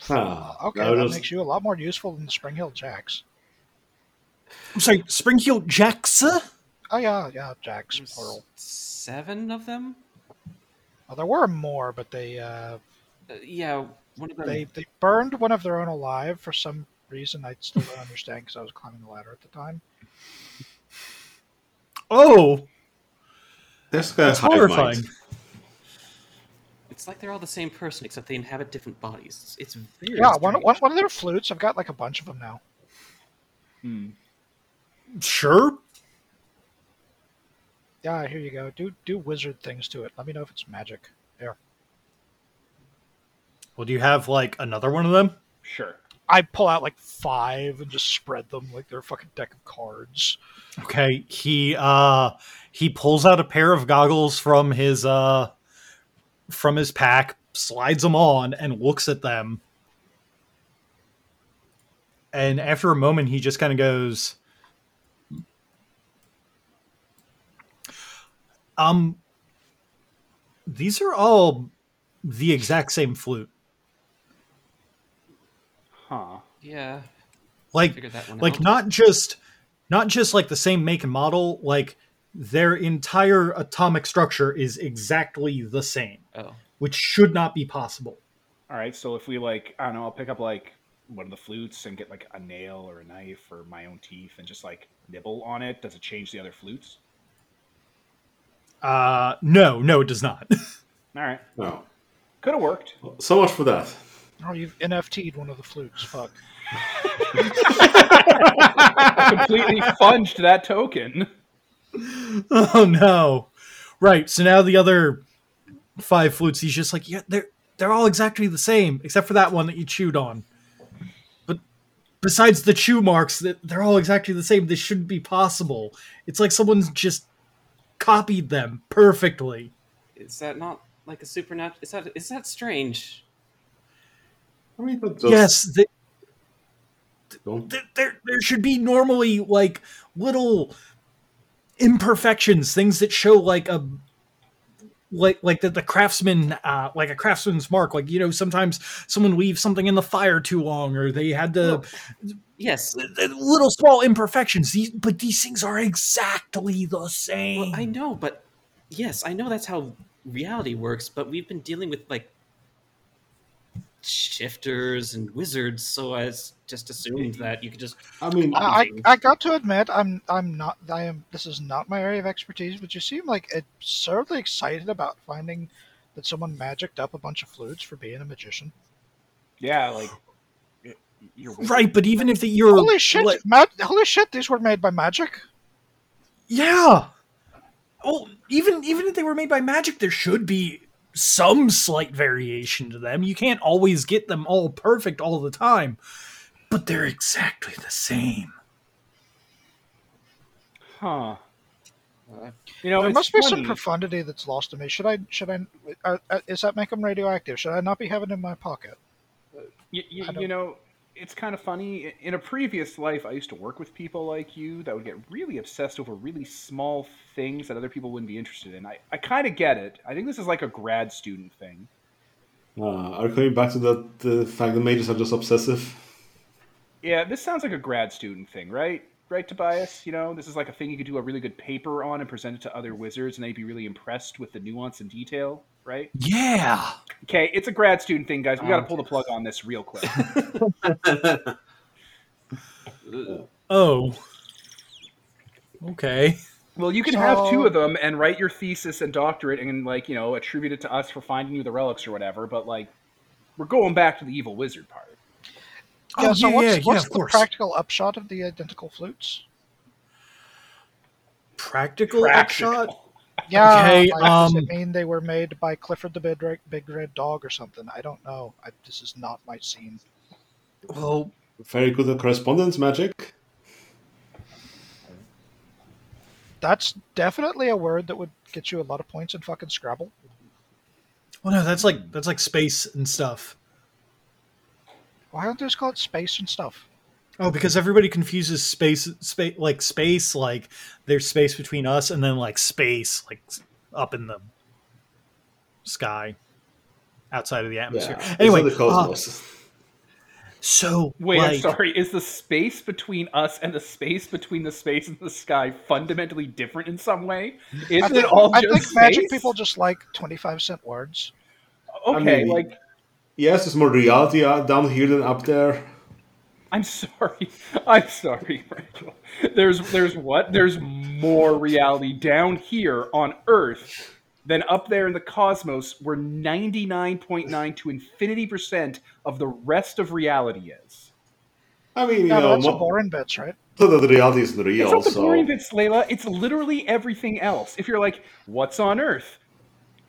Speaker 3: Huh.
Speaker 4: Ah, Okay,
Speaker 3: Ah, I
Speaker 4: that
Speaker 3: was-
Speaker 4: makes you a lot more useful than the Spring Hill Jacks.
Speaker 2: I'm sorry, Springheel Jackson.
Speaker 4: Oh yeah, yeah, Jacks
Speaker 5: There's
Speaker 4: plural.
Speaker 5: seven of them.
Speaker 4: Well, there were more, but they uh,
Speaker 5: Uh, yeah, one of them.
Speaker 4: they they burned one of their own alive for some reason. I still don't understand because I was climbing the ladder at the time.
Speaker 2: Oh,
Speaker 3: That's kind
Speaker 2: that's
Speaker 3: of hive mind.
Speaker 2: horrifying.
Speaker 5: It's like they're all the same person, except they inhabit different bodies. It's, it's very
Speaker 4: Yeah, one,
Speaker 5: strange.
Speaker 4: one one of their flutes. I've got like a bunch of them now.
Speaker 1: Hmm.
Speaker 2: Sure.
Speaker 4: Yeah, here you go. Do do wizard things to it. Let me know if it's magic. There.
Speaker 2: Well, do you have like another one of them?
Speaker 1: Sure.
Speaker 4: I pull out like five and just spread them like they're a fucking deck of cards.
Speaker 2: Okay, he uh he pulls out a pair of goggles from his uh from his pack, slides them on and looks at them. And after a moment he just kind of goes Um these are all the exact same flute.
Speaker 1: Huh.
Speaker 6: Yeah,
Speaker 2: Like
Speaker 6: figured that one
Speaker 2: like
Speaker 6: out.
Speaker 2: not just not just like the same make and model like their entire atomic structure is exactly the same
Speaker 6: Oh,
Speaker 2: which should not be possible
Speaker 1: All right. So if we like, I don't know, I'll pick up like one of the flutes and get like a nail or a knife or my own teeth and just like nibble on it. Does it change the other flutes?
Speaker 2: uh no no it does not
Speaker 1: All right.
Speaker 3: No.
Speaker 1: Could have worked.
Speaker 3: So much for that.
Speaker 4: Oh, you've NFT'd one of the flutes. Fuck.
Speaker 1: I completely funged that token.
Speaker 2: oh no right so now the other five flutes he's just like yeah they're they're all exactly the same except for that one that you chewed on but besides the chew marks that they're all exactly the same this shouldn't be possible it's like someone's just copied them perfectly
Speaker 6: is that not like a supernatural? Is that is that strange?
Speaker 3: I mean, but just
Speaker 2: yes they,
Speaker 3: don't.
Speaker 2: th- there there should be normally like little imperfections, things that show like a like like that the craftsman uh like a craftsman's mark like you know sometimes someone leaves something in the fire too long or they had the,
Speaker 6: Yes.
Speaker 2: the- the little small imperfections these but these things are exactly the same
Speaker 6: Well, I know, but yes, I know that's how reality works, but we've been dealing with like shifters and wizards, so I s- just assumed that you could just
Speaker 3: I mean,
Speaker 4: I, I I got to admit, I'm I'm not I am this is not my area of expertise, but you seem like absurdly excited about finding that someone magicked up a bunch of flutes for being a magician.
Speaker 1: Yeah, like y- you're weird.
Speaker 2: right but even if the, you're
Speaker 4: Holy shit!
Speaker 2: like-
Speaker 4: ma- holy shit! These were made by magic.
Speaker 2: Yeah. Oh, even even if they were made by magic, there should be some slight variation to them. You can't always get them all perfect all the time, but they're exactly the same.
Speaker 1: Huh.
Speaker 6: Uh,
Speaker 1: You know,
Speaker 4: there
Speaker 1: it's
Speaker 4: must be some
Speaker 1: funny.
Speaker 4: profundity that's lost to me. Should I? Should I? Uh, uh, is that make them radioactive? Should I not be having it in my pocket?
Speaker 1: You, you,
Speaker 4: I don't-
Speaker 1: you know, it's kind of funny. I- In a previous life, I used to work with people like you that would get really obsessed over really small things that other people wouldn't be interested in. I, I kind of get it. I think this is like a grad student thing.
Speaker 3: uh, are we coming back to that the fact that mages are just obsessive?
Speaker 1: Yeah, this sounds like a grad student thing, right? Right, Tobias? You know, this is like a thing you could do a really good paper on and present it to other wizards, and they'd be really impressed with the nuance and detail, right?
Speaker 2: Yeah.
Speaker 1: Okay, it's a grad student thing, guys. We got to
Speaker 4: Oh,
Speaker 1: pull the plug on this real quick.
Speaker 2: Oh. Okay.
Speaker 1: Well, you can have two
Speaker 4: So-
Speaker 1: of them and write your thesis and doctorate and like you know attribute it to us for finding you the relics or whatever. But like, we're going back to the evil wizard part.
Speaker 4: Yeah. so what's, what's
Speaker 2: Oh, of
Speaker 4: the
Speaker 2: course.
Speaker 4: practical upshot of the identical flutes?
Speaker 2: practical
Speaker 1: Practical.
Speaker 2: upshot?
Speaker 4: Yeah.
Speaker 2: Okay,
Speaker 4: like, does
Speaker 2: um,
Speaker 4: it mean they were made by Clifford the Big Red, Big Red Dog or something? I don't know. I, this is not my scene.
Speaker 2: Well,
Speaker 3: Very good at correspondence magic.
Speaker 4: That's definitely a word that would get you a lot of points in fucking Scrabble.
Speaker 2: well no, that's like that's like space and stuff.
Speaker 4: Why don't they just call it space and stuff?
Speaker 2: Oh, because everybody confuses space, space like space, like there's space between us, and then like space, like s- up in the sky, outside of the atmosphere.
Speaker 3: Yeah.
Speaker 2: anyway,
Speaker 3: It's in the
Speaker 2: uh,
Speaker 3: cosmos.
Speaker 2: so
Speaker 1: Wait, I'm
Speaker 2: like,
Speaker 1: sorry. Is the space between us and the space between the space and the sky fundamentally different in some way? Isn't
Speaker 4: I
Speaker 1: it
Speaker 4: think,
Speaker 1: all
Speaker 4: I
Speaker 1: just
Speaker 4: think
Speaker 1: space?
Speaker 4: magic people just like 25 cent words.
Speaker 1: okay?
Speaker 3: I mean-
Speaker 1: like,
Speaker 3: yes, there's more reality uh, down here than up there.
Speaker 1: I'm sorry. I'm sorry, Rachel. There's there's what? There's more reality down here on Earth than up there in the cosmos where 99.9 to infinity percent of the rest of reality is.
Speaker 3: I mean, you
Speaker 4: Yeah, but
Speaker 3: know,
Speaker 4: that's
Speaker 3: mo-
Speaker 4: what boring bits, right?
Speaker 3: not that the reality isn't real.
Speaker 1: it's not the
Speaker 3: so
Speaker 1: boring bits, Layla. It's literally everything else. If you're like, what's on Earth?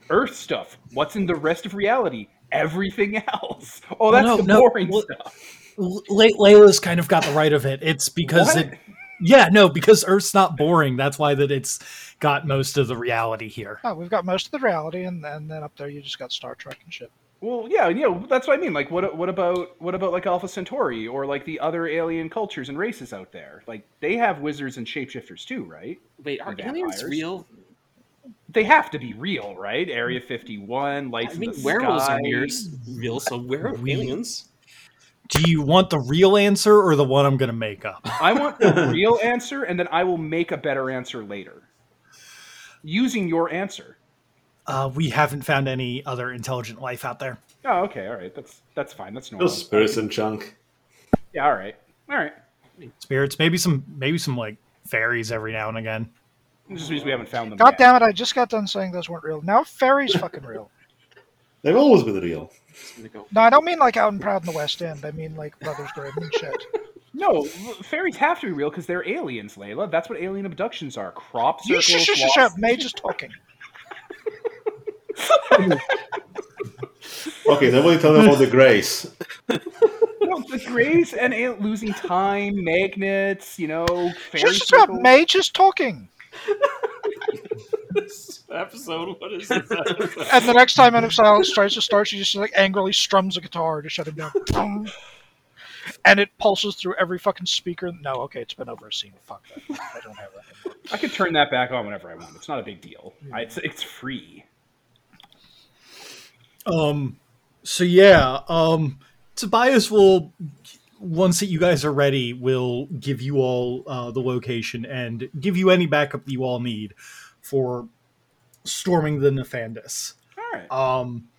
Speaker 1: Earth stuff. What's in the rest of reality? Everything else. Oh, that's
Speaker 2: no,
Speaker 1: the
Speaker 2: no,
Speaker 1: boring
Speaker 2: well-
Speaker 1: stuff.
Speaker 2: L- Layla's kind of got the right of it. It's because
Speaker 1: What?
Speaker 2: it, yeah, no, because Earth's not boring. That's why that it's got most of the reality here.
Speaker 4: Oh, we've got most of the reality, and, and then up there you just got Star Trek and shit.
Speaker 1: Well, yeah, you know, that's what I mean. Like, what what about what about like Alpha Centauri or like the other alien cultures and races out there? Like, they have wizards and shapeshifters too, right?
Speaker 5: Wait, are
Speaker 1: And
Speaker 5: aliens
Speaker 1: vampires.
Speaker 5: real?
Speaker 1: They have to be real, right? Area fifty one, lights
Speaker 5: I mean,
Speaker 1: in the
Speaker 5: werewolves
Speaker 1: sky.
Speaker 5: are weird, real, so where are
Speaker 2: We-
Speaker 5: aliens?
Speaker 2: Do you want the real answer or the one I'm going to make up?
Speaker 1: I want the real answer, and then I will make a better answer later using your answer.
Speaker 2: Uh, we haven't found any other intelligent life out there.
Speaker 1: Oh, okay, all right, that's that's fine. That's normal.
Speaker 3: Those spirits and junk.
Speaker 1: Yeah, all right, all right.
Speaker 2: Spirits, maybe some, maybe some like fairies every now and again.
Speaker 1: It just means we haven't found them.
Speaker 4: God
Speaker 1: yet.
Speaker 4: damn it! I just got done saying those weren't real. Now fairies fucking real.
Speaker 3: They've always been real.
Speaker 5: I'm gonna go,
Speaker 4: No, I don't mean like out and proud in the West End. I mean like Brothers Grimm and shit.
Speaker 1: No, fairies have to be real because they're aliens, Layla. That's what alien abductions are. Crop
Speaker 4: You
Speaker 1: circles.
Speaker 4: shut, shut, shut,
Speaker 1: lost-
Speaker 4: shut. Mage is talking.
Speaker 3: Okay, nobody told them about the grace.
Speaker 1: No, the Greys and al- losing time, magnets, you know, fairy
Speaker 4: Shut, shut up.
Speaker 1: circles.
Speaker 4: Mage is talking.
Speaker 6: This episode, what is this episode?
Speaker 4: And the next time Enix Silence tries to start, she just like angrily strums a guitar to shut him down. Boom. And it pulses through every fucking speaker. No, okay, it's been over a scene. Fuck that. I don't have that. anymore.
Speaker 1: I could turn that back on whenever I want. It's not a big deal. I, it's it's free.
Speaker 2: Um, so yeah, um, Tobias will once that you guys are ready, will give you all uh, the location and give you any backup that you all need for storming the Nefandis.
Speaker 1: All right.
Speaker 2: Um,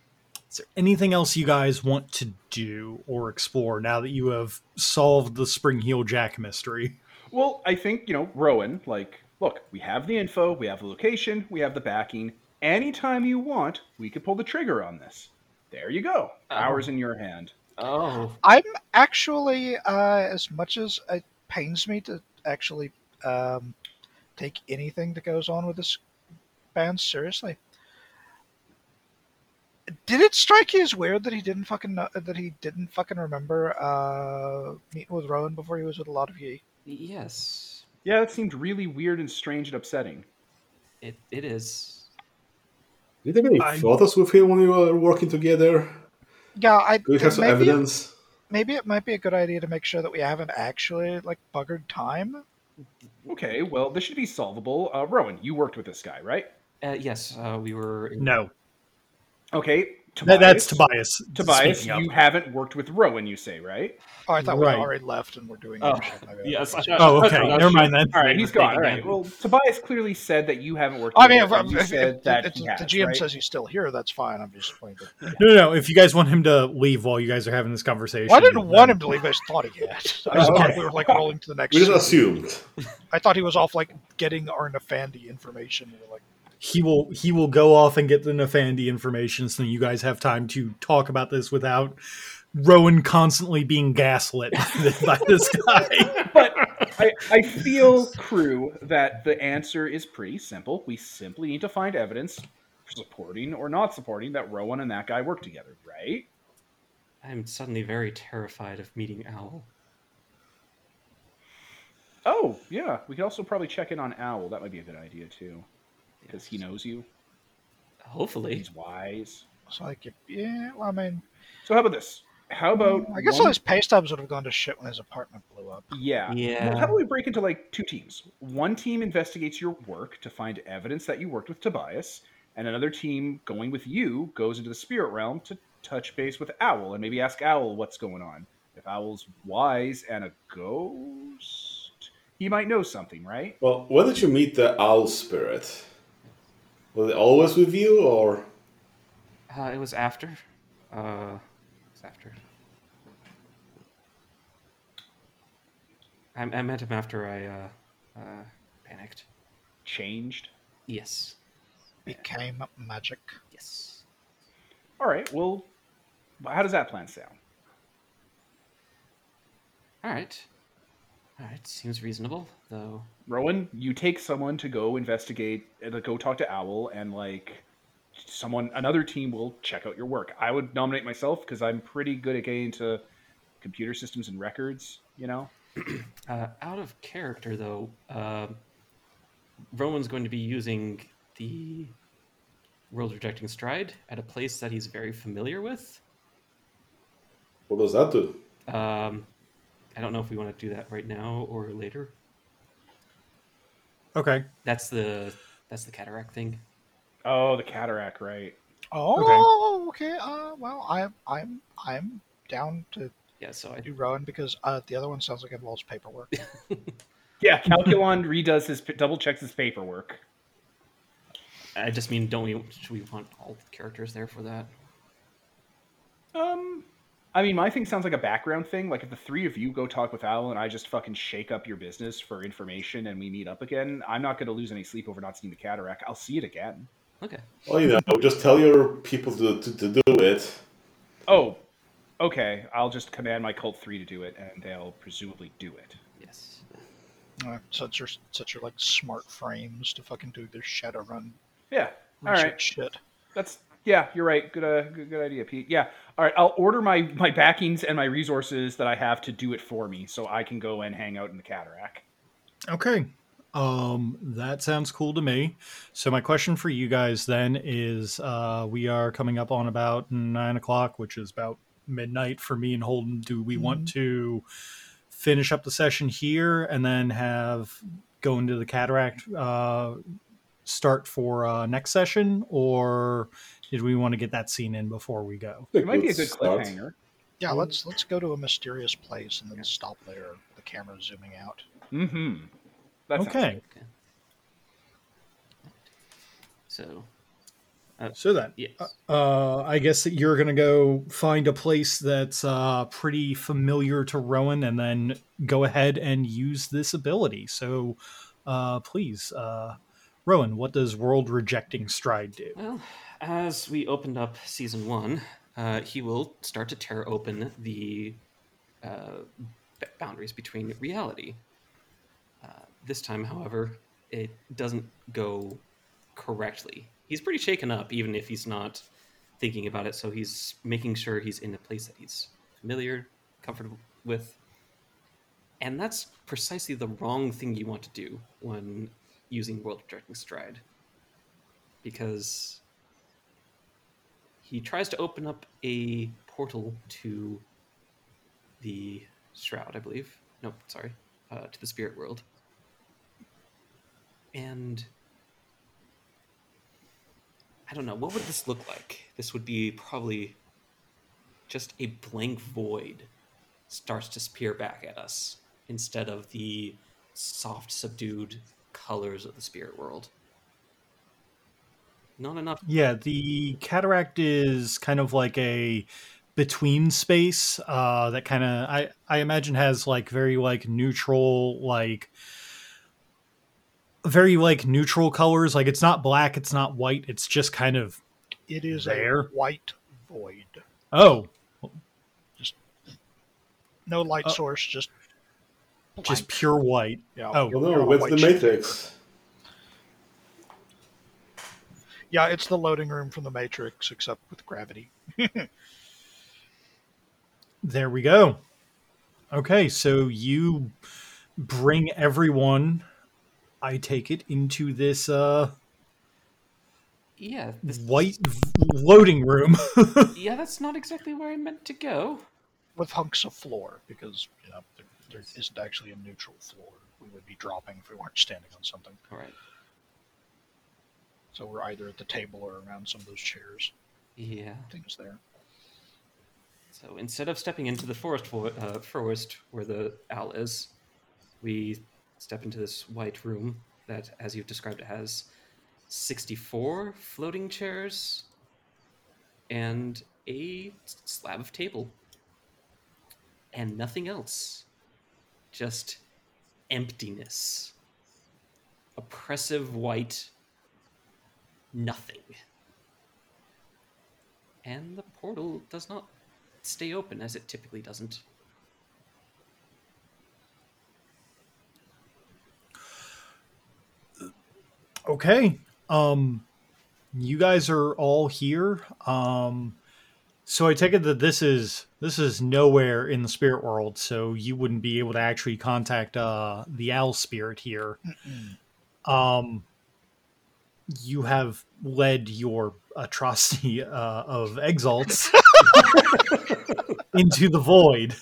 Speaker 2: is there anything else you guys want to do or explore now that you have solved the Spring Heel Jack mystery?
Speaker 1: Well, I think you know, Rowan. Like, look, we have the info, we have the location, we have the backing. Anytime you want, we could pull the trigger on this. There you go. Hours in your hand.
Speaker 5: oh,
Speaker 4: I'm actually, uh, as much as it pains me to actually um, take anything that goes on with this band seriously, did it strike you as weird that he didn't fucking know, that he didn't fucking remember uh, meeting with Rowan before he was with a lot of ye?
Speaker 5: yes,
Speaker 1: Yeah, that seemed really weird and strange and upsetting.
Speaker 5: it, it is.
Speaker 3: Did they have any
Speaker 2: I-
Speaker 3: photos with him when we were working together?
Speaker 4: Yeah, I
Speaker 3: Do we have some
Speaker 4: maybe,
Speaker 3: evidence?
Speaker 4: maybe it might be a good idea to make sure that we haven't actually like buggered time.
Speaker 1: Okay, well, this should be solvable. Uh, Rowan, you worked with this guy, right?
Speaker 5: Uh, yes, uh, we were. in-
Speaker 2: No,
Speaker 1: Okay,
Speaker 2: Th- that's
Speaker 1: Tobias.
Speaker 2: Tobias.
Speaker 1: Tobias,
Speaker 2: speaking up.
Speaker 1: you haven't worked with Rowan, you say, right?
Speaker 4: Oh, I thought
Speaker 2: Right.
Speaker 4: we already left and we're doing.
Speaker 5: Oh,
Speaker 4: shit. Maybe I
Speaker 6: Yes.
Speaker 4: forgot.
Speaker 2: oh, okay. Never mind then.
Speaker 1: All right, he's gone.
Speaker 5: Thank
Speaker 1: All
Speaker 5: you,
Speaker 1: right.
Speaker 5: man.
Speaker 1: Well, Tobias clearly said that you haven't worked.
Speaker 4: I
Speaker 1: with
Speaker 4: mean,
Speaker 1: him,
Speaker 4: if,
Speaker 1: you
Speaker 4: if-
Speaker 1: said
Speaker 4: if-
Speaker 1: that
Speaker 4: if
Speaker 1: he
Speaker 4: the
Speaker 1: has,
Speaker 4: GM
Speaker 1: right?
Speaker 4: says he's still here, that's fine. I'm just playing. the-
Speaker 2: No, no, no. If you guys want him to leave while you guys are having this conversation,
Speaker 4: Well, I didn't
Speaker 2: then-
Speaker 4: want him to leave. I just thought he had. I just thought
Speaker 2: Okay.
Speaker 4: we were like rolling to the next.
Speaker 3: We just
Speaker 4: scene.
Speaker 3: assumed.
Speaker 4: I thought he was off like getting our Nefandi information. We're like,
Speaker 2: He will. He will go off and get the Nefandi information, so you guys have time to talk about this without Rowan constantly being gaslit by this guy.
Speaker 1: But I, I feel, crew, that the answer is pretty simple. We simply need to find evidence, supporting or not supporting, that Rowan and that guy worked together, right?
Speaker 5: I'm suddenly very terrified of meeting Owl.
Speaker 1: Oh, yeah. We could also probably check in on Owl. That might be a good idea too, because he knows you.
Speaker 5: Hopefully.
Speaker 1: He's wise.
Speaker 4: it's like, yeah. Well, I mean,
Speaker 1: So how about this? How about
Speaker 4: I guess all
Speaker 1: one-
Speaker 4: his pay stubs would have gone to shit when his apartment blew up.
Speaker 1: Yeah.
Speaker 5: Yeah.
Speaker 1: Well, how about we break into like two teams? One team investigates your work to find evidence that you worked with Tobias, and another team going with you goes into the spirit realm to touch base with Owl and maybe ask Owl what's going on. If Owl's wise and a ghost, he might know something, right?
Speaker 3: Well, when did you meet the owl spirit? Was it always with you, or
Speaker 5: Uh, it was after. Uh, it was after. I, I met him after I uh, uh, panicked.
Speaker 1: Changed.
Speaker 5: Yes.
Speaker 4: Became magic.
Speaker 5: Yes.
Speaker 1: All right. Well, how does that plan sound?
Speaker 5: All right. All right. Seems reasonable, though.
Speaker 1: Rowan, you take someone to go investigate, uh, to go talk to Owl, and like someone, another team will check out your work. I would nominate myself because I'm pretty good at getting to computer systems and records, you know?
Speaker 5: Uh, out of character, though, uh, Rowan's going to be using the world rejecting stride at a place that he's very familiar with.
Speaker 3: What does that do?
Speaker 5: Um, I don't know if we want to do that right now or later.
Speaker 2: Okay.
Speaker 5: That's the that's the cataract thing.
Speaker 1: Oh, the cataract, right.
Speaker 4: Oh, okay. Uh, well, I'm I'm I'm down to
Speaker 5: Yeah, so I
Speaker 4: do Rowan because uh, the other one sounds like it involves paperwork.
Speaker 1: Yeah, Calculon redoes his double checks his paperwork.
Speaker 5: I just mean don't we should we want all the characters there for that?
Speaker 1: Um, I mean, my thing sounds like a background thing. Like if the three of you go talk with Al and I just fucking shake up your business for information and we meet up again, I'm not going to lose any sleep over not seeing the cataract. I'll see it again.
Speaker 5: Okay.
Speaker 3: Well, you know, just tell your people to, to, to do it.
Speaker 1: Oh, okay. I'll just command my cult three to do it, and they'll presumably do it.
Speaker 5: Yes.
Speaker 4: uh, such are such are like short frames to fucking do their Shadowrun
Speaker 1: Yeah. All
Speaker 4: research
Speaker 1: right.
Speaker 4: shit.
Speaker 1: That's yeah. You're right. Good. Uh, good, good idea, Pete. Yeah. All right. I'll order my my backings and my resources that I have to do it for me, so I can go and hang out in the cataract.
Speaker 2: Okay. Um, that sounds cool to me. So my question for you guys then is, uh, we are coming up on about nine o'clock, which is about midnight for me and Holden. Do we want to finish up the session here and then have go into the cataract uh, start for uh, next session, or did we want to get that scene in before we go?
Speaker 1: It might be a
Speaker 3: Let's
Speaker 1: good
Speaker 3: start.
Speaker 1: cliffhanger.
Speaker 4: Yeah, let's let's go to a mysterious place and then stop there. The camera zooming out.
Speaker 1: Mm-hmm. That's
Speaker 2: okay.
Speaker 5: So
Speaker 2: So then,
Speaker 5: yes.
Speaker 2: Uh, I guess that you're gonna go find a place that's uh, pretty familiar to Rowan, and then go ahead and use this ability. So, uh, please, uh, Rowan, what does World Rejecting Stride do?
Speaker 5: Well, as we opened up season one, uh, he will start to tear open the uh, b- boundaries between reality. Uh, this time, however, it doesn't go correctly. He's pretty shaken up, even if he's not thinking about it. So he's making sure he's in a place that he's familiar, comfortable with. And that's precisely the wrong thing you want to do when using World Directing Stride because he tries to open up a portal to the shroud, I believe. Nope, sorry, uh, to the spirit world. And I don't know what would this look like. This would be probably just a blank void starts to spear back at us instead of the soft, subdued colors of the spirit world. Not enough
Speaker 2: Yeah, the cataract is kind of like a between space uh, that kind of I I imagine has like very like neutral like very like neutral colors. Like it's not black, it's not white. It's just kind of
Speaker 4: It is
Speaker 2: There?
Speaker 4: a white void.
Speaker 2: oh,
Speaker 4: No light
Speaker 2: Uh,
Speaker 4: source, just
Speaker 2: just
Speaker 4: blank.
Speaker 2: pure white.
Speaker 4: Yeah.
Speaker 2: Oh,
Speaker 3: Well,
Speaker 4: You're
Speaker 3: no,
Speaker 4: a
Speaker 3: with
Speaker 4: white
Speaker 3: the
Speaker 4: sheet.
Speaker 3: Matrix.
Speaker 4: Yeah, it's the loading room from the Matrix, except with gravity.
Speaker 2: There we go. Okay, so you bring everyone, I take it, into this uh,
Speaker 5: Yeah, this,
Speaker 2: white v- loading room.
Speaker 5: yeah, that's not exactly where I meant to go.
Speaker 4: with hunks of floor because you know there, there isn't actually a neutral floor. We would be dropping if we weren't standing on something.
Speaker 5: All right.
Speaker 4: So we're either at the table or around some of those chairs,
Speaker 5: Yeah.
Speaker 4: things there.
Speaker 5: So instead of stepping into the forest vo- uh, forest where the owl is, we step into this white room that, as you've described, it has sixty-four floating chairs and a s- slab of table, and nothing else. Just emptiness. Oppressive white. Nothing. And the portal does not stay open as it typically doesn't.
Speaker 2: okay, um, you guys are all here. Um, So I take it that this is this is nowhere in the spirit world, so you wouldn't be able to actually contact uh, the owl spirit here. Um, you have led your atrocity uh, of exalts into the void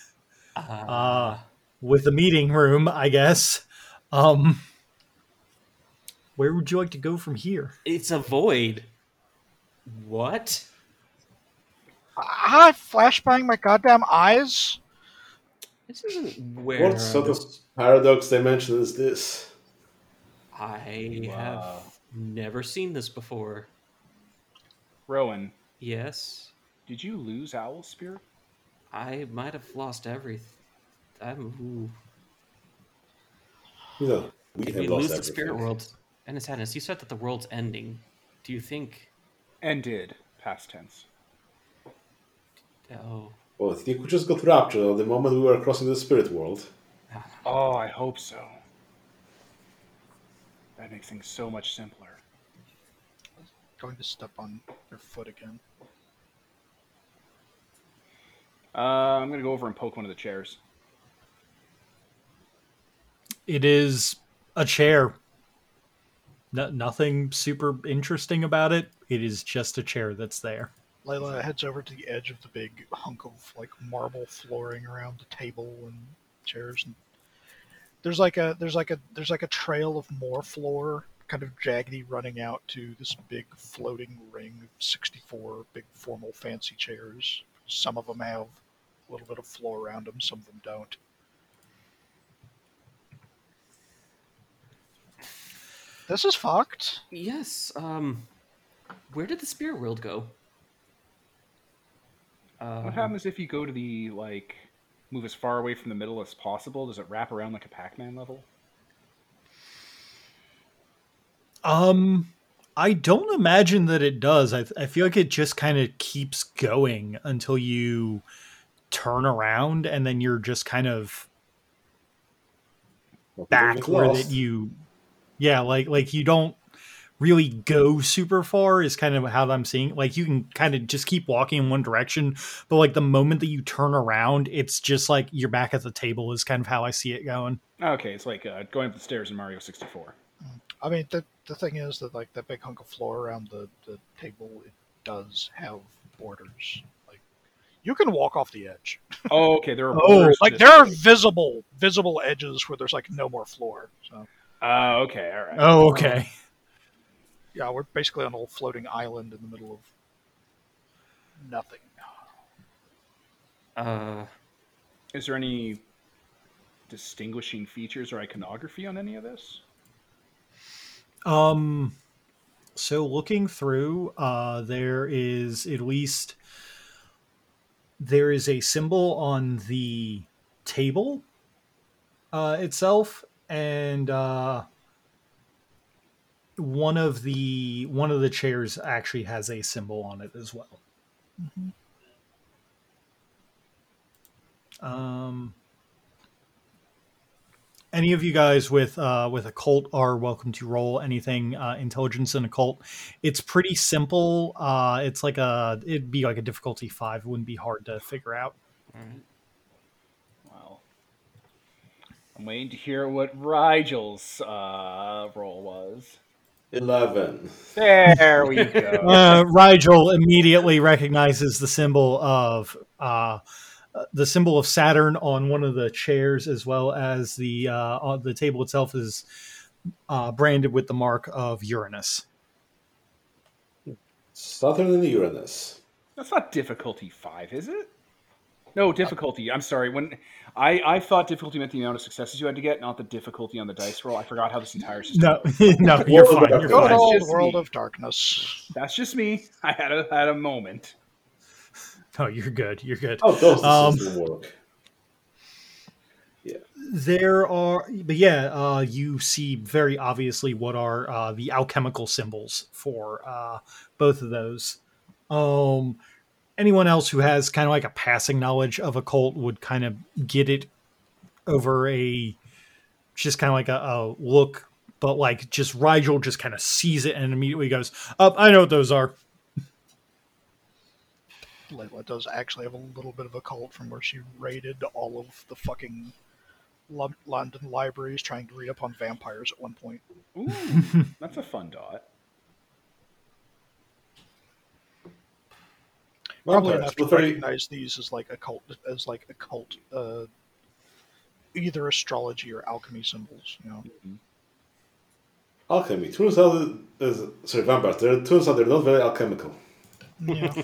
Speaker 2: uh, with a meeting room, I guess. Um, where would you like to go from here?
Speaker 5: It's a void. What?
Speaker 4: I flashbang my goddamn eyes.
Speaker 5: This isn't where
Speaker 3: What sort of paradox dimension is this?
Speaker 5: I have never seen this before.
Speaker 1: Rowan,
Speaker 5: Yes,
Speaker 1: did you lose Owl Spirit?
Speaker 5: I might have lost everything. I'm,
Speaker 3: You know, we
Speaker 5: ooh. If
Speaker 3: have
Speaker 5: we
Speaker 3: lost
Speaker 5: lose the
Speaker 3: everything.
Speaker 5: spirit world and its sadness, you said that the world's ending. Do you think?
Speaker 1: And did. Past tense.
Speaker 5: Oh,
Speaker 3: Well, if you could just got raptured at the moment we were crossing the spirit world.
Speaker 1: Oh, I hope so. That makes things so much simpler.
Speaker 4: Going to step on their foot again.
Speaker 1: Uh, I'm gonna go over and poke one of the chairs.
Speaker 2: It is a chair. No, nothing super interesting about it. It is just a chair that's there.
Speaker 4: Layla heads over to the edge of the big hunk of like marble flooring around the table and chairs and there's like a there's like a there's like a trail of more floor kind of jaggedy running out to this big floating ring of 64 big formal fancy chairs some of them have a little bit of floor around them some of them don't this is fucked
Speaker 5: yes. Um, where did the spirit world go? Uh,
Speaker 1: What happens if you go to the like move as far away from the middle as possible? Does it wrap around like a Pac-Man level?
Speaker 2: Um, I don't imagine that it does. I, I feel like it just kind of keeps going until you turn around, and then you're just kind of
Speaker 3: Well, we
Speaker 2: back
Speaker 3: got
Speaker 2: where e- that
Speaker 3: lost.
Speaker 2: you, yeah, like like you don't really go super far is kind of how I'm seeing. Like you can kind of just keep walking in one direction, but like the moment that you turn around, it's just like you're back at the table. Is kind of how I see it going.
Speaker 1: Okay, it's like uh, going up the stairs in Mario 64.
Speaker 4: I mean, the the thing is that like that big hunk of floor around the, the table, it does have borders. Like you can walk off the edge.
Speaker 1: Oh, okay, there are
Speaker 2: Oh,
Speaker 1: borders to
Speaker 4: Like
Speaker 1: this
Speaker 4: there are
Speaker 1: thing.
Speaker 4: visible visible edges where there's like no more floor. So
Speaker 1: Oh, okay, all right.
Speaker 2: Oh, okay.
Speaker 4: yeah, we're basically on a little floating island in the middle of nothing.
Speaker 5: uh,
Speaker 1: Is there any distinguishing features or iconography on any of this?
Speaker 2: Um, so looking through, uh, there is at least there is a symbol on the table uh, itself, and uh, one of the one of the chairs actually has a symbol on it as well. Um, any of you guys with uh, with occult are welcome to roll anything uh, intelligence and occult. It's pretty simple. Uh, it's like a it'd be like a difficulty five. It wouldn't be hard to figure out.
Speaker 5: all right.
Speaker 1: Well, I'm waiting to hear what Rigel's uh, role was.
Speaker 3: Eleven.
Speaker 1: There we go.
Speaker 2: Uh, Rigel immediately recognizes the symbol of uh, the symbol of Saturn on one of the chairs, as well as the uh, on the table itself is uh, branded with the mark of Uranus.
Speaker 3: Saturn and Uranus.
Speaker 1: That's not difficulty five, is it? No, difficulty. I'm sorry. When I, I thought difficulty meant the amount of successes you had to get, not the difficulty on the dice roll. I forgot how this entire system.
Speaker 2: No, no, you're fine. You're
Speaker 4: Good
Speaker 2: fine.
Speaker 4: old
Speaker 1: just
Speaker 4: world
Speaker 1: me.
Speaker 4: of darkness.
Speaker 1: That's just me. I had a had a moment.
Speaker 2: No, you're good. You're good.
Speaker 3: Oh, those
Speaker 2: Um,
Speaker 3: systems work.
Speaker 2: there are but yeah uh you see very obviously what are uh the alchemical symbols for uh both of those um anyone else who has kind of like a passing knowledge of occult would kind of get it over a just kind of like a, a look but like just rigel just "Oh, kind of sees it and immediately goes up i know what those are
Speaker 4: Layla does actually have a little bit of a cult from where she raided all of the fucking Lo- London libraries trying to read up on vampires at one point.
Speaker 1: Ooh, that's a fun dot.
Speaker 4: Probably
Speaker 3: Vampires.
Speaker 4: enough to
Speaker 3: Well, very-
Speaker 4: recognize these as like occult, as like occult, uh, either astrology or alchemy symbols. You know,
Speaker 3: Alchemy. Turns out, is, sorry, vampires. They're, turns out they're not very alchemical.
Speaker 4: yeah.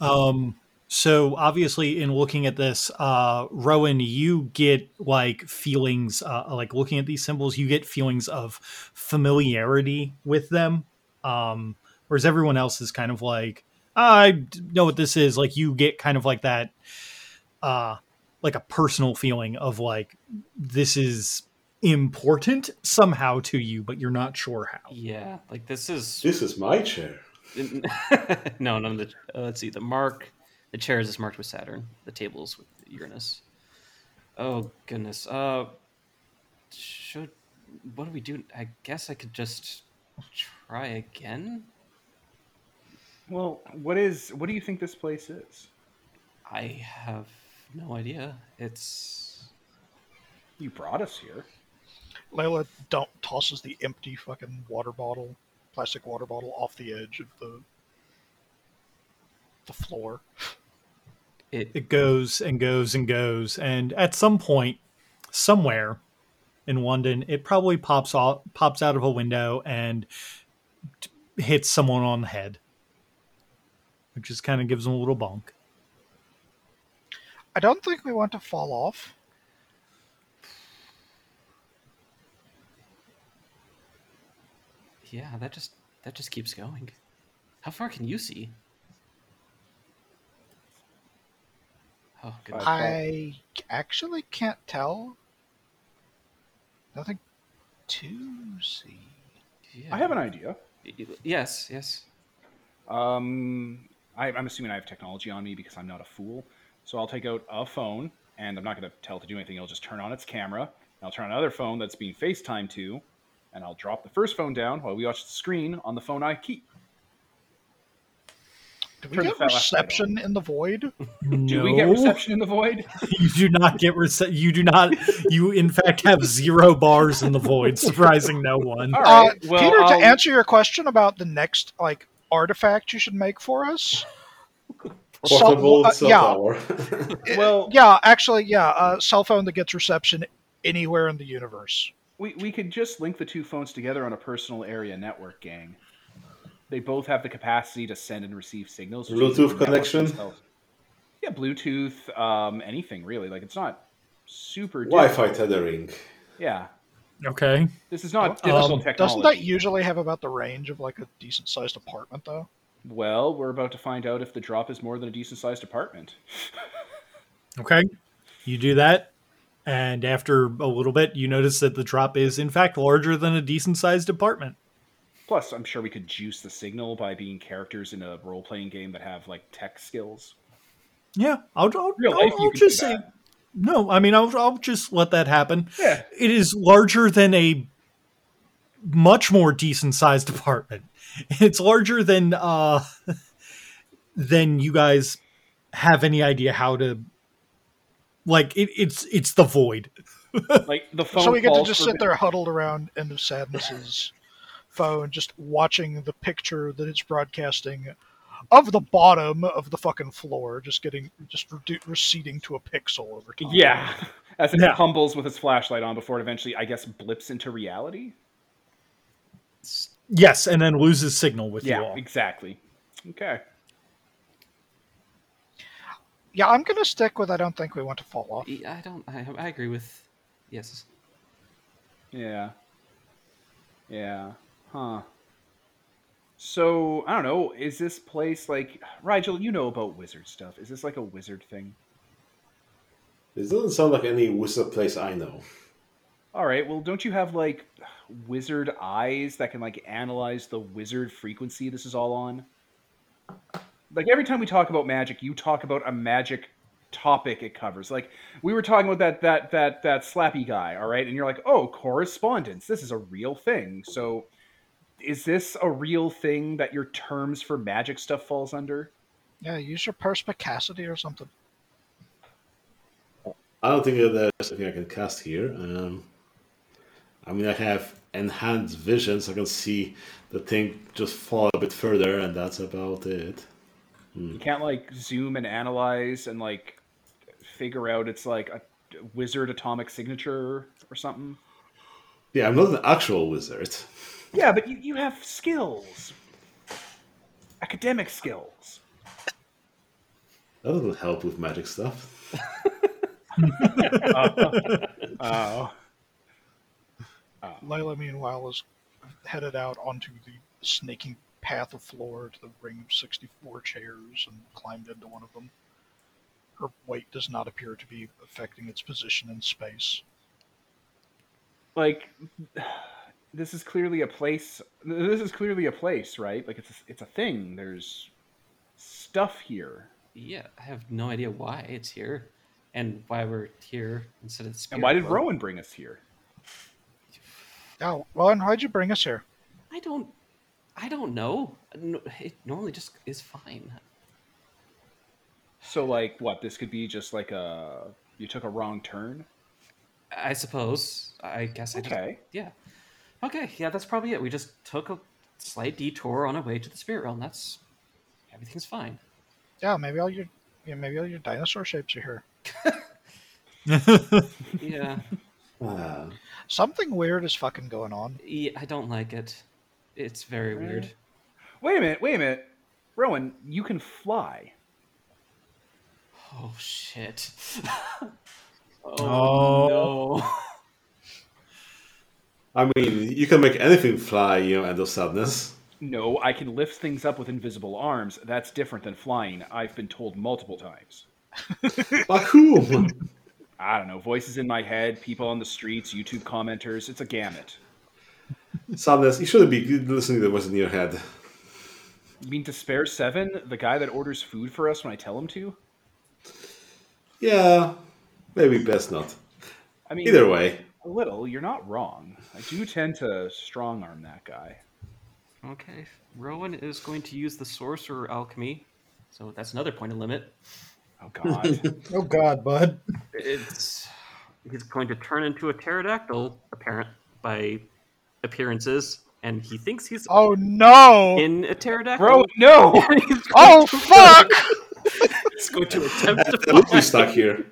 Speaker 2: Um, so obviously, in looking at this, uh, Rowan, you get like feelings, uh, like looking at these symbols, you get feelings of familiarity with them. Um, whereas everyone else is kind of like, I d- know what this is. Like you get kind of like that, uh, like a personal feeling of like this is important somehow to you, but you're not sure how.
Speaker 5: Yeah, like this is
Speaker 3: This is my chair.
Speaker 5: no, none of the. Uh, let's see. The mark, the chairs is marked with Saturn. The tables with Uranus. Oh goodness. Uh, should what do we do? I guess I could just try again.
Speaker 1: Well, what is what do you think this place is?
Speaker 5: I have no idea. It's
Speaker 1: You brought us here.
Speaker 4: Layla don't tosses the empty fucking water bottle, plastic water bottle, off the edge of the the floor.
Speaker 5: it.
Speaker 2: it goes and goes and goes and at some point somewhere in london it probably pops out pops out of a window and t- hits someone on the head which just kind of gives them a little bonk
Speaker 4: I don't think we want to fall off.
Speaker 5: yeah, that just that just keeps going. How far can you see? Oh goodness.
Speaker 1: Uh,
Speaker 4: I actually can't tell. Nothing to see.
Speaker 5: yeah.
Speaker 1: I have an idea.
Speaker 5: Yes, yes.
Speaker 1: Um, I, I'm assuming I have technology on me because I'm not a fool. So I'll take out a phone, and I'm not going to tell it to do anything. I'll just turn on its camera. And I'll turn on another phone that's being FaceTime to, and I'll drop the first phone down while we watch the screen on the phone I keep.
Speaker 4: Do we
Speaker 1: Turn the
Speaker 4: get
Speaker 1: fat last light
Speaker 4: reception in the void?
Speaker 1: Do we get reception in the void?
Speaker 2: you do not get rece- you do not you in fact have zero bars in the void surprising no one
Speaker 1: All right.
Speaker 4: Uh,
Speaker 1: well,
Speaker 4: Peter,
Speaker 1: I'll-
Speaker 4: to answer your question about the next like artifact you should make for us. Cell-
Speaker 3: Portable
Speaker 4: uh,
Speaker 3: cell
Speaker 4: yeah.
Speaker 3: tower.
Speaker 1: well,
Speaker 4: Yeah, actually, yeah, uh, cell phone that gets reception anywhere in the universe.
Speaker 1: we we could just link the two phones together on a personal area network, gang. They both have the capacity to send and receive signals. which means they
Speaker 3: Bluetooth
Speaker 1: can network
Speaker 3: connection?
Speaker 1: themselves. Yeah, Bluetooth, um, anything really. Like it's not super.
Speaker 3: Wi-Fi
Speaker 1: difficult.
Speaker 3: tethering.
Speaker 1: Yeah,
Speaker 2: okay
Speaker 1: this is not difficult
Speaker 2: Um,
Speaker 1: technology.
Speaker 4: Oh, Doesn't that usually have about the range of like a decent sized apartment though?
Speaker 1: Well, we're about to find out if the drop is more than a decent sized apartment.
Speaker 2: Okay. You do that. And after a little bit, you notice that the drop is, in fact, larger than a decent sized apartment.
Speaker 1: Plus, I'm sure we could juice the signal by being characters in a role playing game that have like tech skills.
Speaker 2: Yeah. I'll, I'll,
Speaker 1: Real
Speaker 2: I'll-
Speaker 1: life,
Speaker 2: I'll
Speaker 1: you could do
Speaker 2: just say.
Speaker 1: that.
Speaker 2: No, I mean, I'll, I'll just let that happen.
Speaker 1: Yeah.
Speaker 2: It is larger than a much more decent sized apartment. It's larger than, uh, than you guys have any idea how to. Like it, it's it's the void.
Speaker 1: Like the phone.
Speaker 4: so we get to
Speaker 1: falls
Speaker 4: just
Speaker 1: for-
Speaker 4: sit there huddled around End of Sadness's phone, just watching the picture that it's broadcasting of the bottom of the fucking floor, just getting just redu- receding to a pixel over time.
Speaker 1: Yeah. As it
Speaker 2: Yeah.
Speaker 1: humbles with its flashlight on before it eventually, I guess, blips into reality.
Speaker 5: S-
Speaker 2: Yes, and then loses signal with you
Speaker 1: Yeah,
Speaker 2: all.
Speaker 1: exactly. Okay.
Speaker 4: yeah. I'm gonna stick with. I don't think we want to fall off.
Speaker 5: yeah, E, I don't. I, I agree with. Yes.
Speaker 1: Yeah. Yeah. Huh. So, I don't know. Is this place like. Rigel, you know about wizard stuff. Is this like a wizard thing?
Speaker 3: This doesn't sound like any wizard place I know.
Speaker 1: All right. Well, don't you have like wizard eyes that can like analyze the wizard frequency this is all on? Like every time we talk about magic, you talk about a magic topic it covers. Like we were talking about that that that that slappy guy, all right? And you're like, "Oh, correspondence. This is a real thing." So is this a real thing that your terms for magic stuff falls under?
Speaker 4: Yeah, use your perspicacity or something.
Speaker 3: I don't think that there's anything I can cast here. Um, I mean, I have enhanced vision, so I can see the thing just fall a bit further, and that's about it.
Speaker 1: You can't like zoom and analyze and like figure out it's like a wizard atomic signature or something.
Speaker 3: Yeah, I'm not an actual wizard.
Speaker 1: Yeah, but you, you have skills. Academic skills.
Speaker 3: That doesn't help with magic stuff.
Speaker 1: Oh.
Speaker 4: Layla, meanwhile, is headed out onto the snaking path of floor to the ring of 64 chairs and climbed into one of them. Her weight does not appear to be affecting its position in space.
Speaker 1: like this is clearly a place this is clearly a place right like it's a, it's a thing there's stuff here
Speaker 5: Yeah, I have no idea why it's here and why we're here instead of
Speaker 1: and why did
Speaker 5: Spirit World.
Speaker 1: rowan bring us here
Speaker 4: Oh, well, and why'd you bring us here?
Speaker 5: I don't I don't know. No- It normally just is fine.
Speaker 1: so like what this could be just like a you took a wrong turn
Speaker 5: I suppose. I guess I just
Speaker 1: okay
Speaker 5: yeah. Okay, yeah, that's probably it. We just took a slight detour on our way to the spirit realm. That's everything's fine.
Speaker 4: Yeah, maybe all your yeah, maybe all your dinosaur shapes are here.
Speaker 5: Yeah.
Speaker 3: Ah.
Speaker 4: Something weird is fucking going on.
Speaker 5: yeah I don't like it. It's very weird.
Speaker 1: wait a minute wait a minute rowan you can fly
Speaker 5: Oh shit.
Speaker 2: Oh.
Speaker 5: no.
Speaker 3: I mean, you can make anything fly, you know, end of sadness.
Speaker 1: no i can lift things up with invisible arms that's different than flying i've been told multiple times
Speaker 3: By whom?
Speaker 1: i don't know voices in my head people on the streets youtube commenters it's a gamut
Speaker 3: sadness, you shouldn't be listening to the voice in your head.
Speaker 1: You mean to spare seven? The guy that orders food for us when I tell him to?
Speaker 3: Yeah, maybe best not.
Speaker 1: I mean,
Speaker 3: Either way,
Speaker 1: a little. You're not wrong. I do tend to strong arm that guy.
Speaker 5: Okay. Rowan is going to use the sorcerer alchemy. So that's another point of limit.
Speaker 1: Oh God!
Speaker 7: Oh God, bud.
Speaker 5: It's he's going to turn into a pterodactyl, apparent by appearances, and he thinks he's
Speaker 4: Oh no!
Speaker 5: in a pterodactyl.
Speaker 1: Bro, no!
Speaker 5: he's
Speaker 4: oh fuck!
Speaker 5: going to attempt to
Speaker 3: we'll be
Speaker 5: fly.
Speaker 3: stuck here.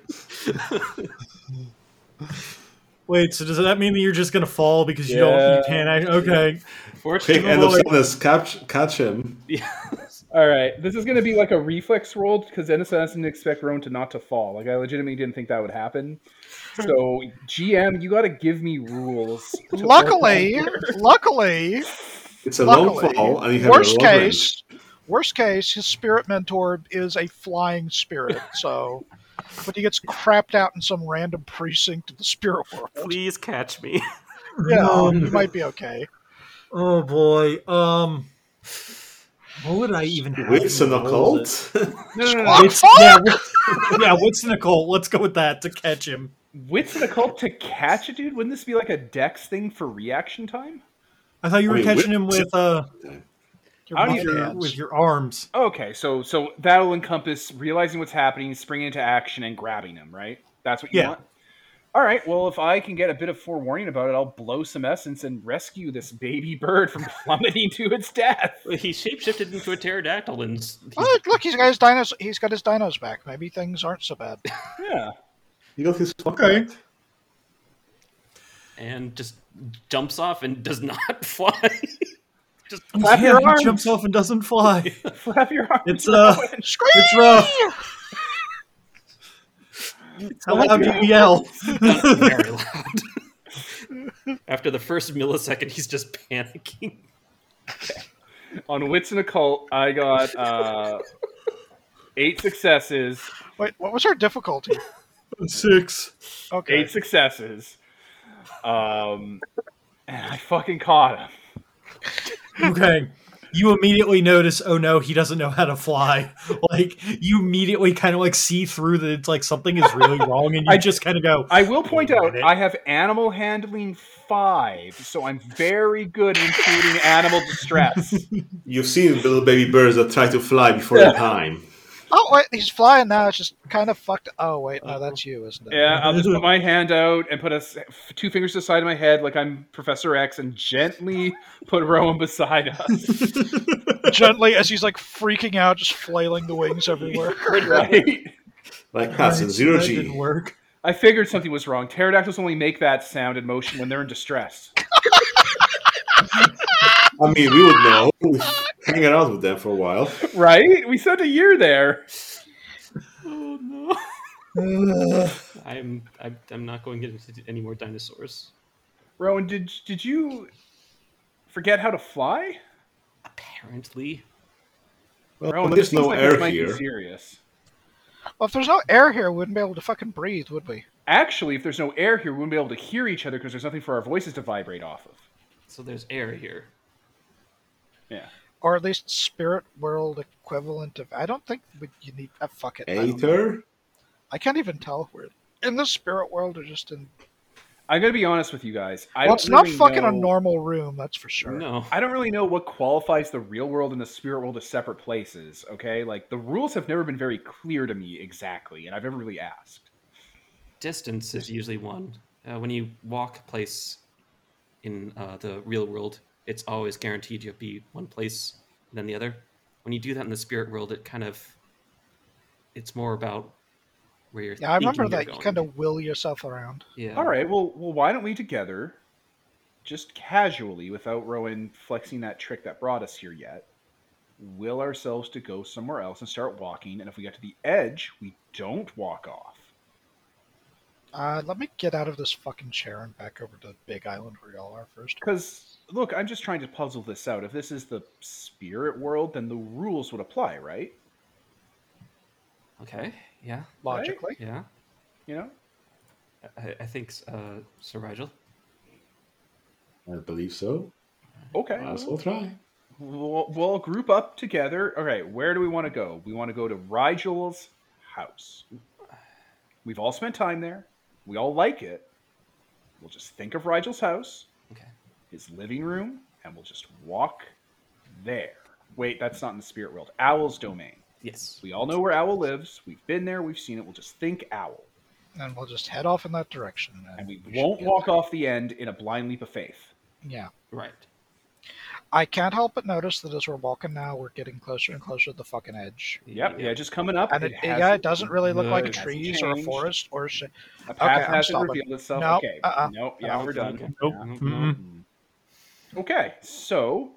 Speaker 2: Wait, so does that mean that you're just gonna fall because you don't
Speaker 1: Yeah.
Speaker 2: you can't act- okay.
Speaker 3: Quick,
Speaker 5: Fortunately,
Speaker 3: end of sadness, catch, catch him.
Speaker 1: All right, this is gonna be like a reflex roll because Dennis doesn't expect Rowan to not to fall. Like I legitimately didn't think that would happen. So GM, you got to give me rules. to work
Speaker 4: Luckily,
Speaker 1: on.
Speaker 4: luckily,
Speaker 3: It's a long
Speaker 4: luckily,
Speaker 3: fall, and you have
Speaker 4: worst
Speaker 3: a long range.
Speaker 4: case, worst case, his spirit mentor is a flying spirit. So, but he gets crapped out in some random precinct of the spirit world.
Speaker 5: please catch me.
Speaker 4: Yeah,
Speaker 2: No.
Speaker 4: he might be okay.
Speaker 2: Oh boy. Um what would I even have
Speaker 3: Wits
Speaker 2: to
Speaker 3: and
Speaker 2: roll it?
Speaker 3: occult?
Speaker 2: No, no,
Speaker 4: What
Speaker 2: no. Wits,
Speaker 4: fuck?
Speaker 2: yeah, wits, yeah, wits and occult. Let's go with that to catch him.
Speaker 1: Wits and occult to catch a dude? Wouldn't this be like a dex thing for reaction time?
Speaker 2: I thought you were
Speaker 3: Wait,
Speaker 2: catching
Speaker 3: wit-
Speaker 2: him with uh
Speaker 4: Your
Speaker 1: I don't
Speaker 4: right
Speaker 1: even-
Speaker 4: hands.
Speaker 2: with your arms.
Speaker 1: Okay, so so that'll encompass realizing what's happening, springing into action, and grabbing them. Right? That's what you
Speaker 2: Yeah.
Speaker 1: want. All right. Well, if I can get a bit of forewarning about it, I'll blow some essence and rescue this baby bird from plummeting to its death.
Speaker 5: He shapeshifted into a pterodactyl and s- he's-
Speaker 4: Oh, look, he's got his dinos. He's got his dinos back. Maybe things aren't so bad.
Speaker 1: Yeah.
Speaker 3: You got his
Speaker 7: Okay.
Speaker 5: and just jumps off and does not fly. just
Speaker 1: Clap your
Speaker 2: he
Speaker 1: arms.
Speaker 2: jumps off and doesn't fly.
Speaker 1: Flap your arms.
Speaker 2: It's uh
Speaker 4: Scream!
Speaker 2: it's rough. How loud do you yell?
Speaker 5: very loud. After the first millisecond, he's just panicking.
Speaker 1: On wits and occult, I got uh, eight successes,
Speaker 4: Wait, what was our difficulty?
Speaker 2: Six.
Speaker 4: Okay,
Speaker 1: eight successes, um, and I fucking caught him.
Speaker 2: Okay. You immediately notice, oh no, he doesn't know how to fly. Like you immediately kind of like see through that it's like something is really wrong, and you
Speaker 1: I-
Speaker 2: just kind of go,
Speaker 1: I will point
Speaker 2: Wait a
Speaker 1: out
Speaker 2: minute.
Speaker 1: I have animal handling five, so I'm very good at including animal distress.
Speaker 3: You've seen little baby birds that try to fly before
Speaker 1: Yeah.
Speaker 3: time.
Speaker 4: Oh wait, he's flying now. It's just kind of fucked. Oh wait, no, that's
Speaker 2: Uh-huh.
Speaker 4: you, isn't it?
Speaker 1: Yeah, I'll just put my hand out and put a, s- f- two fingers to the side of my head like I'm Professor X and gently put Rowan beside us.
Speaker 4: Gently, as he's like freaking out, just flailing the wings everywhere.
Speaker 1: right?
Speaker 3: Like that's in zero
Speaker 2: that
Speaker 3: G.
Speaker 2: didn't work.
Speaker 1: I figured something was wrong. Pterodactyls only make that sound and motion when they're in distress.
Speaker 3: I mean, we would know. We've Hanging out with them for a while.
Speaker 1: Right? We spent a year there.
Speaker 5: Oh no. I'm, I'm I'm not going to get into any more dinosaurs.
Speaker 1: Rowan, did did you forget how to fly?
Speaker 5: Apparently,
Speaker 3: Well,
Speaker 1: Rowan, this
Speaker 3: there's
Speaker 1: seems
Speaker 3: no
Speaker 1: like this
Speaker 3: air
Speaker 1: might be
Speaker 3: here.
Speaker 1: serious.
Speaker 4: Well, if there's no air here, we wouldn't be able to fucking breathe, would we?
Speaker 1: Actually, if there's no air here, we wouldn't be able to hear each other because there's nothing for our voices to vibrate off of.
Speaker 5: so there's air here.
Speaker 1: Yeah.
Speaker 4: Or at least spirit world equivalent of. I don't think we, you need. Uh, fuck it. I don't know.
Speaker 3: Aether?
Speaker 4: I can't even tell if we're in the spirit world or just in.
Speaker 1: I'm gonna be honest with you guys. I
Speaker 4: Well,
Speaker 1: don't
Speaker 4: it's not
Speaker 1: really
Speaker 4: fucking a
Speaker 1: know-
Speaker 4: normal room, that's for sure.
Speaker 5: No,
Speaker 1: I don't really know what qualifies the real world and the spirit world as separate places, okay? Like the rules have never been very clear to me exactly, and I've never really asked.
Speaker 5: distance is usually one. Uh, when you walk a place in uh, the real world, it's always guaranteed you'll be one place and then the other. When you do that in the spirit world, it kind of it's more about where you're.
Speaker 4: Yeah, I
Speaker 5: thinking
Speaker 4: remember
Speaker 5: you're
Speaker 4: that. You
Speaker 5: going.
Speaker 4: kind of will yourself around.
Speaker 5: Yeah.
Speaker 1: All right, well, well, why don't we together, just casually, without Rowan flexing that trick that brought us here yet, will ourselves to go somewhere else and start walking? And if we get to the edge, we don't walk off.
Speaker 4: Uh, let me get out of this fucking chair and back over to Big Island where y'all are first.
Speaker 1: Because look, I'm just trying to puzzle this out. If this is the spirit world, then the rules would apply, right?
Speaker 5: Okay. Yeah.
Speaker 4: Logically.
Speaker 5: Yeah.
Speaker 1: You know,
Speaker 5: I, I think uh, Sir Rigel.
Speaker 3: I believe so.
Speaker 1: okay.
Speaker 3: Might as well try.
Speaker 1: We'll, we'll group up together. All right, where do we want to go? We want to go to Rigel's house. We've all spent time there. We all like it. We'll just think of Rigel's house,
Speaker 5: Okay.
Speaker 1: his living room, and we'll just walk there. Wait, that's not in the spirit world. Owl's domain.
Speaker 5: Yes.
Speaker 1: We all know where Owl lives. We've been there. We've seen it. We'll just think Owl.
Speaker 4: And we'll just head off in that direction.
Speaker 1: And we
Speaker 4: should
Speaker 1: won't
Speaker 4: get
Speaker 1: walk
Speaker 4: there.
Speaker 1: off the end in a blind leap of faith.
Speaker 4: Yeah.
Speaker 5: Right.
Speaker 4: I can't help but notice that as we're walking now, we're getting closer and closer to the fucking edge.
Speaker 1: Yep, yeah, just coming up.
Speaker 4: And it,
Speaker 1: hasn't-
Speaker 4: yeah, it doesn't really look
Speaker 5: no,
Speaker 4: like
Speaker 5: it hasn't
Speaker 4: trees or a
Speaker 1: changed.
Speaker 4: forest or shit.
Speaker 1: A
Speaker 4: I'm
Speaker 1: path hasn't
Speaker 4: stopping.
Speaker 1: revealed itself.
Speaker 4: No,
Speaker 1: okay.
Speaker 4: uh-uh. Hmm.
Speaker 1: Nope. Mm-hmm. Yeah, we're done.
Speaker 5: Okay.
Speaker 2: Nope.
Speaker 5: No, no.
Speaker 2: Mm-mm.
Speaker 1: Okay, so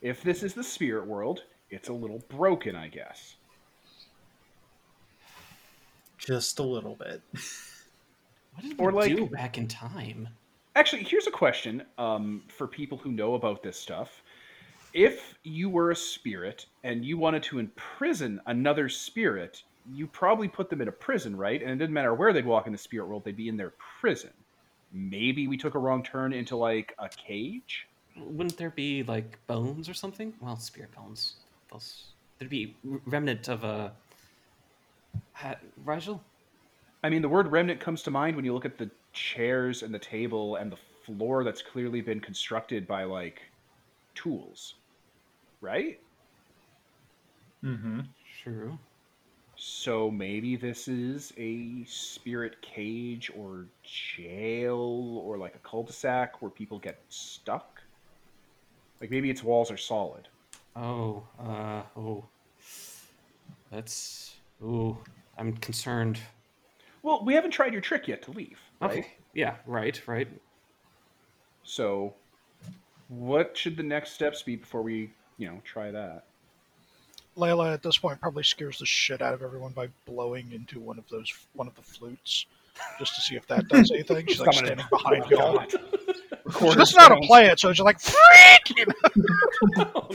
Speaker 1: if this is the spirit world, it's a little broken, I guess.
Speaker 2: Just a little bit.
Speaker 5: What did
Speaker 1: Or
Speaker 5: we
Speaker 1: like-
Speaker 5: do back in time?
Speaker 1: Actually, here's a question um, for people who know about this stuff. If you were a spirit and you wanted to imprison another spirit, you probably put them in a prison, right? And it didn't matter where they'd walk in the spirit world, they'd be in their prison. Maybe we took a wrong turn into like a cage?
Speaker 5: Wouldn't there be like bones or something? Well, spirit bones. Those, there'd be r- remnant of a. Ha- Rigel?
Speaker 1: I mean, the word remnant comes to mind when you look at the chairs and the table and the floor that's clearly been constructed by like tools, right?
Speaker 2: Mm-hmm.
Speaker 5: True.
Speaker 1: So maybe this is a spirit cage or jail or like a cul-de-sac where people get stuck. Like maybe its walls are solid.
Speaker 5: Oh, uh, oh. That's. Ooh, I'm concerned.
Speaker 1: Well, we haven't tried your trick yet to leave, right?
Speaker 5: Okay. Yeah, right, right.
Speaker 1: So what should the next steps be before we, you know, try that?
Speaker 4: Layla at this point probably scares the shit out of everyone by blowing into one of those one of the flutes just to see if that does anything. She's like standing behind y'all. She doesn't know how to play it, so she's like, "Freak!" You know?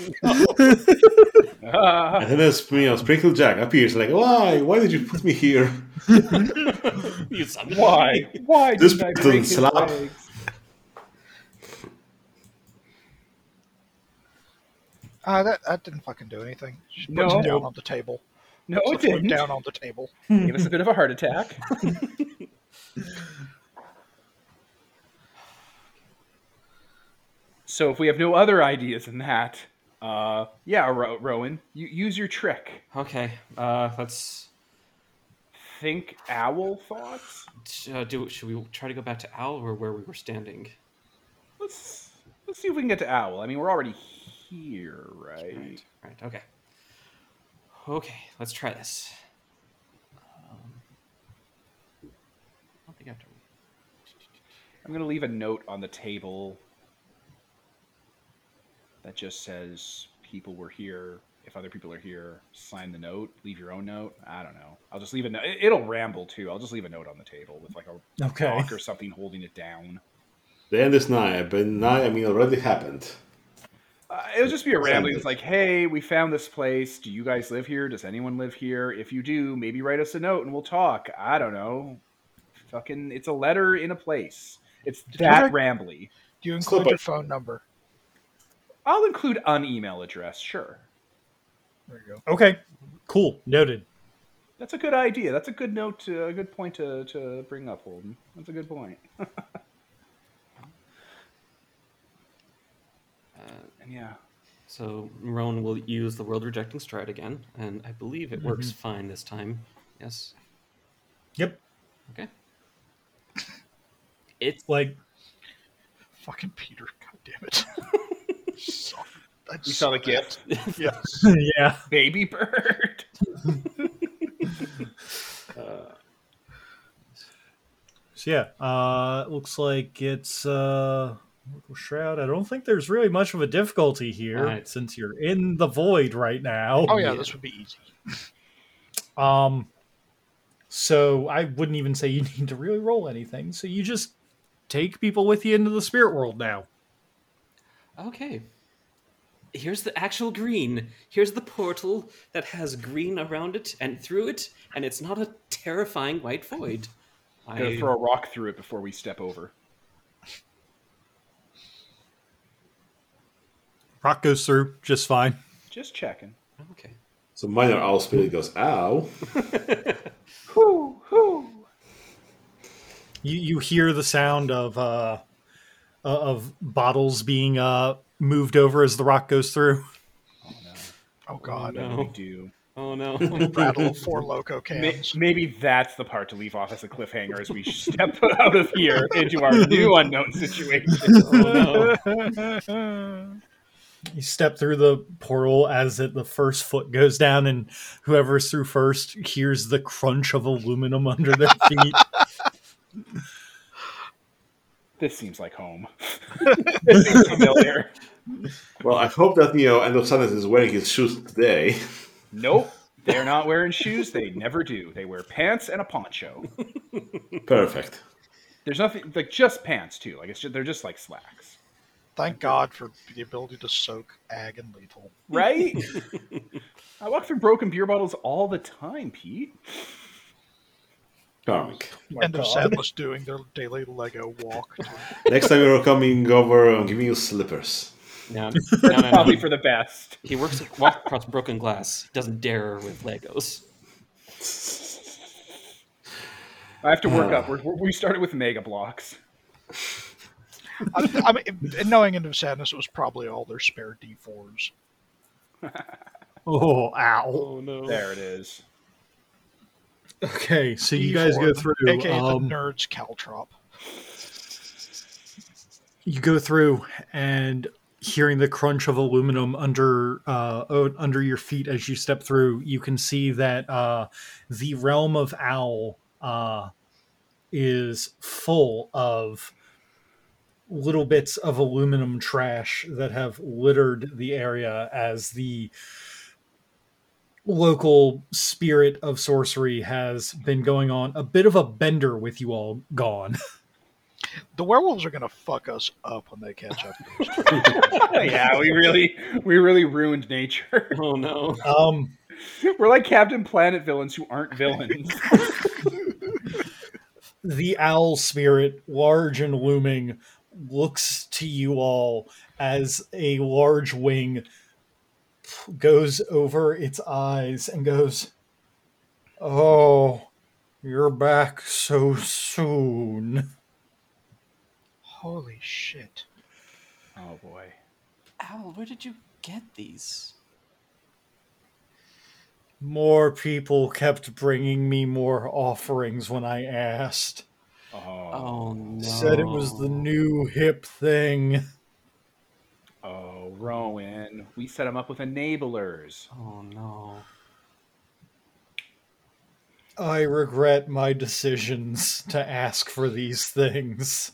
Speaker 1: Ah.
Speaker 3: And then there's you know, Sprinkle Jack appears like, why? Why did you put me here?
Speaker 5: You son of a-
Speaker 1: Why? Why
Speaker 3: This
Speaker 1: did I
Speaker 3: doesn't
Speaker 1: break his
Speaker 3: slap.
Speaker 1: legs?
Speaker 4: Uh, that that didn't fucking do anything. She puts
Speaker 1: No.
Speaker 4: it down on the table.
Speaker 1: No, it
Speaker 4: Puts the flute
Speaker 1: didn't.
Speaker 4: Down on the table.
Speaker 1: Gave us a bit of a heart attack. so if we have no other ideas than that, Uh, yeah, Ro- Rowan, you use your trick.
Speaker 6: Okay, uh, let's.
Speaker 1: Think owl thoughts.
Speaker 6: Uh, do should we try to go back to Owl or where we were standing?
Speaker 1: Let's let's see if we can get to owl. I mean, we're already here, right?
Speaker 6: Right. Right. Okay. Okay. Let's try this. Um, I don't think I have to.
Speaker 1: I'm gonna leave a note on the table that just says people were here. If other people are here, sign the note. Leave your own note. I don't know. I'll just leave a note. It'll ramble too. I'll just leave a note on the table with like a
Speaker 2: Okay.
Speaker 1: rock or something holding it down.
Speaker 3: The end is nigh, but nigh I mean already happened.
Speaker 1: Uh, it'll just be a rambling.
Speaker 3: Sounds
Speaker 1: It's like, hey, we found this place. Do you guys live here? Does anyone live here? If you do, maybe write us a note and we'll talk. I don't know. Fucking, it's a letter in a place. It's
Speaker 4: Did you
Speaker 1: that
Speaker 4: write-
Speaker 1: rambly.
Speaker 4: Do you
Speaker 3: Slip
Speaker 4: include your
Speaker 3: it.
Speaker 4: phone number?
Speaker 1: I'll include an email address. Sure,
Speaker 4: There you go.
Speaker 2: Okay. Cool. Noted.
Speaker 1: that's a good idea. That's a good note. To, a good point to, to bring up, Holden. That's a good point.
Speaker 6: Uh,
Speaker 1: And yeah,
Speaker 6: So Roan will use the world rejecting stride again, and I believe it works
Speaker 1: Mm-hmm.
Speaker 6: fine this time. Yes.
Speaker 2: Yep.
Speaker 6: Okay. It's
Speaker 2: Like
Speaker 4: Fucking Peter, god damn it. Suck. I
Speaker 1: you saw the
Speaker 4: suck.
Speaker 1: gift,
Speaker 4: Yes.
Speaker 2: yeah.
Speaker 1: baby bird.
Speaker 2: So yeah. Uh it looks like it's uh Oracle Shroud. I don't think there's really much of a difficulty here
Speaker 6: Alright.
Speaker 2: since you're in the void right now.
Speaker 4: Oh yeah, this would be easy.
Speaker 2: Um, so I wouldn't even say you need to really roll anything. So you just take people with you into the spirit world now.
Speaker 6: okay. Here's the actual green. Here's the portal that has green around it and through it, and it's not a terrifying white void.
Speaker 1: I'm gonna
Speaker 6: I,
Speaker 1: throw a rock through it before we step over.
Speaker 2: Rock goes through just fine.
Speaker 1: Just checking.
Speaker 6: okay.
Speaker 3: So minor owl spirit goes, ow.
Speaker 1: Whoo whoo.
Speaker 2: You you hear the sound of uh of bottles being uh moved over as the rock goes through.
Speaker 1: Oh no!
Speaker 4: Oh god.
Speaker 1: What do
Speaker 6: no.
Speaker 1: we do?
Speaker 6: Oh no.
Speaker 4: Rattle of four loco
Speaker 1: Ma-
Speaker 4: cans.
Speaker 1: Maybe that's the part to leave off as a cliffhanger as we step out of here into our new unknown situation.
Speaker 6: oh
Speaker 2: You step through the portal as it, the first foot goes down, and whoever's through first hears the crunch of aluminum under their feet.
Speaker 1: This seems like home. this seems familiar.
Speaker 3: Well, I hope that Neo and Osanis is wearing his shoes today.
Speaker 1: Nope. They're not wearing shoes. They never do. They wear pants and a poncho.
Speaker 3: Perfect.
Speaker 1: There's nothing like just pants too. Like it's just, they're just like slacks,
Speaker 4: Thank God for the ability to soak ag and lethal.
Speaker 1: right? I walk through broken beer bottles all the time, Pete.
Speaker 3: Karmic.
Speaker 4: and of Sadless doing their daily Lego walk.
Speaker 3: Next time you're coming over, I'm giving you slippers.
Speaker 6: no. No, no, no.
Speaker 1: Probably for the best.
Speaker 6: He works walk across broken glass. He doesn't dare with Legos.
Speaker 1: I have to work up. We're, we started with mega blocks.
Speaker 4: I, I mean, and knowing End of Sadness, it was probably all their spare D4s.
Speaker 2: Oh, ow.
Speaker 6: Oh no.
Speaker 1: There it is.
Speaker 2: Okay, so you guys go
Speaker 4: D4,
Speaker 2: through.
Speaker 4: AKA
Speaker 2: um,
Speaker 4: the nerds Caltrop.
Speaker 2: you go through and hearing the crunch of aluminum under uh, o- under your feet as you step through, you can see that uh, the realm of owl uh, is full of little bits of aluminum trash that have littered the area as the local spirit of sorcery has been going on a bit of a bender with you all gone
Speaker 4: The werewolves are going to fuck us up when they catch up. to us.
Speaker 1: yeah, we really we really ruined nature.
Speaker 6: Oh no.
Speaker 2: um
Speaker 1: We're like Captain Planet villains who aren't villains.
Speaker 2: the owl spirit, large and looming, looks to you all as a large wing goes over its eyes and goes, Oh, you're back so soon.
Speaker 4: Holy shit.
Speaker 1: oh boy.
Speaker 6: Owl, where did you
Speaker 5: get these?
Speaker 2: More people kept bringing me more offerings when I asked.
Speaker 5: Oh, no.
Speaker 2: Said it was the new hip thing.
Speaker 1: Oh, Rowan, we set him up with enablers.
Speaker 5: Oh no.
Speaker 2: I regret my decisions to ask for these things.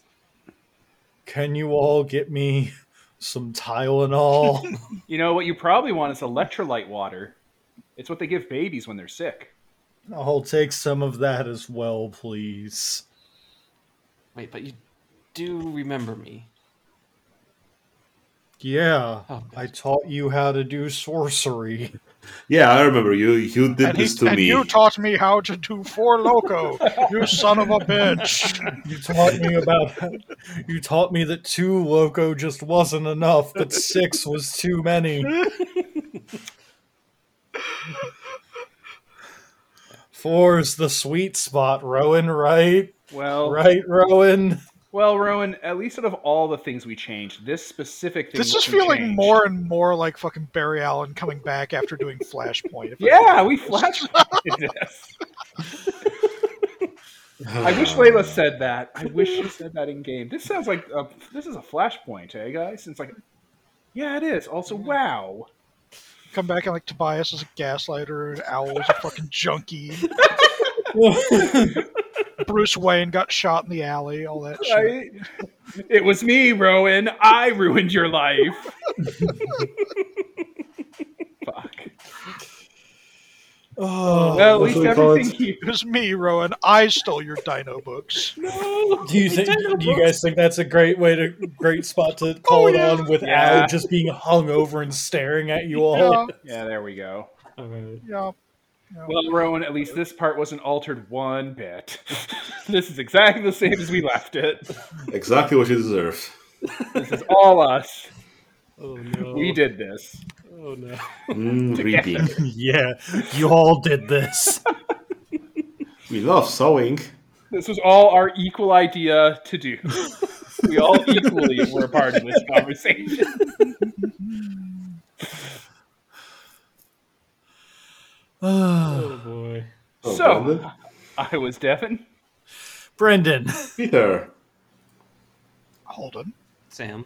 Speaker 2: Can you all get me some Tylenol?
Speaker 1: You know what you probably want is electrolyte water. It's what they give babies when they're sick.
Speaker 2: I'll take some of that as well, please.
Speaker 5: Wait, but you do remember me.
Speaker 2: Yeah,
Speaker 5: Oh,
Speaker 2: I taught you how to do sorcery.
Speaker 3: Yeah, I remember you. You did
Speaker 4: And, he,
Speaker 3: this to
Speaker 4: and
Speaker 3: me.
Speaker 4: you taught me how to do four loco, you son of a bitch.
Speaker 2: You taught me about you taught me that two loco just wasn't enough, that six was too many. Four's the sweet spot, Rowan, right?
Speaker 1: Well,
Speaker 2: Right, Rowan?
Speaker 1: well, Rowan. At least out of all the things we changed, this specific thing.
Speaker 4: This is
Speaker 1: wasn't
Speaker 4: feeling
Speaker 1: changed.
Speaker 4: more and more like fucking Barry Allen coming back after doing Flashpoint. If I-
Speaker 1: Yeah, we flashed this. I wish Layla said that. I wish she said that in game. This sounds like a, this is a flashpoint, eh, guys? It's like, yeah, it is. Also, wow.
Speaker 4: come back and like Tobias is a gaslighter, and Owl is a fucking junkie. Bruce Wayne got shot in the alley, all that shit.
Speaker 1: I, it was me, Rowan. I ruined your life. Fuck.
Speaker 2: Oh,
Speaker 1: Well, at
Speaker 3: that's
Speaker 1: least
Speaker 3: what we call
Speaker 1: everything here.
Speaker 4: It was me, Rowan. I stole your dino books.
Speaker 5: No.
Speaker 2: do you think do you guys think that's a great way to great spot to call it on with
Speaker 1: Yeah.
Speaker 2: Al just being hung over and staring at you all?
Speaker 4: Yeah,
Speaker 1: Yeah, there we go.
Speaker 5: All right.
Speaker 4: yeah.
Speaker 1: Well, Rowan, at least this part wasn't altered one bit. this is exactly the same as we left it.
Speaker 3: Exactly what you deserve.
Speaker 1: This is all us.
Speaker 5: Oh no.
Speaker 1: We did this.
Speaker 5: Oh no.
Speaker 3: Mm, reaping.
Speaker 2: yeah, you all did this.
Speaker 3: We love sewing.
Speaker 1: This was all our equal idea to do. we all equally were a part of this conversation.
Speaker 5: Oh boy.
Speaker 3: Oh,
Speaker 1: So-
Speaker 3: Brandon.
Speaker 1: I was Devin.
Speaker 2: Brendan.
Speaker 3: Peter.
Speaker 4: Holden.
Speaker 5: Sam.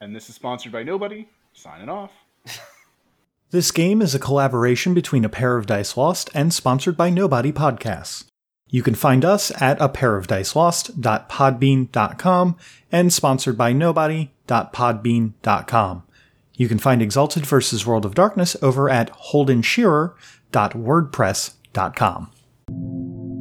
Speaker 1: And this is sponsored by nobody. Signing off.
Speaker 2: This game is a collaboration between A Pair of Dice Lost and sponsored by Nobody Podcasts. You can find us at a pair of dice lost.podbean.com and sponsored by nobody.podbean.com. You can find Exalted versus World of Darkness over at holdenshearer.wordpress.com.